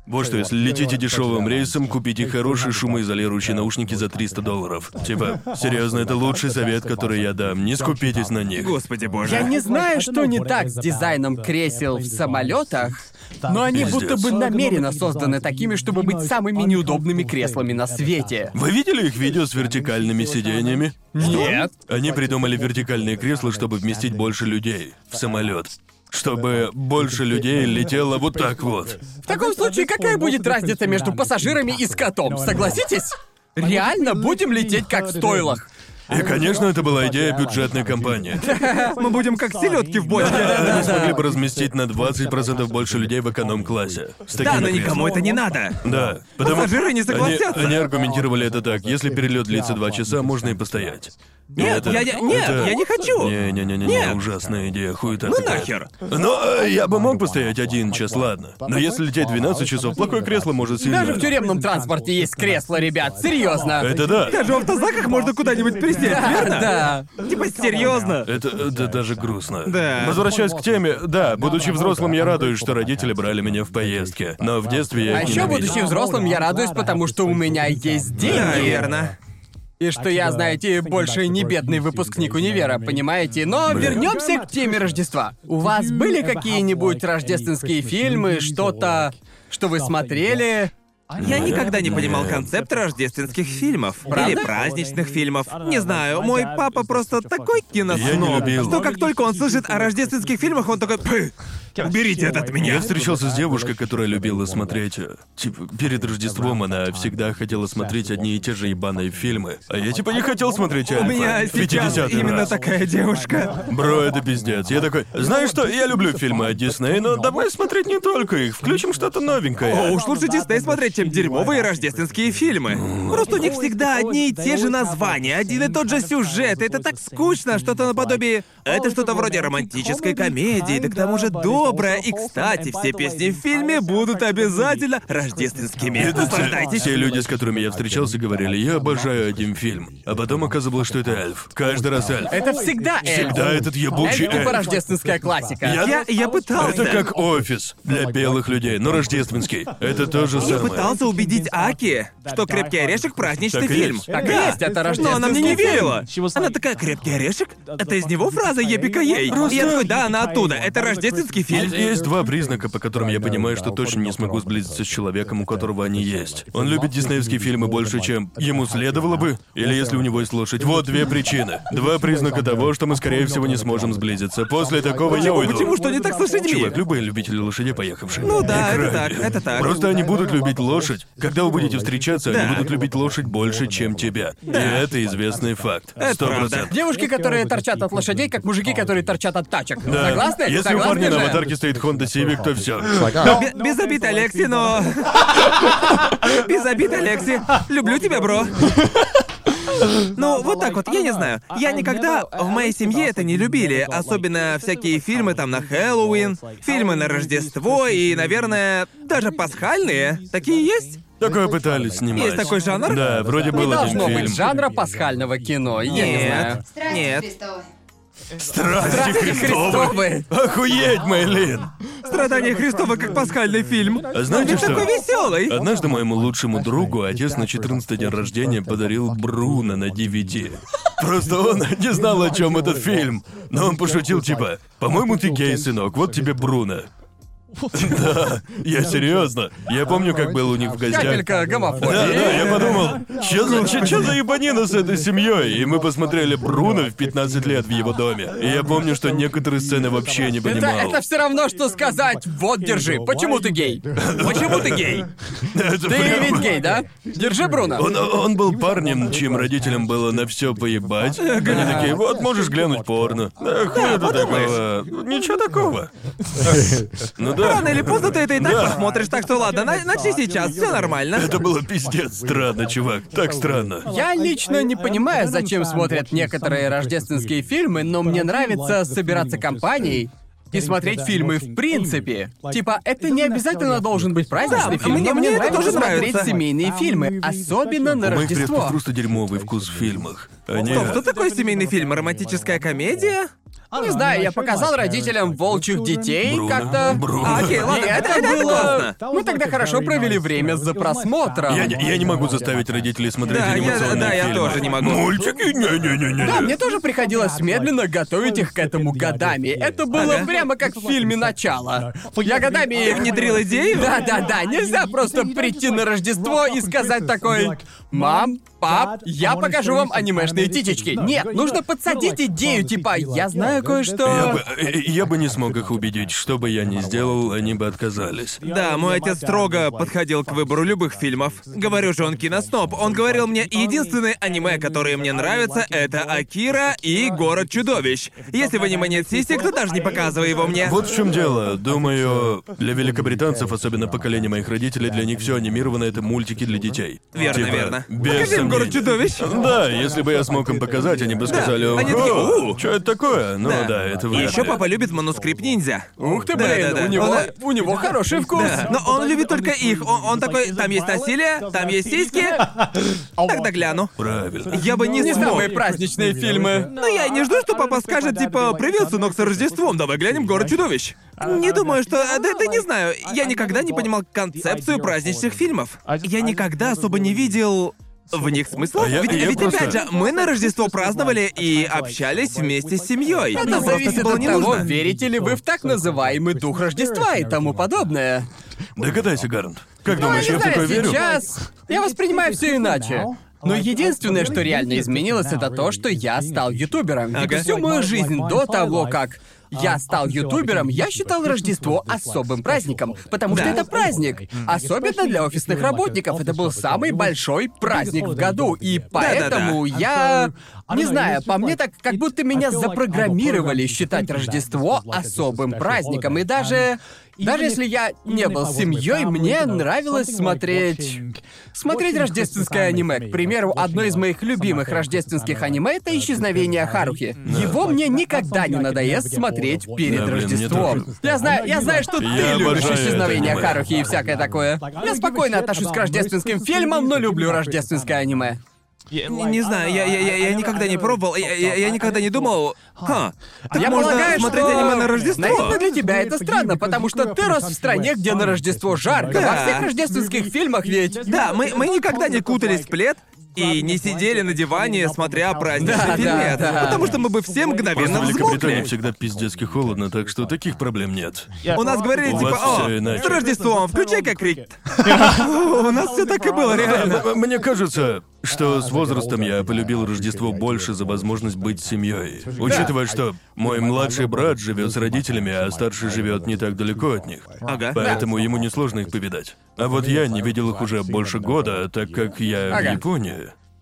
Вот что, если летите дешевым рейсом, купите хорошие шумоизолирующие наушники за 300 долларов. Типа, серьезно, это лучший совет, который я дам. Не скупитесь на них.
Господи боже.
Я не знаю, что не так с дизайном кресел в самолетах, но они
Пиздец.
будто бы намеренно созданы такими, чтобы быть самыми неудобными креслами на свете.
Вы видели их видео с вертикальными сиденьями?
Нет.
Они придумали вертикальные кресла, чтобы вместить больше людей в самолет. Чтобы больше людей летело вот так вот.
В таком случае, какая будет разница между пассажирами и скотом, согласитесь? Реально будем лететь как в стойлах.
И, конечно, это была идея бюджетной компании.
Мы будем как селедки в бочке.
Они смогли бы разместить на 20% больше людей в эконом-классе. С
Да,
такими
но никому
креслами.
это не надо.
Да, потому
Пассажиры не согласятся.
Они, они аргументировали это так: если перелет длится два часа, можно и постоять.
Нет, я, я- нет,
это-
я не хочу.
Не, не, не, не,
Нет.
ужасная идея, хуета.
Ну
какая.
нахер.
Но э, я бы мог постоять один час, ладно. Но если лететь 12 часов, плохое кресло может сильно.
Даже в тюремном транспорте есть кресло, ребят, серьезно.
Это да.
Даже в автозаках можно куда-нибудь присесть, верно?
Да.
Типа серьезно.
Это, это даже грустно.
Да.
Возвращаясь к теме, да, будучи взрослым, я радуюсь, что родители брали меня в поездки. Но в детстве я
А
их
еще,
ненавидел.
будучи взрослым, я радуюсь, потому что у меня есть
Да,
деньги.
верно.
И что я, знаете, больше не бедный выпускник универа, понимаете? Но вернемся к теме Рождества. У вас были какие-нибудь рождественские фильмы, что-то, что вы смотрели?
Я никогда не понимал концепт рождественских фильмов или
Правда?
праздничных фильмов. Не знаю, мой папа просто такой
Я не
киносноб,
любил.
что как только он слышит о рождественских фильмах, он такой «Пы, уберите это от
Я
меня.
встречался с девушкой, которая любила смотреть. э, Типа, перед Рождеством она всегда хотела смотреть одни и те же ебаные фильмы. А я типа не хотел смотреть
У
«Альфа»
меня
в
сейчас
50-й
именно
раз.
такая девушка.
Бро, это пиздец. Я такой, знаешь что, я люблю фильмы от Дисней, но давай смотреть не только их, включим что-то новенькое.
О, уж лучше Дисней смотреть, чем дерьмовые рождественские фильмы. Просто у них всегда одни и те же названия, один и тот же сюжет. и Это так скучно, что-то наподобие... Это что-то вроде романтической комедии, да к тому же доброе. И, кстати, все песни в фильме будут обязательно рождественскими.
Это все,
Наслаждайтесь.
все люди, с которыми я встречался, говорили, я обожаю один фильм. А потом оказывалось, что это Эльф. Каждый раз Эльф.
Это всегда эльф.
Всегда этот ебучий
Эльф типа
Эльф.
рождественская классика.
э, Я-
Я, я пытался.
Это как офис для белых людей, но рождественский. Это то же
Я
самое.
пытался убедить Аки, что «Крепкий орешек» — праздничный
Так и
фильм.
есть.
Так и
Да.
есть, это
Но
рождественский
она мне не
фильм.
верила.
She was
Она
like,
такая «Крепкий орешек»? Это из него фраза «Ебика ей».
Просто-
Я такой, да, она оттуда. Это рождественский фильм.
Есть, есть два признака, по которым я понимаю, что точно не смогу сблизиться с человеком, у которого они есть. Он любит диснеевские фильмы больше, чем ему следовало бы, или если у него есть лошадь. Вот две причины. Два признака того, что мы, скорее всего, не сможем сблизиться. После такого я уйду.
Почему что не так с лошадьми?
Чувак, любые любители лошадей поехавшие.
Ну да,
Их
это
ради.
так, это так.
Просто они будут любить лошадь. Когда вы будете встречаться,
Да.
они будут любить лошадь больше, чем тебя. И это известный факт. Сто
правда.
процентов.
Девушки, которые торчат от лошадей, как мужики, которые торчат от тачек.
Да.
Согласны?
Если у
Согласны
парня на
же?
аватарке стоит Honda Civic, то все.
Бе- без обид, Алекси, но... Без обид, Алекси. Люблю тебя, бро. Ну, вот так вот, я не знаю. Я никогда... В моей семье это не любили. Особенно всякие фильмы там на Хэллоуин, фильмы на Рождество и, наверное, даже пасхальные. Такие есть?
Такое пытались снимать.
Есть такой жанр?
Да, вроде был
Не
один
должно
фильм.
быть жанра пасхального кино, я не
Нет.
знаю.
Страсти
Нет.
Христовы.
Страсти Христовы!
Христовы!
Охуеть, Мэйлин!
Страдания Христова как пасхальный фильм.
А знаете
Он
что? Э,
такой веселый.
Однажды моему лучшему другу отец на 14 день рождения подарил Бруно на DVD. Просто он не знал, о чем этот фильм. Но он пошутил, типа, «По-моему, ты гей, сынок, вот тебе Бруно». Я серьезно. Я помню, как был у них в гостях.
Капелька гомофобии.
Да, да, я подумал, что за, чё- чё за ебанина с этой семьей? И мы посмотрели Бруно в 15 лет в его доме. И я помню, что некоторые сцены вообще не
Это,
понимал.
это все равно, что сказать, вот, держи, почему ты гей? Почему ты гей?
Это
Ты
прям-
ведь гей, да? Держи, Бруно.
Он, он был парнем, чьим родителям было на все поебать. Они такие, вот можешь глянуть порно. Да, хуй это такого. Ничего такого. Ну да.
Рано или поздно ты это и так
Да.
посмотришь, так что ладно, на- начни сейчас, все нормально.
Это было пиздец странно, чувак. Так странно.
А Я лично не понимаю, зачем смотрят некоторые рождественские фильмы, но мне нравится собираться компанией и смотреть фильмы в принципе. Типа, это не обязательно должен быть праздничный
Да,
фильм,
мне-
но мне
мне это
нравится
тоже
смотреть
нравится.
семейные фильмы, особенно на
У моих предков
Рождество.
просто дерьмовый вкус в фильмах. Они...
Стоп, что такое семейный фильм? Романтическая комедия?
Не знаю, я показал родителям волчьих детей
Бруно,
как-то.
Бруно.
А, окей,
И
ладно, это,
это
это
было...
классно.
Мы тогда хорошо провели время за просмотром.
Я, не- я не могу заставить родителей смотреть
Да, я-
анимационные
да, я
фильмы.
тоже не могу.
Мультики? Не-не-не-не.
Да, мне тоже приходилось медленно готовить их к этому годами. Это было
Ага.
прямо как в фильме «Начало». Я годами...
Ты
внедрил идею?
Да-да-да, нельзя просто прийти на Рождество и сказать такой... «Мам, пап, я покажу вам анимешные титечки». Нет, нужно подсадить идею, типа «Я знаю
Я
кое-что».
бы, э, я бы не смог их убедить. Что бы я ни сделал, они бы отказались.
Да, мой отец строго подходил к выбору любых фильмов. Говорю же, он киносноб. Он говорил мне, единственные аниме, которые мне нравятся, это Акира и Город чудовищ. Если в аниме нет сисек, то даже не показывай его мне.
Вот в чем дело. Думаю, для великобританцев, особенно поколение моих родителей, для них все анимировано это мультики для детей.
Верно,
Типа,
верно.
Без
Покажи им город Э,
сомнений.
чудовищ.
Да, если бы я смог им показать, они бы сказали,
они такие,
«Ого, что это такое? Ну да,
Да.
это
И
вряд
еще
ли.
папа любит э, манускрипт ниндзя.
Ух ты,
Да,
блин,
да, да.
у него...
Он-
У него хороший вкус.
Да, но он любит только их. Он, он такой, там есть насилие, там есть сиськи. Тогда гляну.
Правильно.
Я бы не
Не
смог.
самые праздничные фильмы.
Но Ну, я и не жду, что папа скажет, типа, «Привет, сынок, с Рождеством, давай глянем «Город чудовищ». Не думаю, что... а, Да, да не знаю. Я никогда не понимал концепцию праздничных фильмов. Я никогда особо не видел... В них смысла?
А я-
ведь
я
ведь
просто-
опять же, мы на Рождество праздновали и общались вместе с семьей.
Это
Нам просто
зависит
было
от
не
того,
нужно.
верите ли вы в так называемый дух Рождества и тому подобное.
Догадайся, Гарнт. Как
Ну,
думаешь,
не
я в
знаю,
такое верю?
сейчас я воспринимаю все иначе. Но единственное, что реально изменилось, это то, что я стал ютубером. Ведь
Ага.
всю мою жизнь до того, как я стал ютубером, я считал Рождество особым праздником, потому что
Да.
это праздник. Особенно для офисных работников. Это был самый большой праздник в году, и
Да-да-да.
поэтому я... Не знаю, по мне так, как будто меня запрограммировали считать Рождество особым праздником, и даже... Даже если я не был с семьей, мне нравилось смотреть... Смотреть рождественское аниме. К примеру, одно из моих любимых рождественских аниме — это «Исчезновение Харухи». Его мне никогда не надоест смотреть перед
Да, блин, мне
Рождеством.
тоже.
Я знаю, я знаю, что ты
Я
любишь
обожаю это
«Исчезновение
аниме.
Харухи» и всякое такое. Я спокойно отношусь к рождественским фильмам, но люблю рождественское аниме.
Не, не знаю, я, я, я, я никогда не пробовал, я, я- я никогда не думал. Ха, так
Я
можно
полагаю,
смотреть
что-
аниме на Рождество.
Наверное, для тебя это странно, потому что ты рос в стране, где на Рождество жарко.
Да.
Во всех рождественских фильмах ведь...
Да, мы, мы никогда не кутались в плед и не сидели на диване, смотря праздничный
Да,
фильмец.
да, да.
потому что мы бы все
Просто
мгновенно
в Великобритании
взмокли.
всегда пиздецки холодно, так что таких проблем нет.
У нас говорили
У
типа,
вас
о,
всё иначе».
с Рождеством, включай-ка крик. У нас все так и было, реально.
М- Мне кажется, что с возрастом я полюбил Рождество больше за возможность быть семьей. Учитывая, что мой младший брат живет с родителями, а старший живет не так далеко от них.
Ага.
Поэтому ему несложно их повидать. А вот я не видел их уже больше года, так как я в
Ага.
Японии.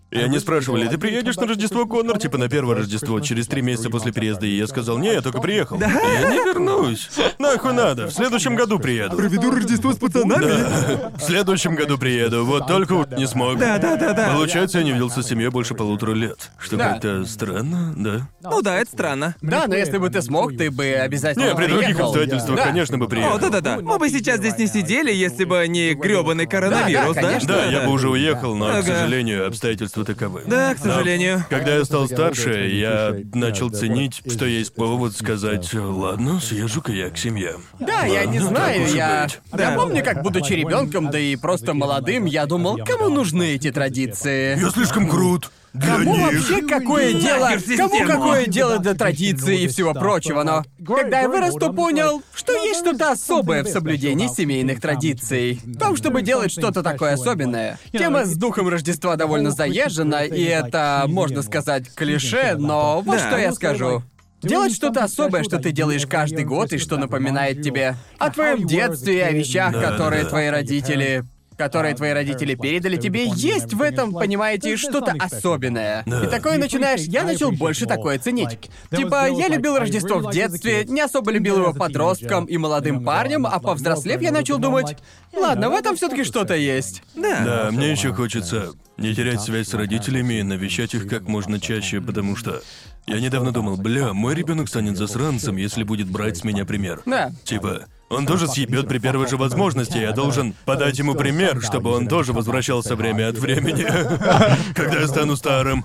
И они спрашивали, ты приедешь на Рождество, Коннор? Типа на первое Рождество, через три месяца после переезда. И я сказал, не, я только приехал. Я не вернусь. Нахуй надо, в следующем году приеду.
Веду Рождество с пацанами.
Да. В следующем году приеду, вот только вот не смог.
Да, да, да, да.
Получается, я не виделся с семьей больше полутора лет. Что
Да.
как-то странно, да?
Ну да, это странно.
Да, но если бы ты смог, ты бы обязательно
Не, при других
приехал.
обстоятельствах,
Да.
конечно, бы приехал.
О, да-да-да. Мы бы сейчас здесь не сидели, если бы не грёбаный коронавирус,
Да, да,
да?
конечно.
Да, я бы уже уехал, но,
Ага.
к сожалению, обстоятельства таковы.
Да, к сожалению.
Когда я стал старше, я начал ценить, что есть повод сказать, «Ладно, съезжу-ка я к семье».
Да, я не
Ладно, так
знаю,
уж и
я.
быть.
Я помню, как будучи ребенком, да и просто молодым, я думал, кому нужны эти традиции.
Я слишком крут.
Кому
них.
вообще какое дело?
Нахер систему.
Кому какое дело до традиции и всего прочего, но когда я вырос, то понял, что есть что-то особое в соблюдении семейных традиций. В том, чтобы делать что-то такое особенное. Тема с духом Рождества довольно заезжена, и это, можно сказать, клише, но вот
Да.
что я скажу. Делать что-то особое, что ты делаешь каждый год и что напоминает тебе о твоем детстве и о вещах,
Да,
которые
да.
твои родители которые твои родители передали тебе, есть в этом, понимаете, что-то особенное.
Да.
И такое начинаешь, я начал больше такое ценить. Типа, я любил Рождество в детстве, не особо любил его подростком и молодым парнем, а повзрослев я начал думать, ладно, в этом все таки что-то есть.
Да.
Да, мне еще хочется не терять связь с родителями и навещать их как можно чаще, потому что я недавно думал, бля, мой ребенок станет засранцем, если будет брать с меня пример.
Да.
Типа, он тоже съебет при первой же возможности, я должен подать ему пример, чтобы он тоже возвращался время от времени, когда я стану старым.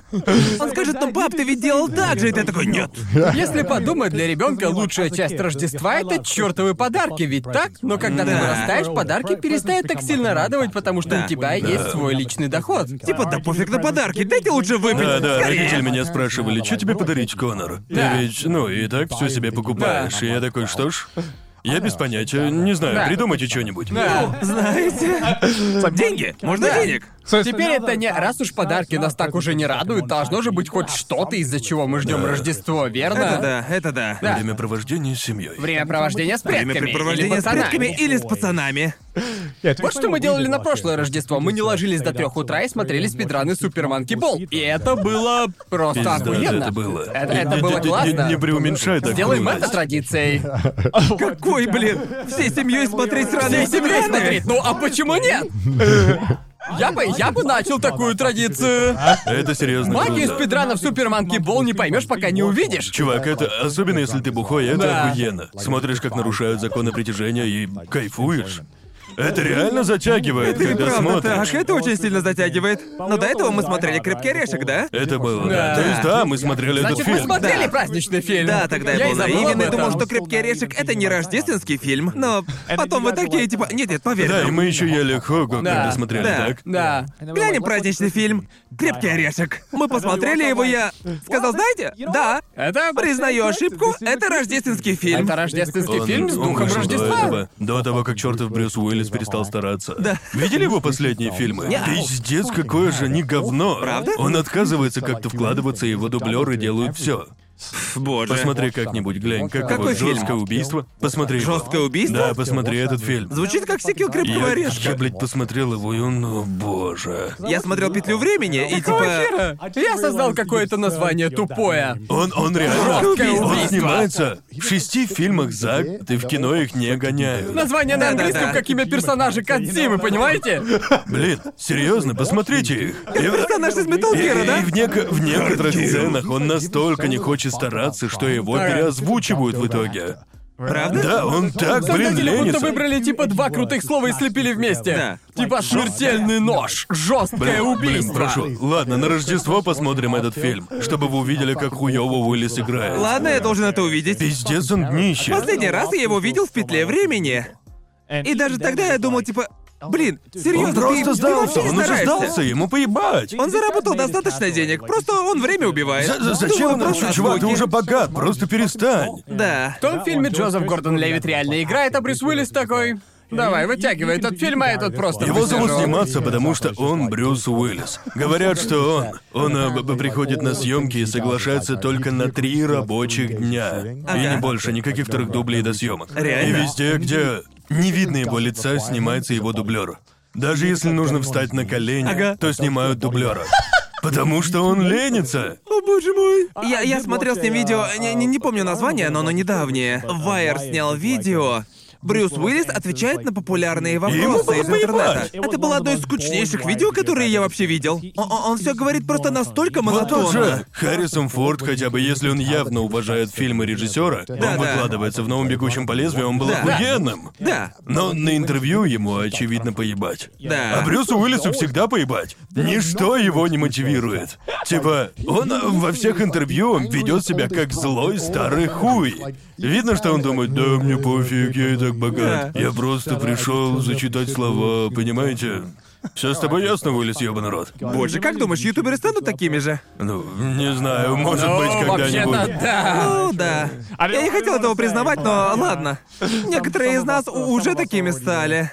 Он скажет, ну, пап, ты ведь делал так же, и ты такой, нет.
Если подумать, для ребенка лучшая часть Рождества — это чертовы подарки, ведь так? Но когда ты
Да.
вырастаешь, подарки перестают так сильно радовать, потому что
Да.
у тебя есть свой личный доход.
Типа, да пофиг на подарки, дайте лучше выпить.
Да, да,
Скорее.
родители меня спрашивали, что тебе подарить, Конор?
Да.
Ты ведь, ну, и так все себе покупаешь.
Да.
И я такой, что ж, я без понятия, не знаю,
Да.
придумайте что-нибудь.
Да.
Знаете? Деньги. Можно
Да.
денег.
Теперь это не... Раз уж подарки нас так уже не радуют, должно же быть хоть что-то, из-за чего мы ждем Рождество, верно?
Это да, это да.
Да.
Время провождения с семьей.
Время провождения с предками.
Времяпрепровождение
или
с
пацанами.
предками или с пацанами.
Вот
Вот что мы делали на прошлое Рождество. Мы не ложились до трех утра и смотрели спидраны Суперманки Болл. И это было просто
Пизда,
охуенно.
это было.
Это,
Не-
это
не-
было
не- не-
классно.
Не, преуменьшай так
Сделаем
крутость.
это традицией.
Какой, блин, всей семьей смотреть сраные
Всей землей
семьи
смотреть. Ну а почему нет? Я бы, я бы начал такую традицию.
Это серьезно
Магию
круто.
спидранов Суперманки Болл не поймешь, пока не увидишь.
Чувак, это особенно если ты бухой, это
Да.
охуенно. Смотришь, как нарушают законы притяжения и кайфуешь. Это реально затягивает,
Это и
когда
правда
смотришь.
так, это очень сильно затягивает. Но до этого мы смотрели «Крепкий орешек», да?
Это было.
Да.
То есть да, мы смотрели
Значит,
этот
мы
фильм.
смотрели
Да.
праздничный фильм.
Да, тогда я,
я и
был
забыл об
наивен и
этом.
думал, что «Крепкий орешек» — это не рождественский фильм, но потом вы такие, типа, нет, нет, поверь
Да, и
нам».
мы еще ели хогу,
Да.
когда смотрели,
Да.
так?
Да.
Глянем праздничный фильм «Крепкий орешек». Мы посмотрели его, я сказал, знаете, да,
Это
признаю ошибку, это рождественский фильм.
Это рождественский
Он-
фильм с
он
духом
вышел до
Рождества.
этого, До того, как чертов Брюс Уиллис перестал стараться. Да. Видели его последние фильмы? Пиздец, какое же не говно.
Правда?
Он отказывается как-то вкладываться, и его дублеры делают все.
Боже.
Посмотри как-нибудь, глянь, как
Какой
его
фильм?
жесткое убийство. Посмотри. его.
Жесткое убийство?
Да, посмотри этот фильм.
Звучит как сиквел «Крепкого
Я,
орешка».
я, блядь, посмотрел его, и он, о боже.
Я смотрел «Петлю времени» и типа...
Я создал какое-то название тупое.
Он, он реально...
Жесткое
Он
убийство.
снимается в шести фильмах за год, и в кино их не гоняют.
Название на
Да-да-да.
английском, как имя персонажа Кадзимы, понимаете?
Блин, серьезно, посмотрите их. И-
Персонаж из Metal Gear,
и-
да?
и в, неко- в некоторых сценах он настолько не хочет стараться, что его
Ага.
переозвучивают в итоге.
Правда?
Да, он так, блин,
Создатели будто
ленится.
выбрали типа два крутых слова и слепили вместе.
Да.
Типа смертельный нож, жесткое
Блин,
убийство.
прошу. Ладно, на Рождество посмотрим этот фильм, чтобы вы увидели, как хуёво Уиллис играет.
Ладно, я должен это увидеть.
Пиздец, он днище.
Последний раз я его видел в «Петле времени». И даже тогда я думал, типа, блин, серьезно,
Он просто
ты,
сдался,
ты вообще
он уже
стараешься?
сдался, ему поебать.
Он заработал достаточно денег, просто он время убивает.
З- з- Зачем
Думаю,
он
просто
еще, чувак? Ты
отвоги.
уже богат, просто перестань.
Да.
В том фильме Джозеф Гордон Левит реально играет, а Брюс Уиллис такой... Давай, вытягивай этот фильм, а этот просто
Его зовут
выдержал».
сниматься, потому что он Брюс Уиллис. Говорят, что он, он э, б- приходит на съемки и соглашается только на три рабочих дня. И
Ага.
не больше, никаких вторых дублей до съемок.
Реально?
И везде, где не видно его лица, снимается его дублер. Даже если нужно встать на колени,
Ага.
то снимают дублера. Потому что он ленится.
О боже мой. Я, я смотрел с ним видео, не, не- не помню название, но оно недавнее. Вайер снял видео. Брюс Уиллис отвечает на популярные вопросы
Ему было
из интернета.
поебать.
Это было одно из скучнейших видео, которые я вообще видел. Он, все говорит просто настолько
Вот тот
монотонно.
же Харрисон Форд, хотя бы если он явно уважает фильмы режиссера,
Да,
он
да.
выкладывается в новом бегущем по лезвию, он был
Да.
охуенным.
Да.
Но на интервью ему, очевидно, поебать.
Да.
А Брюсу Уиллису всегда поебать. Ничто его не мотивирует. Типа, он э, во всех интервью ведет себя как злой старый хуй. Видно, что он думает, да мне пофиг, я и так богат.
Да.
Я просто пришел зачитать слова, понимаете? Все с тобой ясно, вылез ёбаный рот?
Боже, как думаешь, ютуберы станут такими же?
Ну, не знаю, может быть,
Ну, вообще-то,
когда-нибудь.
да.
Ну да. Я не хотел этого признавать, но ладно. Некоторые из нас у- уже такими стали.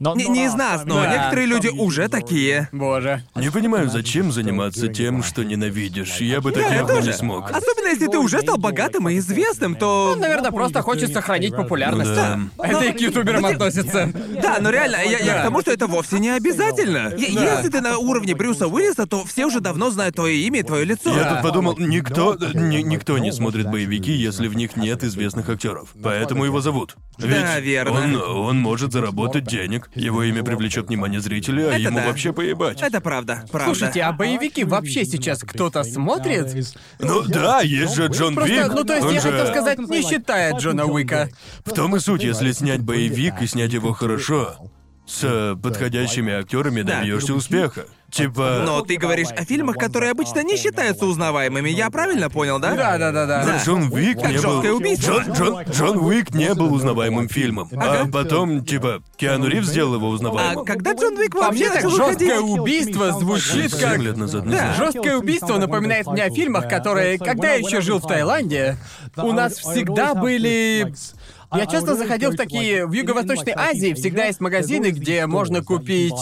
Не, не из нас, но
Да.
некоторые люди уже такие.
Боже.
Не понимаю, зачем заниматься тем, что ненавидишь. Я бы
Да, я
таким
тоже.
не смог.
Особенно если ты уже стал богатым и известным, то...
Он, Ну, наверное, просто хочет сохранить популярность. Эм,
Ну да.
Это и к ютуберам
Ну,
относится.
Да, но реально, я, я
Да.
к тому, что это вовсе не обязательно. Е-
Да.
Если ты на уровне Брюса Уиллиса, то все уже давно знают твое имя и твое лицо.
Я тут подумал, никто, ни- никто не смотрит боевики, если в них нет известных актеров. Поэтому его зовут. Ведь
Да, верно.
Он, он может заработать денег, его имя привлечет внимание зрителей, а
Это
ему
да.
вообще поебать.
Это правда, правда.
Слушайте, а боевики вообще сейчас кто-то смотрит?
Ну да, есть же Джон
Просто,
Вик.
ну то есть
он
я
же...
хотел сказать, не считая Джона Уика.
В том и суть, если снять боевик и снять его хорошо, с э, подходящими актерами
Да. Ну,
добьешься успеха. Типа.
Но ты говоришь о фильмах, которые обычно не считаются узнаваемыми, я правильно понял, да?
Да, да, да, да.
Да.
Джон Уик
Как
не был.
«Жёсткое убийство».
Джон, Джон- Джон Уик не был узнаваемым фильмом. А
Ага.
потом, типа, Киану Ривз сделал его
А
узнаваемым.
когда Джон Уик
По мне
вообще
так
начал
жесткое
выходить?
убийство звучит
Семь
как.
лет назад, не
Да.
знаю.
Жесткое убийство напоминает мне о фильмах, которые, когда я еще жил в Таиланде, у нас всегда были. Я часто заходил в такие в Юго-Восточной Азии всегда есть магазины, где можно купить,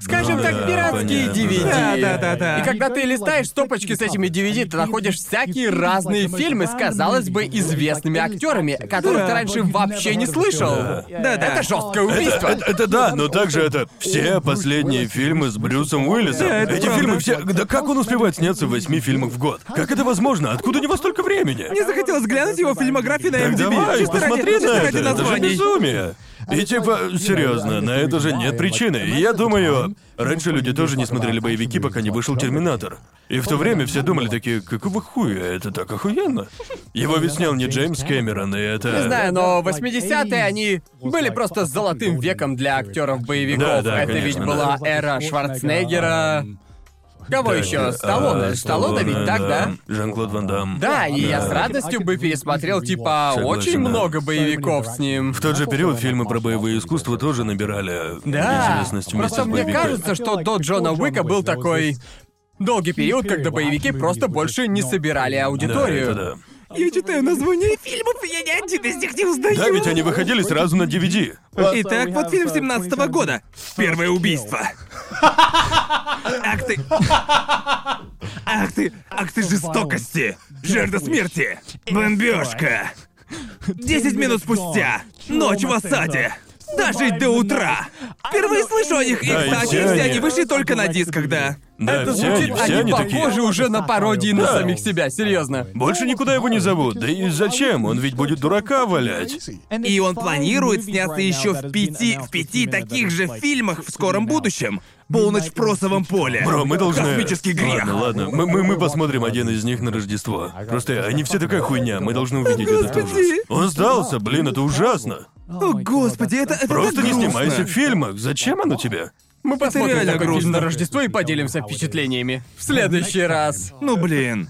скажем
Ну
так,
да,
пиратские
понятно.
DVD.
Да, да, да, да.
И когда ты листаешь стопочки с этими DVD, ты находишь всякие разные фильмы с, казалось бы, известными актерами, которых
Да.
ты раньше вообще не слышал.
Да.
Да, да.
Это жесткое
Это,
убийство.
это- это да, но также это все последние фильмы с Брюсом Уиллисом.
Да, это
Эти
правда.
фильмы все. Да как он успевает сняться в восьми фильмах в год? Как это возможно? Откуда у него столько времени?
Мне захотелось глянуть его фильмографию на
Так
MDB.
давай,
чисто ради,
посмотри на
чисто ради
это, это же
названий.
безумие. И типа, серьезно, на это же нет причины. И я думаю, раньше люди тоже не смотрели боевики, пока не вышел Терминатор. И в то время все думали такие, какого хуя, это так охуенно. Его ведь снял не Джеймс Кэмерон, и это...
Не знаю, но 80-е они были просто золотым веком для актеров боевиков.
Да, да,
Это ведь
конечно,
была
да.
эра Шварценеггера. Кого еще? Сталлоне.
А,
Сталлоне ведь так, да?
Жан-Клод Ван Дам.
Да, и я
Да.
с радостью бы пересмотрел, типа,
Согласен,
очень
да.
много боевиков с ним.
В тот же период фильмы про боевые искусства тоже набирали
Да.
известность вместе
Просто
с
мне
боевиками.
кажется, что до Джона Уика был такой долгий период, когда боевики просто больше не собирали
да,
аудиторию.
это да.
Я читаю названия фильмов, и я ни один из них не узнаю.
Да, ведь они выходили сразу на DVD.
Итак, вот фильм 17 года. Первое убийство. Ах ты... Ах ты... Ах ты жестокости. Жертва смерти. Бомбежка. Десять минут спустя. Ночь в осаде. Дожить до утра.
А ну,
Впервые слышу о них. И,
Да, и
кстати,
все
все
они-
они вышли только на дисках, да.
Да,
Это
все
звучит,
они, все
они
они такие.
похожи уже на пародии на
Да.
самих себя, серьезно.
Больше никуда его не зовут. Да и зачем? Он ведь будет дурака валять.
И он планирует сняться еще в пяти, в пяти таких же фильмах в скором будущем. Полночь в просовом поле.
Бро, мы должны...
Космический грех.
Ладно, ладно. Мы, мы, мы посмотрим один из них на Рождество. Просто они все такая хуйня. Мы должны увидеть этот ужас.
Господи.
Он сдался, блин, это ужасно.
О, господи, это, это
Просто
так
не
грустно.
снимайся в фильмах. Зачем оно тебе?
Мы посмотрим
реально
такой фильм
грустно.
на Рождество и поделимся впечатлениями. В следующий раз.
Ну блин.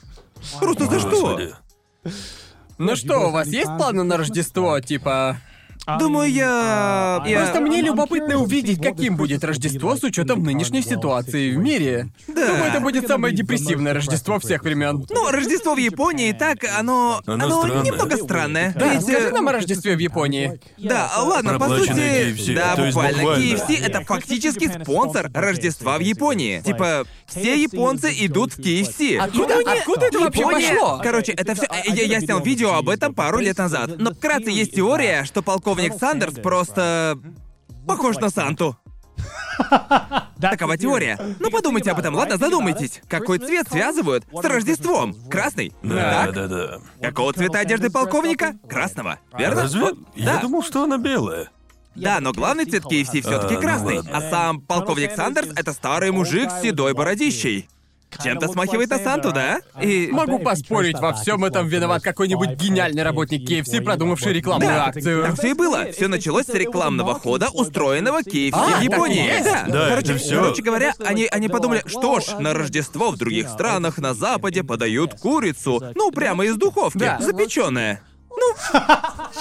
Просто за что?
Господи.
Ну что, у вас есть планы на Рождество, типа?
Думаю, я... я-
Просто мне
uh, I'm- I'm
любопытно
curious
увидеть,
what
каким
this
будет
would be
Рождество
like
с учетом
in the
нынешней
current world
ситуации в мире.
Да.
Думаю, это
It's
будет
gonna
самое
be the most
депрессивное Рождество
depressing
всех
Christmas.
времен.
Ну, Рождество в Японии и так, оно...
Оно странное.
немного странное.
Да,
Ведь,
скажи
э,
нам о Рождестве в Японии.
Да, а ладно, по сути...
Проплаченный KFC,
Да,
то есть
буквально.
буквально.
KFC — это фактически спонсор Рождества в Японии.
Like,
Типа, все японцы идут в KFC.
Откуда-
Ему не-
откуда это вообще
Ну, Япония-
пошло?
Короче, это все... Я, я снял видео об этом пару лет назад. Но вкратце есть теория, что полковник Сандерс просто... Похож на Санту. Такова теория. Ну подумайте об этом, ладно, задумайтесь. Какой цвет связывают с Рождеством? Красный.
Да,
так?
да, да.
Какого цвета одежды полковника? Красного. Верно?
Разве? Я
Да.
думал, что она белая.
Да, но главный цвет KFC все-таки
А, ну
красный,
ладно.
а сам полковник Сандерс это старый мужик с седой бородищей. Чем-то смахивает на Санту, да? И.
Могу поспорить, во всем этом виноват какой-нибудь гениальный работник KFC, продумавший рекламную
Да,
акцию.
так все и было. Все началось с рекламного хода, устроенного KFC
А,
в
так и
Японии.
есть?
Да.
Да,
короче,
это всё.
короче говоря, они, они подумали, что ж, на Рождество в других странах на Западе подают курицу, ну прямо из духовки,
Да.
запеченная. Ну,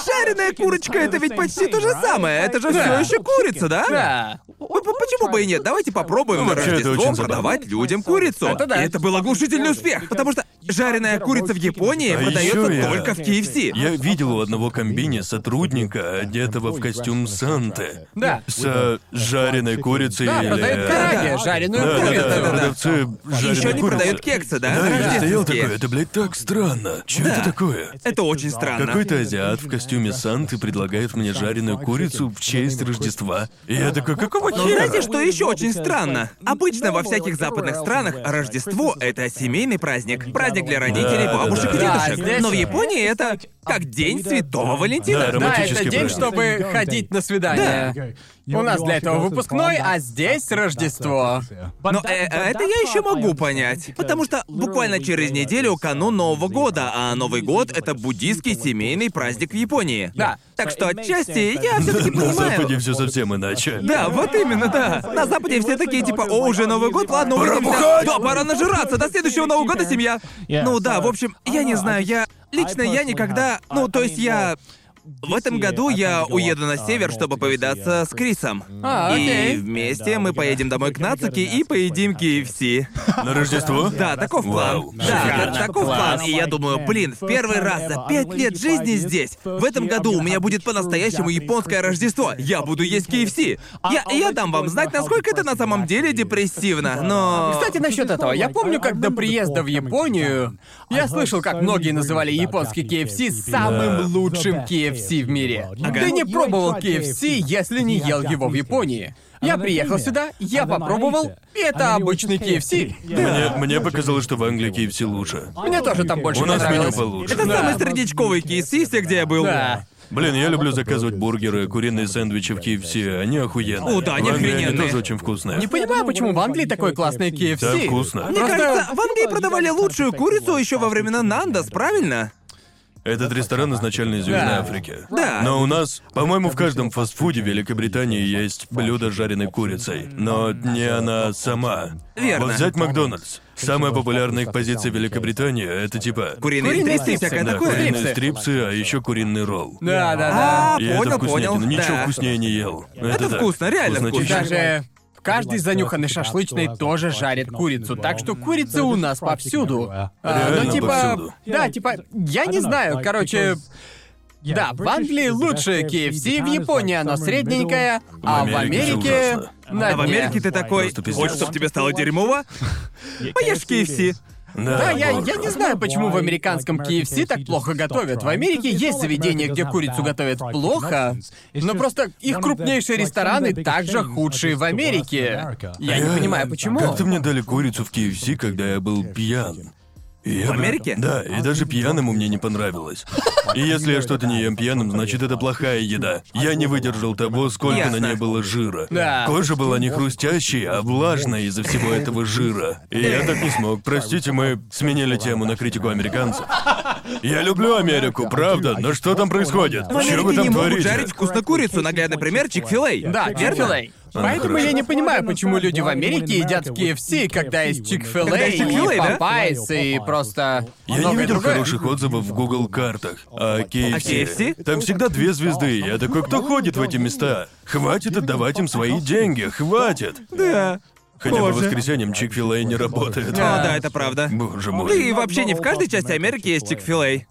жареная курочка это ведь почти то же самое. Это же
Да.
все еще курица, да?
Да.
Ну, по- Почему бы и нет? Давайте попробуем
Ну,
на
вообще, это
Рождество
очень забавно.
продавать людям курицу.
Это да.
И это был оглушительный успех, потому что жареная курица в Японии
А
продается
ещё я-
только в KFC.
Я видел у одного комбине сотрудника, одетого в костюм Санты.
Да.
С э, жареной курицей
Да,
или...
продают караги, жареную
э, Да, да,
курицу.
да,
Да-да-да.
продавцы жареной
Еще они
курицы.
продают кексы, да?
Да, я стоял
рождественские.
такой, это, блядь, так странно. Чё
Да.
это такое?
Это очень странно.
Какой-то азиат в костюме Санты предлагает мне жареную курицу в честь Рождества. И я такой, какого
Но
хера?
Ну, знаете, что еще очень странно? Обычно во всяких западных странах Рождество — это семейный праздник. Праздник для родителей,
Да,
бабушек и
да, да.
дедушек.
Да, здесь-
Но в Японии это как День Святого Валентина.
Да,
Да,
Романтический
это день,
праздник.
чтобы ходить на свидание. У нас для этого выпускной, а здесь Рождество.
Но э, э, это я еще могу понять. Потому что буквально через неделю канун Нового года, а Новый год это буддийский семейный праздник в Японии.
Да.
Так что отчасти я все-таки
На Западе
понимаю.
все совсем иначе.
Да, вот именно, да. На Западе все такие типа, о, уже Новый год, ладно,
Пора
уже нельзя».
бухать!
Да, пора нажираться, до следующего Нового года семья. Ну да, в общем, я не знаю, я... Лично я никогда... Ну, то есть я... В этом году я уеду
А,
на север, чтобы повидаться с Крисом.
А,
И
окей.
вместе мы поедем домой к Нацуке и поедим KFC.
На Рождество?
Да, таков план.
Вау,
Да,
шикарно.
таков план. И я думаю, блин, в первый раз за пять лет жизни здесь, в этом году у меня будет по-настоящему японское Рождество. Я буду есть KFC. Я, я дам вам знать, насколько это на самом деле депрессивно, но...
Кстати, насчет этого. Я помню, как до приезда в Японию я слышал, как многие называли японский KFC самым
Да.
лучшим KFC в мире.
Ага.
Ты не пробовал KFC, если не ел его в Японии. Я приехал сюда, я попробовал, и это обычный KFC.
Мне, мне показалось, что в Англии KFC лучше.
Мне тоже там больше
У нас меню
понравилось.
получше.
Это самый сердечковый KFC, все, где я был.
Да.
Блин, я люблю заказывать бургеры, куриные сэндвичи в KFC, они охуенные.
О, да, они
В Англии
охрененные.
тоже очень вкусные.
Не понимаю, почему в Англии такое классное KFC.
Да, вкусно.
Мне
Просто-
кажется, в Англии продавали лучшую курицу еще во времена Нандас, правильно?
Этот ресторан изначально из Южной
Да.
Африки.
Да.
Но у нас, по-моему, в каждом фастфуде Великобритании есть блюдо с жареной курицей. Но не она сама.
Верно.
Вот взять Макдональдс. Самая популярная их позиция в Великобритании — это типа...
Куриные
Куриные
стрипсы и
стрипсы,
всякое
Да,
такое.
куриные стрипсы, а еще куриный ролл.
Да, да, да.
А,
И
понял,
это
понял.
вкуснятина. Ничего
Да.
вкуснее не ел. Это, так,
вкусно, реально
вкуснотища.
вкусно.
Даже каждый занюханный шашлычный тоже жарит курицу, так что курица у нас повсюду. А,
Реально
но типа,
повсюду.
да, типа, я не знаю, короче, да, в Англии лучше KFC, в Японии оно средненькое, а в
Америке всё
Америке
ужасно.
на
А в
дне.
Америке ты такой,
Просто пиздец.
хочешь, чтобы тебе стало дерьмово? Поешь в KFC.
Да,
Да, я,
боже.
я не знаю, почему в американском KFC так плохо готовят. В Америке есть заведения, где курицу готовят плохо, но просто их крупнейшие рестораны также худшие в Америке. Я не
Реально.
Э,
понимаю, почему.
Как-то мне дали курицу в KFC, когда я был пьян. И я
В
прям-
Америке?
Да, и даже пьяному мне не понравилось. И если я что-то не ем пьяным, значит это плохая еда. Я не выдержал того, сколько
Ясно.
на ней было жира.
Да.
Кожа была не хрустящей, а влажная из-за всего этого жира. И я так не смог. Простите, мы сменили тему на критику американцев. Я люблю Америку, правда, но что там происходит?
В
Чё вы
Америке
там
не могут
творите?
жарить вкусно курицу. Наглядный пример Чикфилей.
Да, Chick-fil-A. Поэтому
хорошо.
я не понимаю, почему люди в Америке едят в KFC, когда есть
Когда есть
Chick-fil-A и
Chick-fil-A, да?
Popeyes, и просто
Я не
многое
видел
другое.
хороших отзывов в Google картах. А KFC?
KFC?
Там всегда две звезды. Я такой, кто ходит в эти места? Хватит отдавать им свои деньги, хватит.
Да.
Хотя по
Боже.
воскресеньям чик не работает.
А, да, это правда.
Боже
Да и
мой.
вообще не в каждой части Америки есть Чикфилей.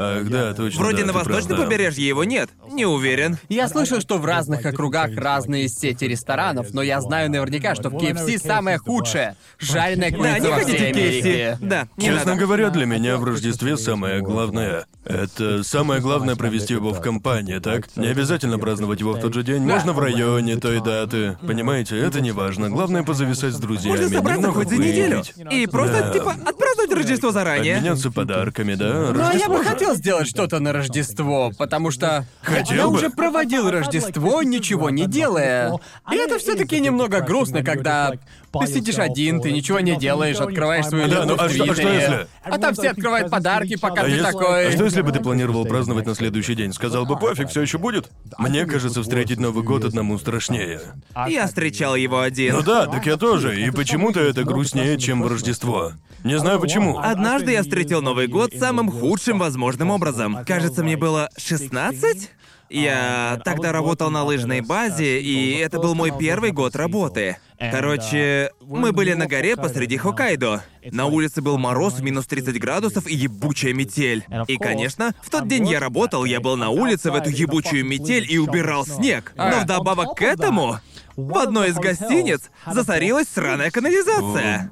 Ах, да, точно.
Вроде
да,
на
ты прав,
восточном
да.
побережье его нет. Не уверен.
Я слышал, что в разных округах разные сети ресторанов, но я знаю наверняка, что в KFC самое худшее. Жареная
Да,
курица
не
во
ходите
всей
в KFC.
Америке.
Да, не
Честно
надо.
говоря, для меня в Рождестве самое главное — это самое главное провести его в компании, так? Не обязательно праздновать его в тот же день, можно в районе той даты. Понимаете, это не важно. Главное — позависать с друзьями,
Можно собраться
немного
хоть за
выпить.
неделю. И просто,
Да.
типа, отпраздновать Рождество заранее.
Обменяться подарками, да?
Ну а я
Рождество
бы
же.
хотел сделать что-то на Рождество, потому что
Хотел
я
бы.
уже проводил Рождество, ничего не делая. И это все-таки немного грустно, когда ты сидишь один, ты ничего не делаешь, открываешь свою
Да,
ленту
ну, а
в
что- а что
Твиттере,
если-
а там все открывают подарки, пока
А,
ты
если-
такой...
а что если бы ты планировал праздновать на следующий день? Сказал бы, пофиг, все еще будет? Мне кажется, встретить Новый год одному страшнее.
Я встречал его
Ну
один.
да, так я тоже, и почему-то это
А,
грустнее, чем в Рождество. Не знаю почему.
Однажды я встретил Новый год самым худшим важным образом. Кажется, мне было 16? Я тогда работал на лыжной базе, и это был мой первый год работы. Короче, мы были на горе посреди Хоккайдо. На улице был мороз в минус 30 градусов и ебучая метель. И, конечно, в тот день я работал, я был на улице в эту ебучую метель и убирал снег. Но вдобавок к этому, в одной из гостиниц засорилась сраная канализация.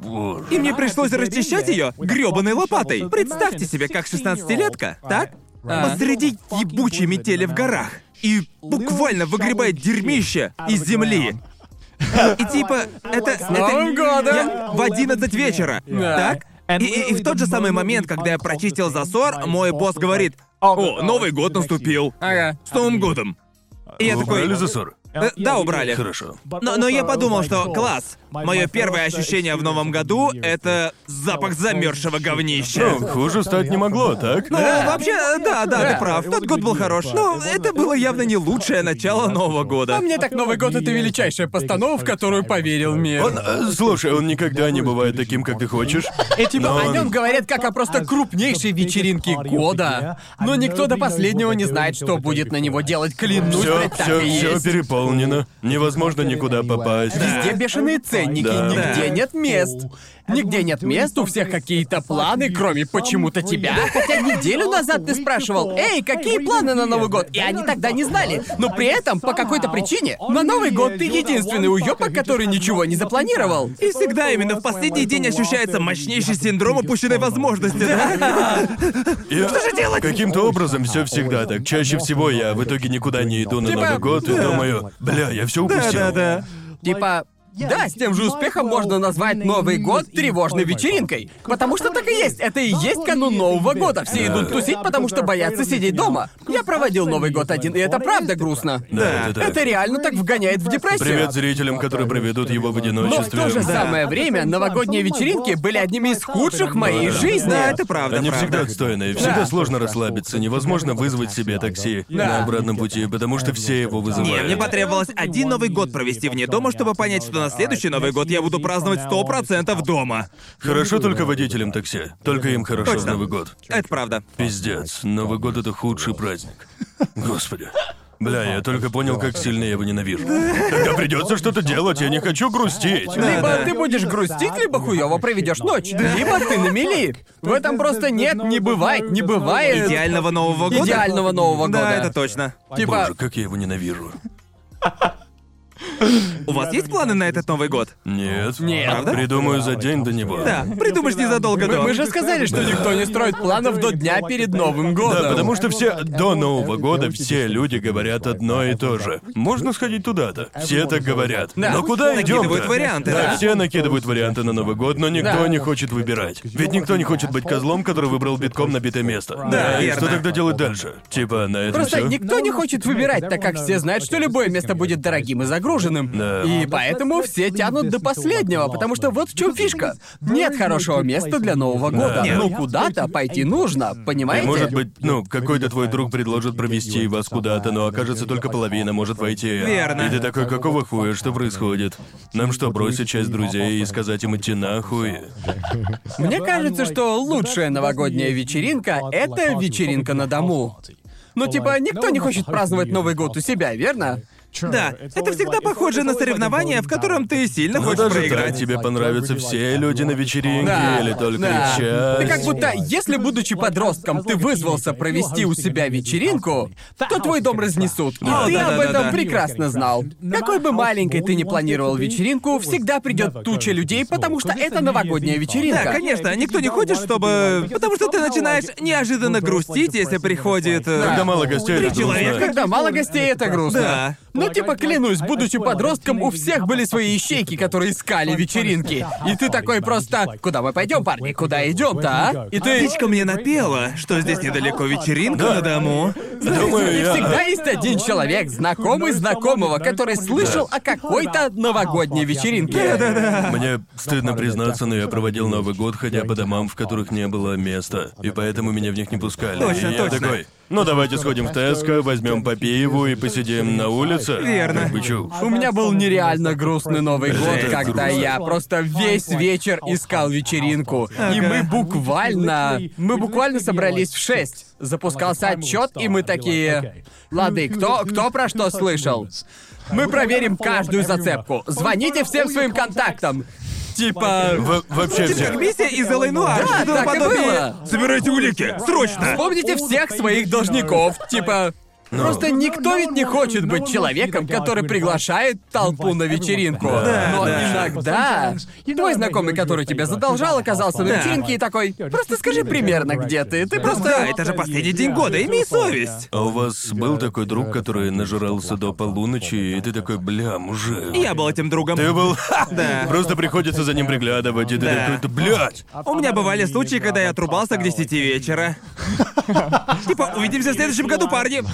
И мне пришлось расчищать ее грёбаной лопатой. Представьте себе, как 16-летка, так?
А.
Посреди ебучей метели в горах. И буквально выгребает дерьмище из земли. И типа, это... это-
Новым годом!
Я в 11 вечера,
Да.
так? И, и- и в тот же самый момент, когда я прочистил засор, мой босс говорит, «О, Новый год наступил!
Ага.
С Новым годом!» И я
Вы Убрали
такой...
засор?
E
«Э, Да, убрали.
Хорошо.
Но, но я подумал,
oh,
что класс. Мое первое ощущение в новом году — это запах замерзшего говнища.
Ну, хуже стать не могло, так?
Ну, вообще, да, да, ты прав. Тот год был хорош. Но это было явно не лучшее начало Нового
А
года.
мне так Новый год это величайшая постанова, в которую поверил мир.
Он, э, слушай, он никогда не бывает таким, как ты хочешь.
И типа
Но
о
он-
нем говорят как о просто крупнейшей вечеринке года. Но никто до последнего не знает, что будет на него делать, клянусь,
Все,
блядь, так
все,
и
все
есть.
переполнено. Невозможно никуда попасть.
Везде бешеные ценники,
Да.
нигде
Да.
нет мест. Нигде нет мест, у всех какие-то планы, кроме почему-то тебя. Хотя неделю назад ты спрашивал, «Эй, какие планы на Новый год?» И они тогда не знали. Но при этом, по какой-то причине, на Новый год ты единственный уёбок, который ничего не запланировал.
И всегда именно в последний день ощущается мощнейший синдром упущенной возможности, да?
Что же делать? Каким-то образом все всегда так. Чаще всего я в итоге никуда не иду на
Типа,
Новый год и
да.
думаю, бля, я все упустил.
Да-да-да.
Типа, да, с тем же успехом можно назвать Новый год тревожной вечеринкой. Потому что так и есть. Это и есть канун Нового года. Все идут тусить, потому что боятся сидеть дома. Я проводил Новый год один, и это правда грустно.
Да, это
Это
так.
реально так вгоняет в депрессию.
Привет зрителям, которые проведут его
Но
в
в
одиночестве.
то же
Да.
Ну, самое время новогодние вечеринки были одними из худших в моей
Да.
жизни.
Да, это правда,
Они всегда
правда.
отстойные, всегда сложно расслабиться, невозможно вызвать себе такси на обратном пути, потому что все его вызывают.
Не, мне потребовалось один Новый год провести вне дома, чтобы понять, что на следующий Новый год я буду праздновать 100% дома.
Хорошо только водителям такси, только им хорошо в
Точно.
Новый год.
Это правда.
Пиздец, Новый год это худший праздник. Господи. Бля, я только понял, как сильно я его ненавижу. Тогда придется что-то делать, я не хочу грустить.
Да,
Либо
да.
ты будешь грустить, либо хуёво проведешь ночь. Либо ты на мели. В этом просто нет, не бывает, не бывает.
Идеального Нового года.
Идеального Нового года.
Да, это точно.
Типа,
Боже, как я его ненавижу.
У вас есть планы на этот Новый год?
Нет.
Нет. Правда?
Придумаю за день до него.
Да, придумаешь незадолго
мы,
до.
мы же сказали, что никто не строит планов до дня перед Новым годом.
Да, потому что все до Нового года все люди говорят одно и то же. Можно сходить туда-то. Все так говорят.
Да.
Но куда идем?
Накидывают варианты,
Да,
да.
все накидывают варианты на Новый год, но никто
Да.
не хочет выбирать. Ведь никто не хочет быть козлом, который выбрал битком набитое место. Да, и
верно.
что тогда делать дальше? Типа на этом
Просто
всё?
никто не хочет выбирать, так как все знают, что любое место будет дорогим и загруженным.
Да.
И поэтому все тянут до последнего, потому что вот в чем фишка. Нет хорошего места для Нового года.
Да.
Но куда-то пойти нужно,
И,
понимаете?
может быть, ну, какой-то твой друг предложит провести вас куда-то, но окажется только половина может войти.
Верно.
И ты такой, какого хуя, что происходит? Нам что, бросить часть друзей и сказать им идти нахуй?
Мне кажется, что лучшая новогодняя вечеринка — это вечеринка на дому. Ну, типа, никто не хочет праздновать Новый год у себя, верно?
Да, это всегда похоже на соревнование, в котором ты сильно
Ну,
хочешь
даже
проиграть.
так тебе понравятся все люди на вечеринке
Да,
или только
да.
их часть.
Ты как будто, если, будучи подростком, ты вызвался провести у себя вечеринку, то твой дом разнесут. И
Да,
ты
да,
об
да,
этом
да.
прекрасно знал. Какой бы маленькой ты ни планировал вечеринку, всегда придет туча людей, потому что это новогодняя вечеринка.
Да, конечно, никто не хочет, чтобы... Потому что ты начинаешь неожиданно грустить, если приходит... э,
Когда мало гостей,
Три
это грустно.
человека.
Когда мало гостей, это грустно.
Да.
Ну, типа, клянусь, будучи подростком, у всех были свои ищейки, которые искали вечеринки. И ты такой просто, куда мы пойдем, парни, куда идем-то, а? И ты...
Птичка мне напела, что здесь недалеко вечеринка на дому.
Думаю,
И
я...
всегда есть один человек, знакомый знакомого, который слышал о какой-то новогодней вечеринке.
Мне стыдно
Ну,
признаться, но я проводил Новый год, ходя по домам, в которых не было места, и поэтому меня в них не пускали.
Точно,
и я
точно.
такой, Ну давайте сходим в Теско, возьмем по пиву и посидим на улице.
Верно.
Как бы чё?
А У меня был нереально грустный Новый
Это
год,
грустно.
когда я просто весь вечер искал вечеринку. И мы
Ну,
буквально... Мы буквально собрались в 6. Запускался отчет, и мы такие... Лады, кто, кто про что слышал? Мы проверим каждую зацепку. Звоните всем своим контактам. Типа...
Во- вообще
Типа как
все.
миссия из Элэй Нуар,
Да,
что-то
так и
подобное.
было.
Собирайте улики, срочно!
Вспомните всех своих должников, типа...
Ну.
Просто никто ведь не хочет быть человеком, который приглашает толпу на вечеринку.
Да,
Но
да.
иногда твой знакомый, который тебя задолжал, оказался на
Да.
вечеринке и такой, просто скажи примерно, где ты. Ты
Просто
просто...
это же последний день года, имей совесть!
А у вас был такой друг, который нажирался до полуночи, и ты такой, бля, мужик.
Я был этим другом.
Ты был...
Да.
Просто приходится за ним приглядывать, и ты
Да. А,
такой, «Да, блядь.
У меня бывали случаи, когда я отрубался к 10 вечера. Типа, увидимся в следующем году, парни.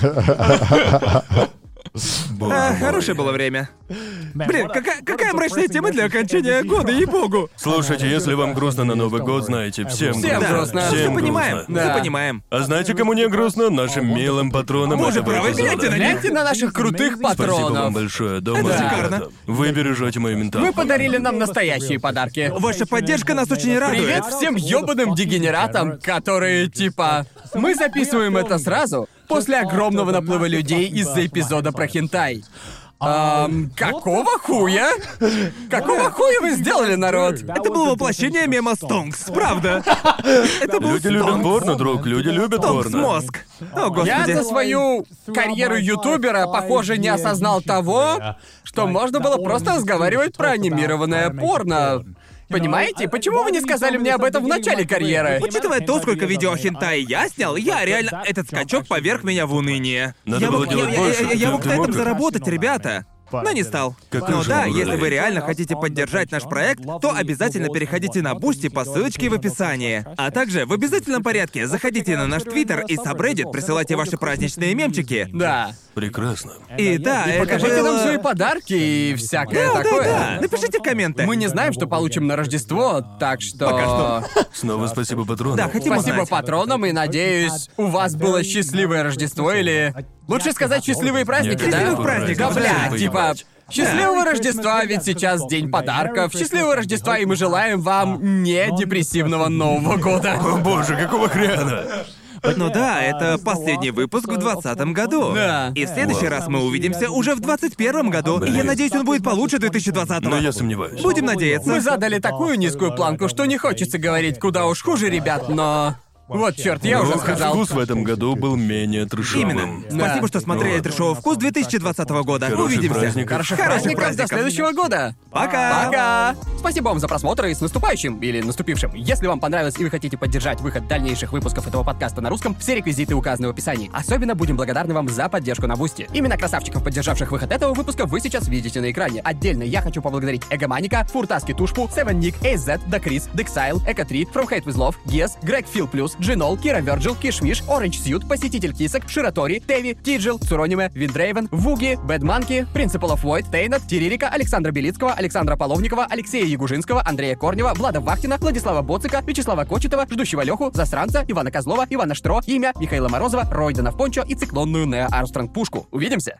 Боже
А,
мой.
хорошее было время. Блин,
Блин,
какая, какая мрачная тема для окончания года, ей-богу.
Слушайте, если вам грустно на Новый год, знаете, всем,
Всем
грустно.
грустно.
Мы
Всем
понимаем,
грустно.
мы
Да.
понимаем.
А знаете, кому не грустно? Нашим милым патронам
Боже
этого
правый,
эпизода.
гляньте на них.
Гляньте на наших крутых
Спасибо вам
патронов.
большое, дома.
Это
ребята.
шикарно.
Вы бережете мою менталку.
Вы подарили нам настоящие подарки.
Ваша поддержка нас очень радует.
Привет всем ёбаным дегенератам, которые типа... Мы записываем это сразу, после огромного наплыва людей из-за эпизода про хентай. Ам, какого хуя? Какого хуя вы сделали, народ?
Это было воплощение мема Стонгс, правда. Это был
Люди любят
Стонгс.
порно, друг, люди любят
Стонгс
порно.
мозг. О,
Я
господи.
за свою карьеру ютубера, похоже, не осознал того, что можно было просто типа, разговаривать про анимированное порно. Понимаете, почему вы не сказали мне об этом в начале карьеры?
Учитывая то, сколько видео о хентай я снял, я реально... Этот скачок поверг меня в уныние.
Надо
я
было
мог, я-
делать
я-
больше.
я- я
Ты-
мог
ты
на
мог
этом
это?
заработать, ребята. Но не стал.
Как
Но
же
да,
благодарить.
если вы реально хотите поддержать наш проект, то обязательно переходите на Бусти по ссылочке в описании. А также в обязательном порядке заходите на наш Твиттер и Сабреддит, присылайте ваши праздничные мемчики.
Да.
Прекрасно.
И да, это
Покажите нам
было-
свои подарки и всякое
Да, да,
такое.
да. Напишите комменты.
Мы не знаем, что получим на Рождество, так что...
Снова спасибо патронам.
Да, хотим
Спасибо
узнать.
патронам, Типа, и надеюсь, у вас было счастливое Рождество или... Лучше сказать счастливые праздники, да?
Счастливых праздников,
Да, бля,
да.
типа... Счастливого Рождества, ведь сейчас день подарков. Счастливого Рождества, и мы желаем вам не депрессивного Нового года.
О боже, какого хрена?
Ну да, это последний выпуск в 2020 году.
Да.
И в следующий раз мы увидимся уже в 2021 году. И я
Блин.
надеюсь, он будет получше 2020
Но я сомневаюсь.
Будем надеяться.
Мы задали такую низкую планку, что не хочется говорить, куда уж хуже, ребят, но... Вот черт, я уже
Рок
сказал.
вкус в этом году был менее трешовым.
Именно.
Да.
Спасибо, что смотрели это шоу «Вкус» 2020 года.
Хороших
Увидимся.
праздников.
Хороших
Хороших
праздников,
праздников.
до следующего года.
Пока.
Пока. Спасибо вам за просмотр и с наступающим или наступившим. Если вам понравилось и вы хотите поддержать выход дальнейших выпусков этого подкаста на русском, все реквизиты указаны в описании. Особенно будем благодарны вам за поддержку на Бусти. Именно красавчиков, поддержавших выход этого выпуска, вы сейчас видите на экране. Отдельно я хочу поблагодарить Эгоманика, Фуртаски Тушпу, Севен Ник, Эйзет, Дакрис, Дексайл, Эко 3, From Hate With Love, Гес, Грег Фил Плюс, Джинол, Кира Верджил, Кишмиш, Оранж Сьют, Посетитель Кисок, Ширатори, Теви, Тиджил, Цурониме, Виндрейвен, Вуги, Бэдманки, Принципал оф Войд, Тейнат, Тиририка, Александра Белицкого, Александра Половникова, Алексея Ягужинского, Андрея Корнева, Влада Вахтина, Владислава Боцика, Вячеслава Кочетова, Ждущего Леху, Засранца, Ивана Козлова, Ивана Штро, Имя, Михаила Морозова, Ройдана в Пончо и циклонную Нео Армстронг Пушку. Увидимся!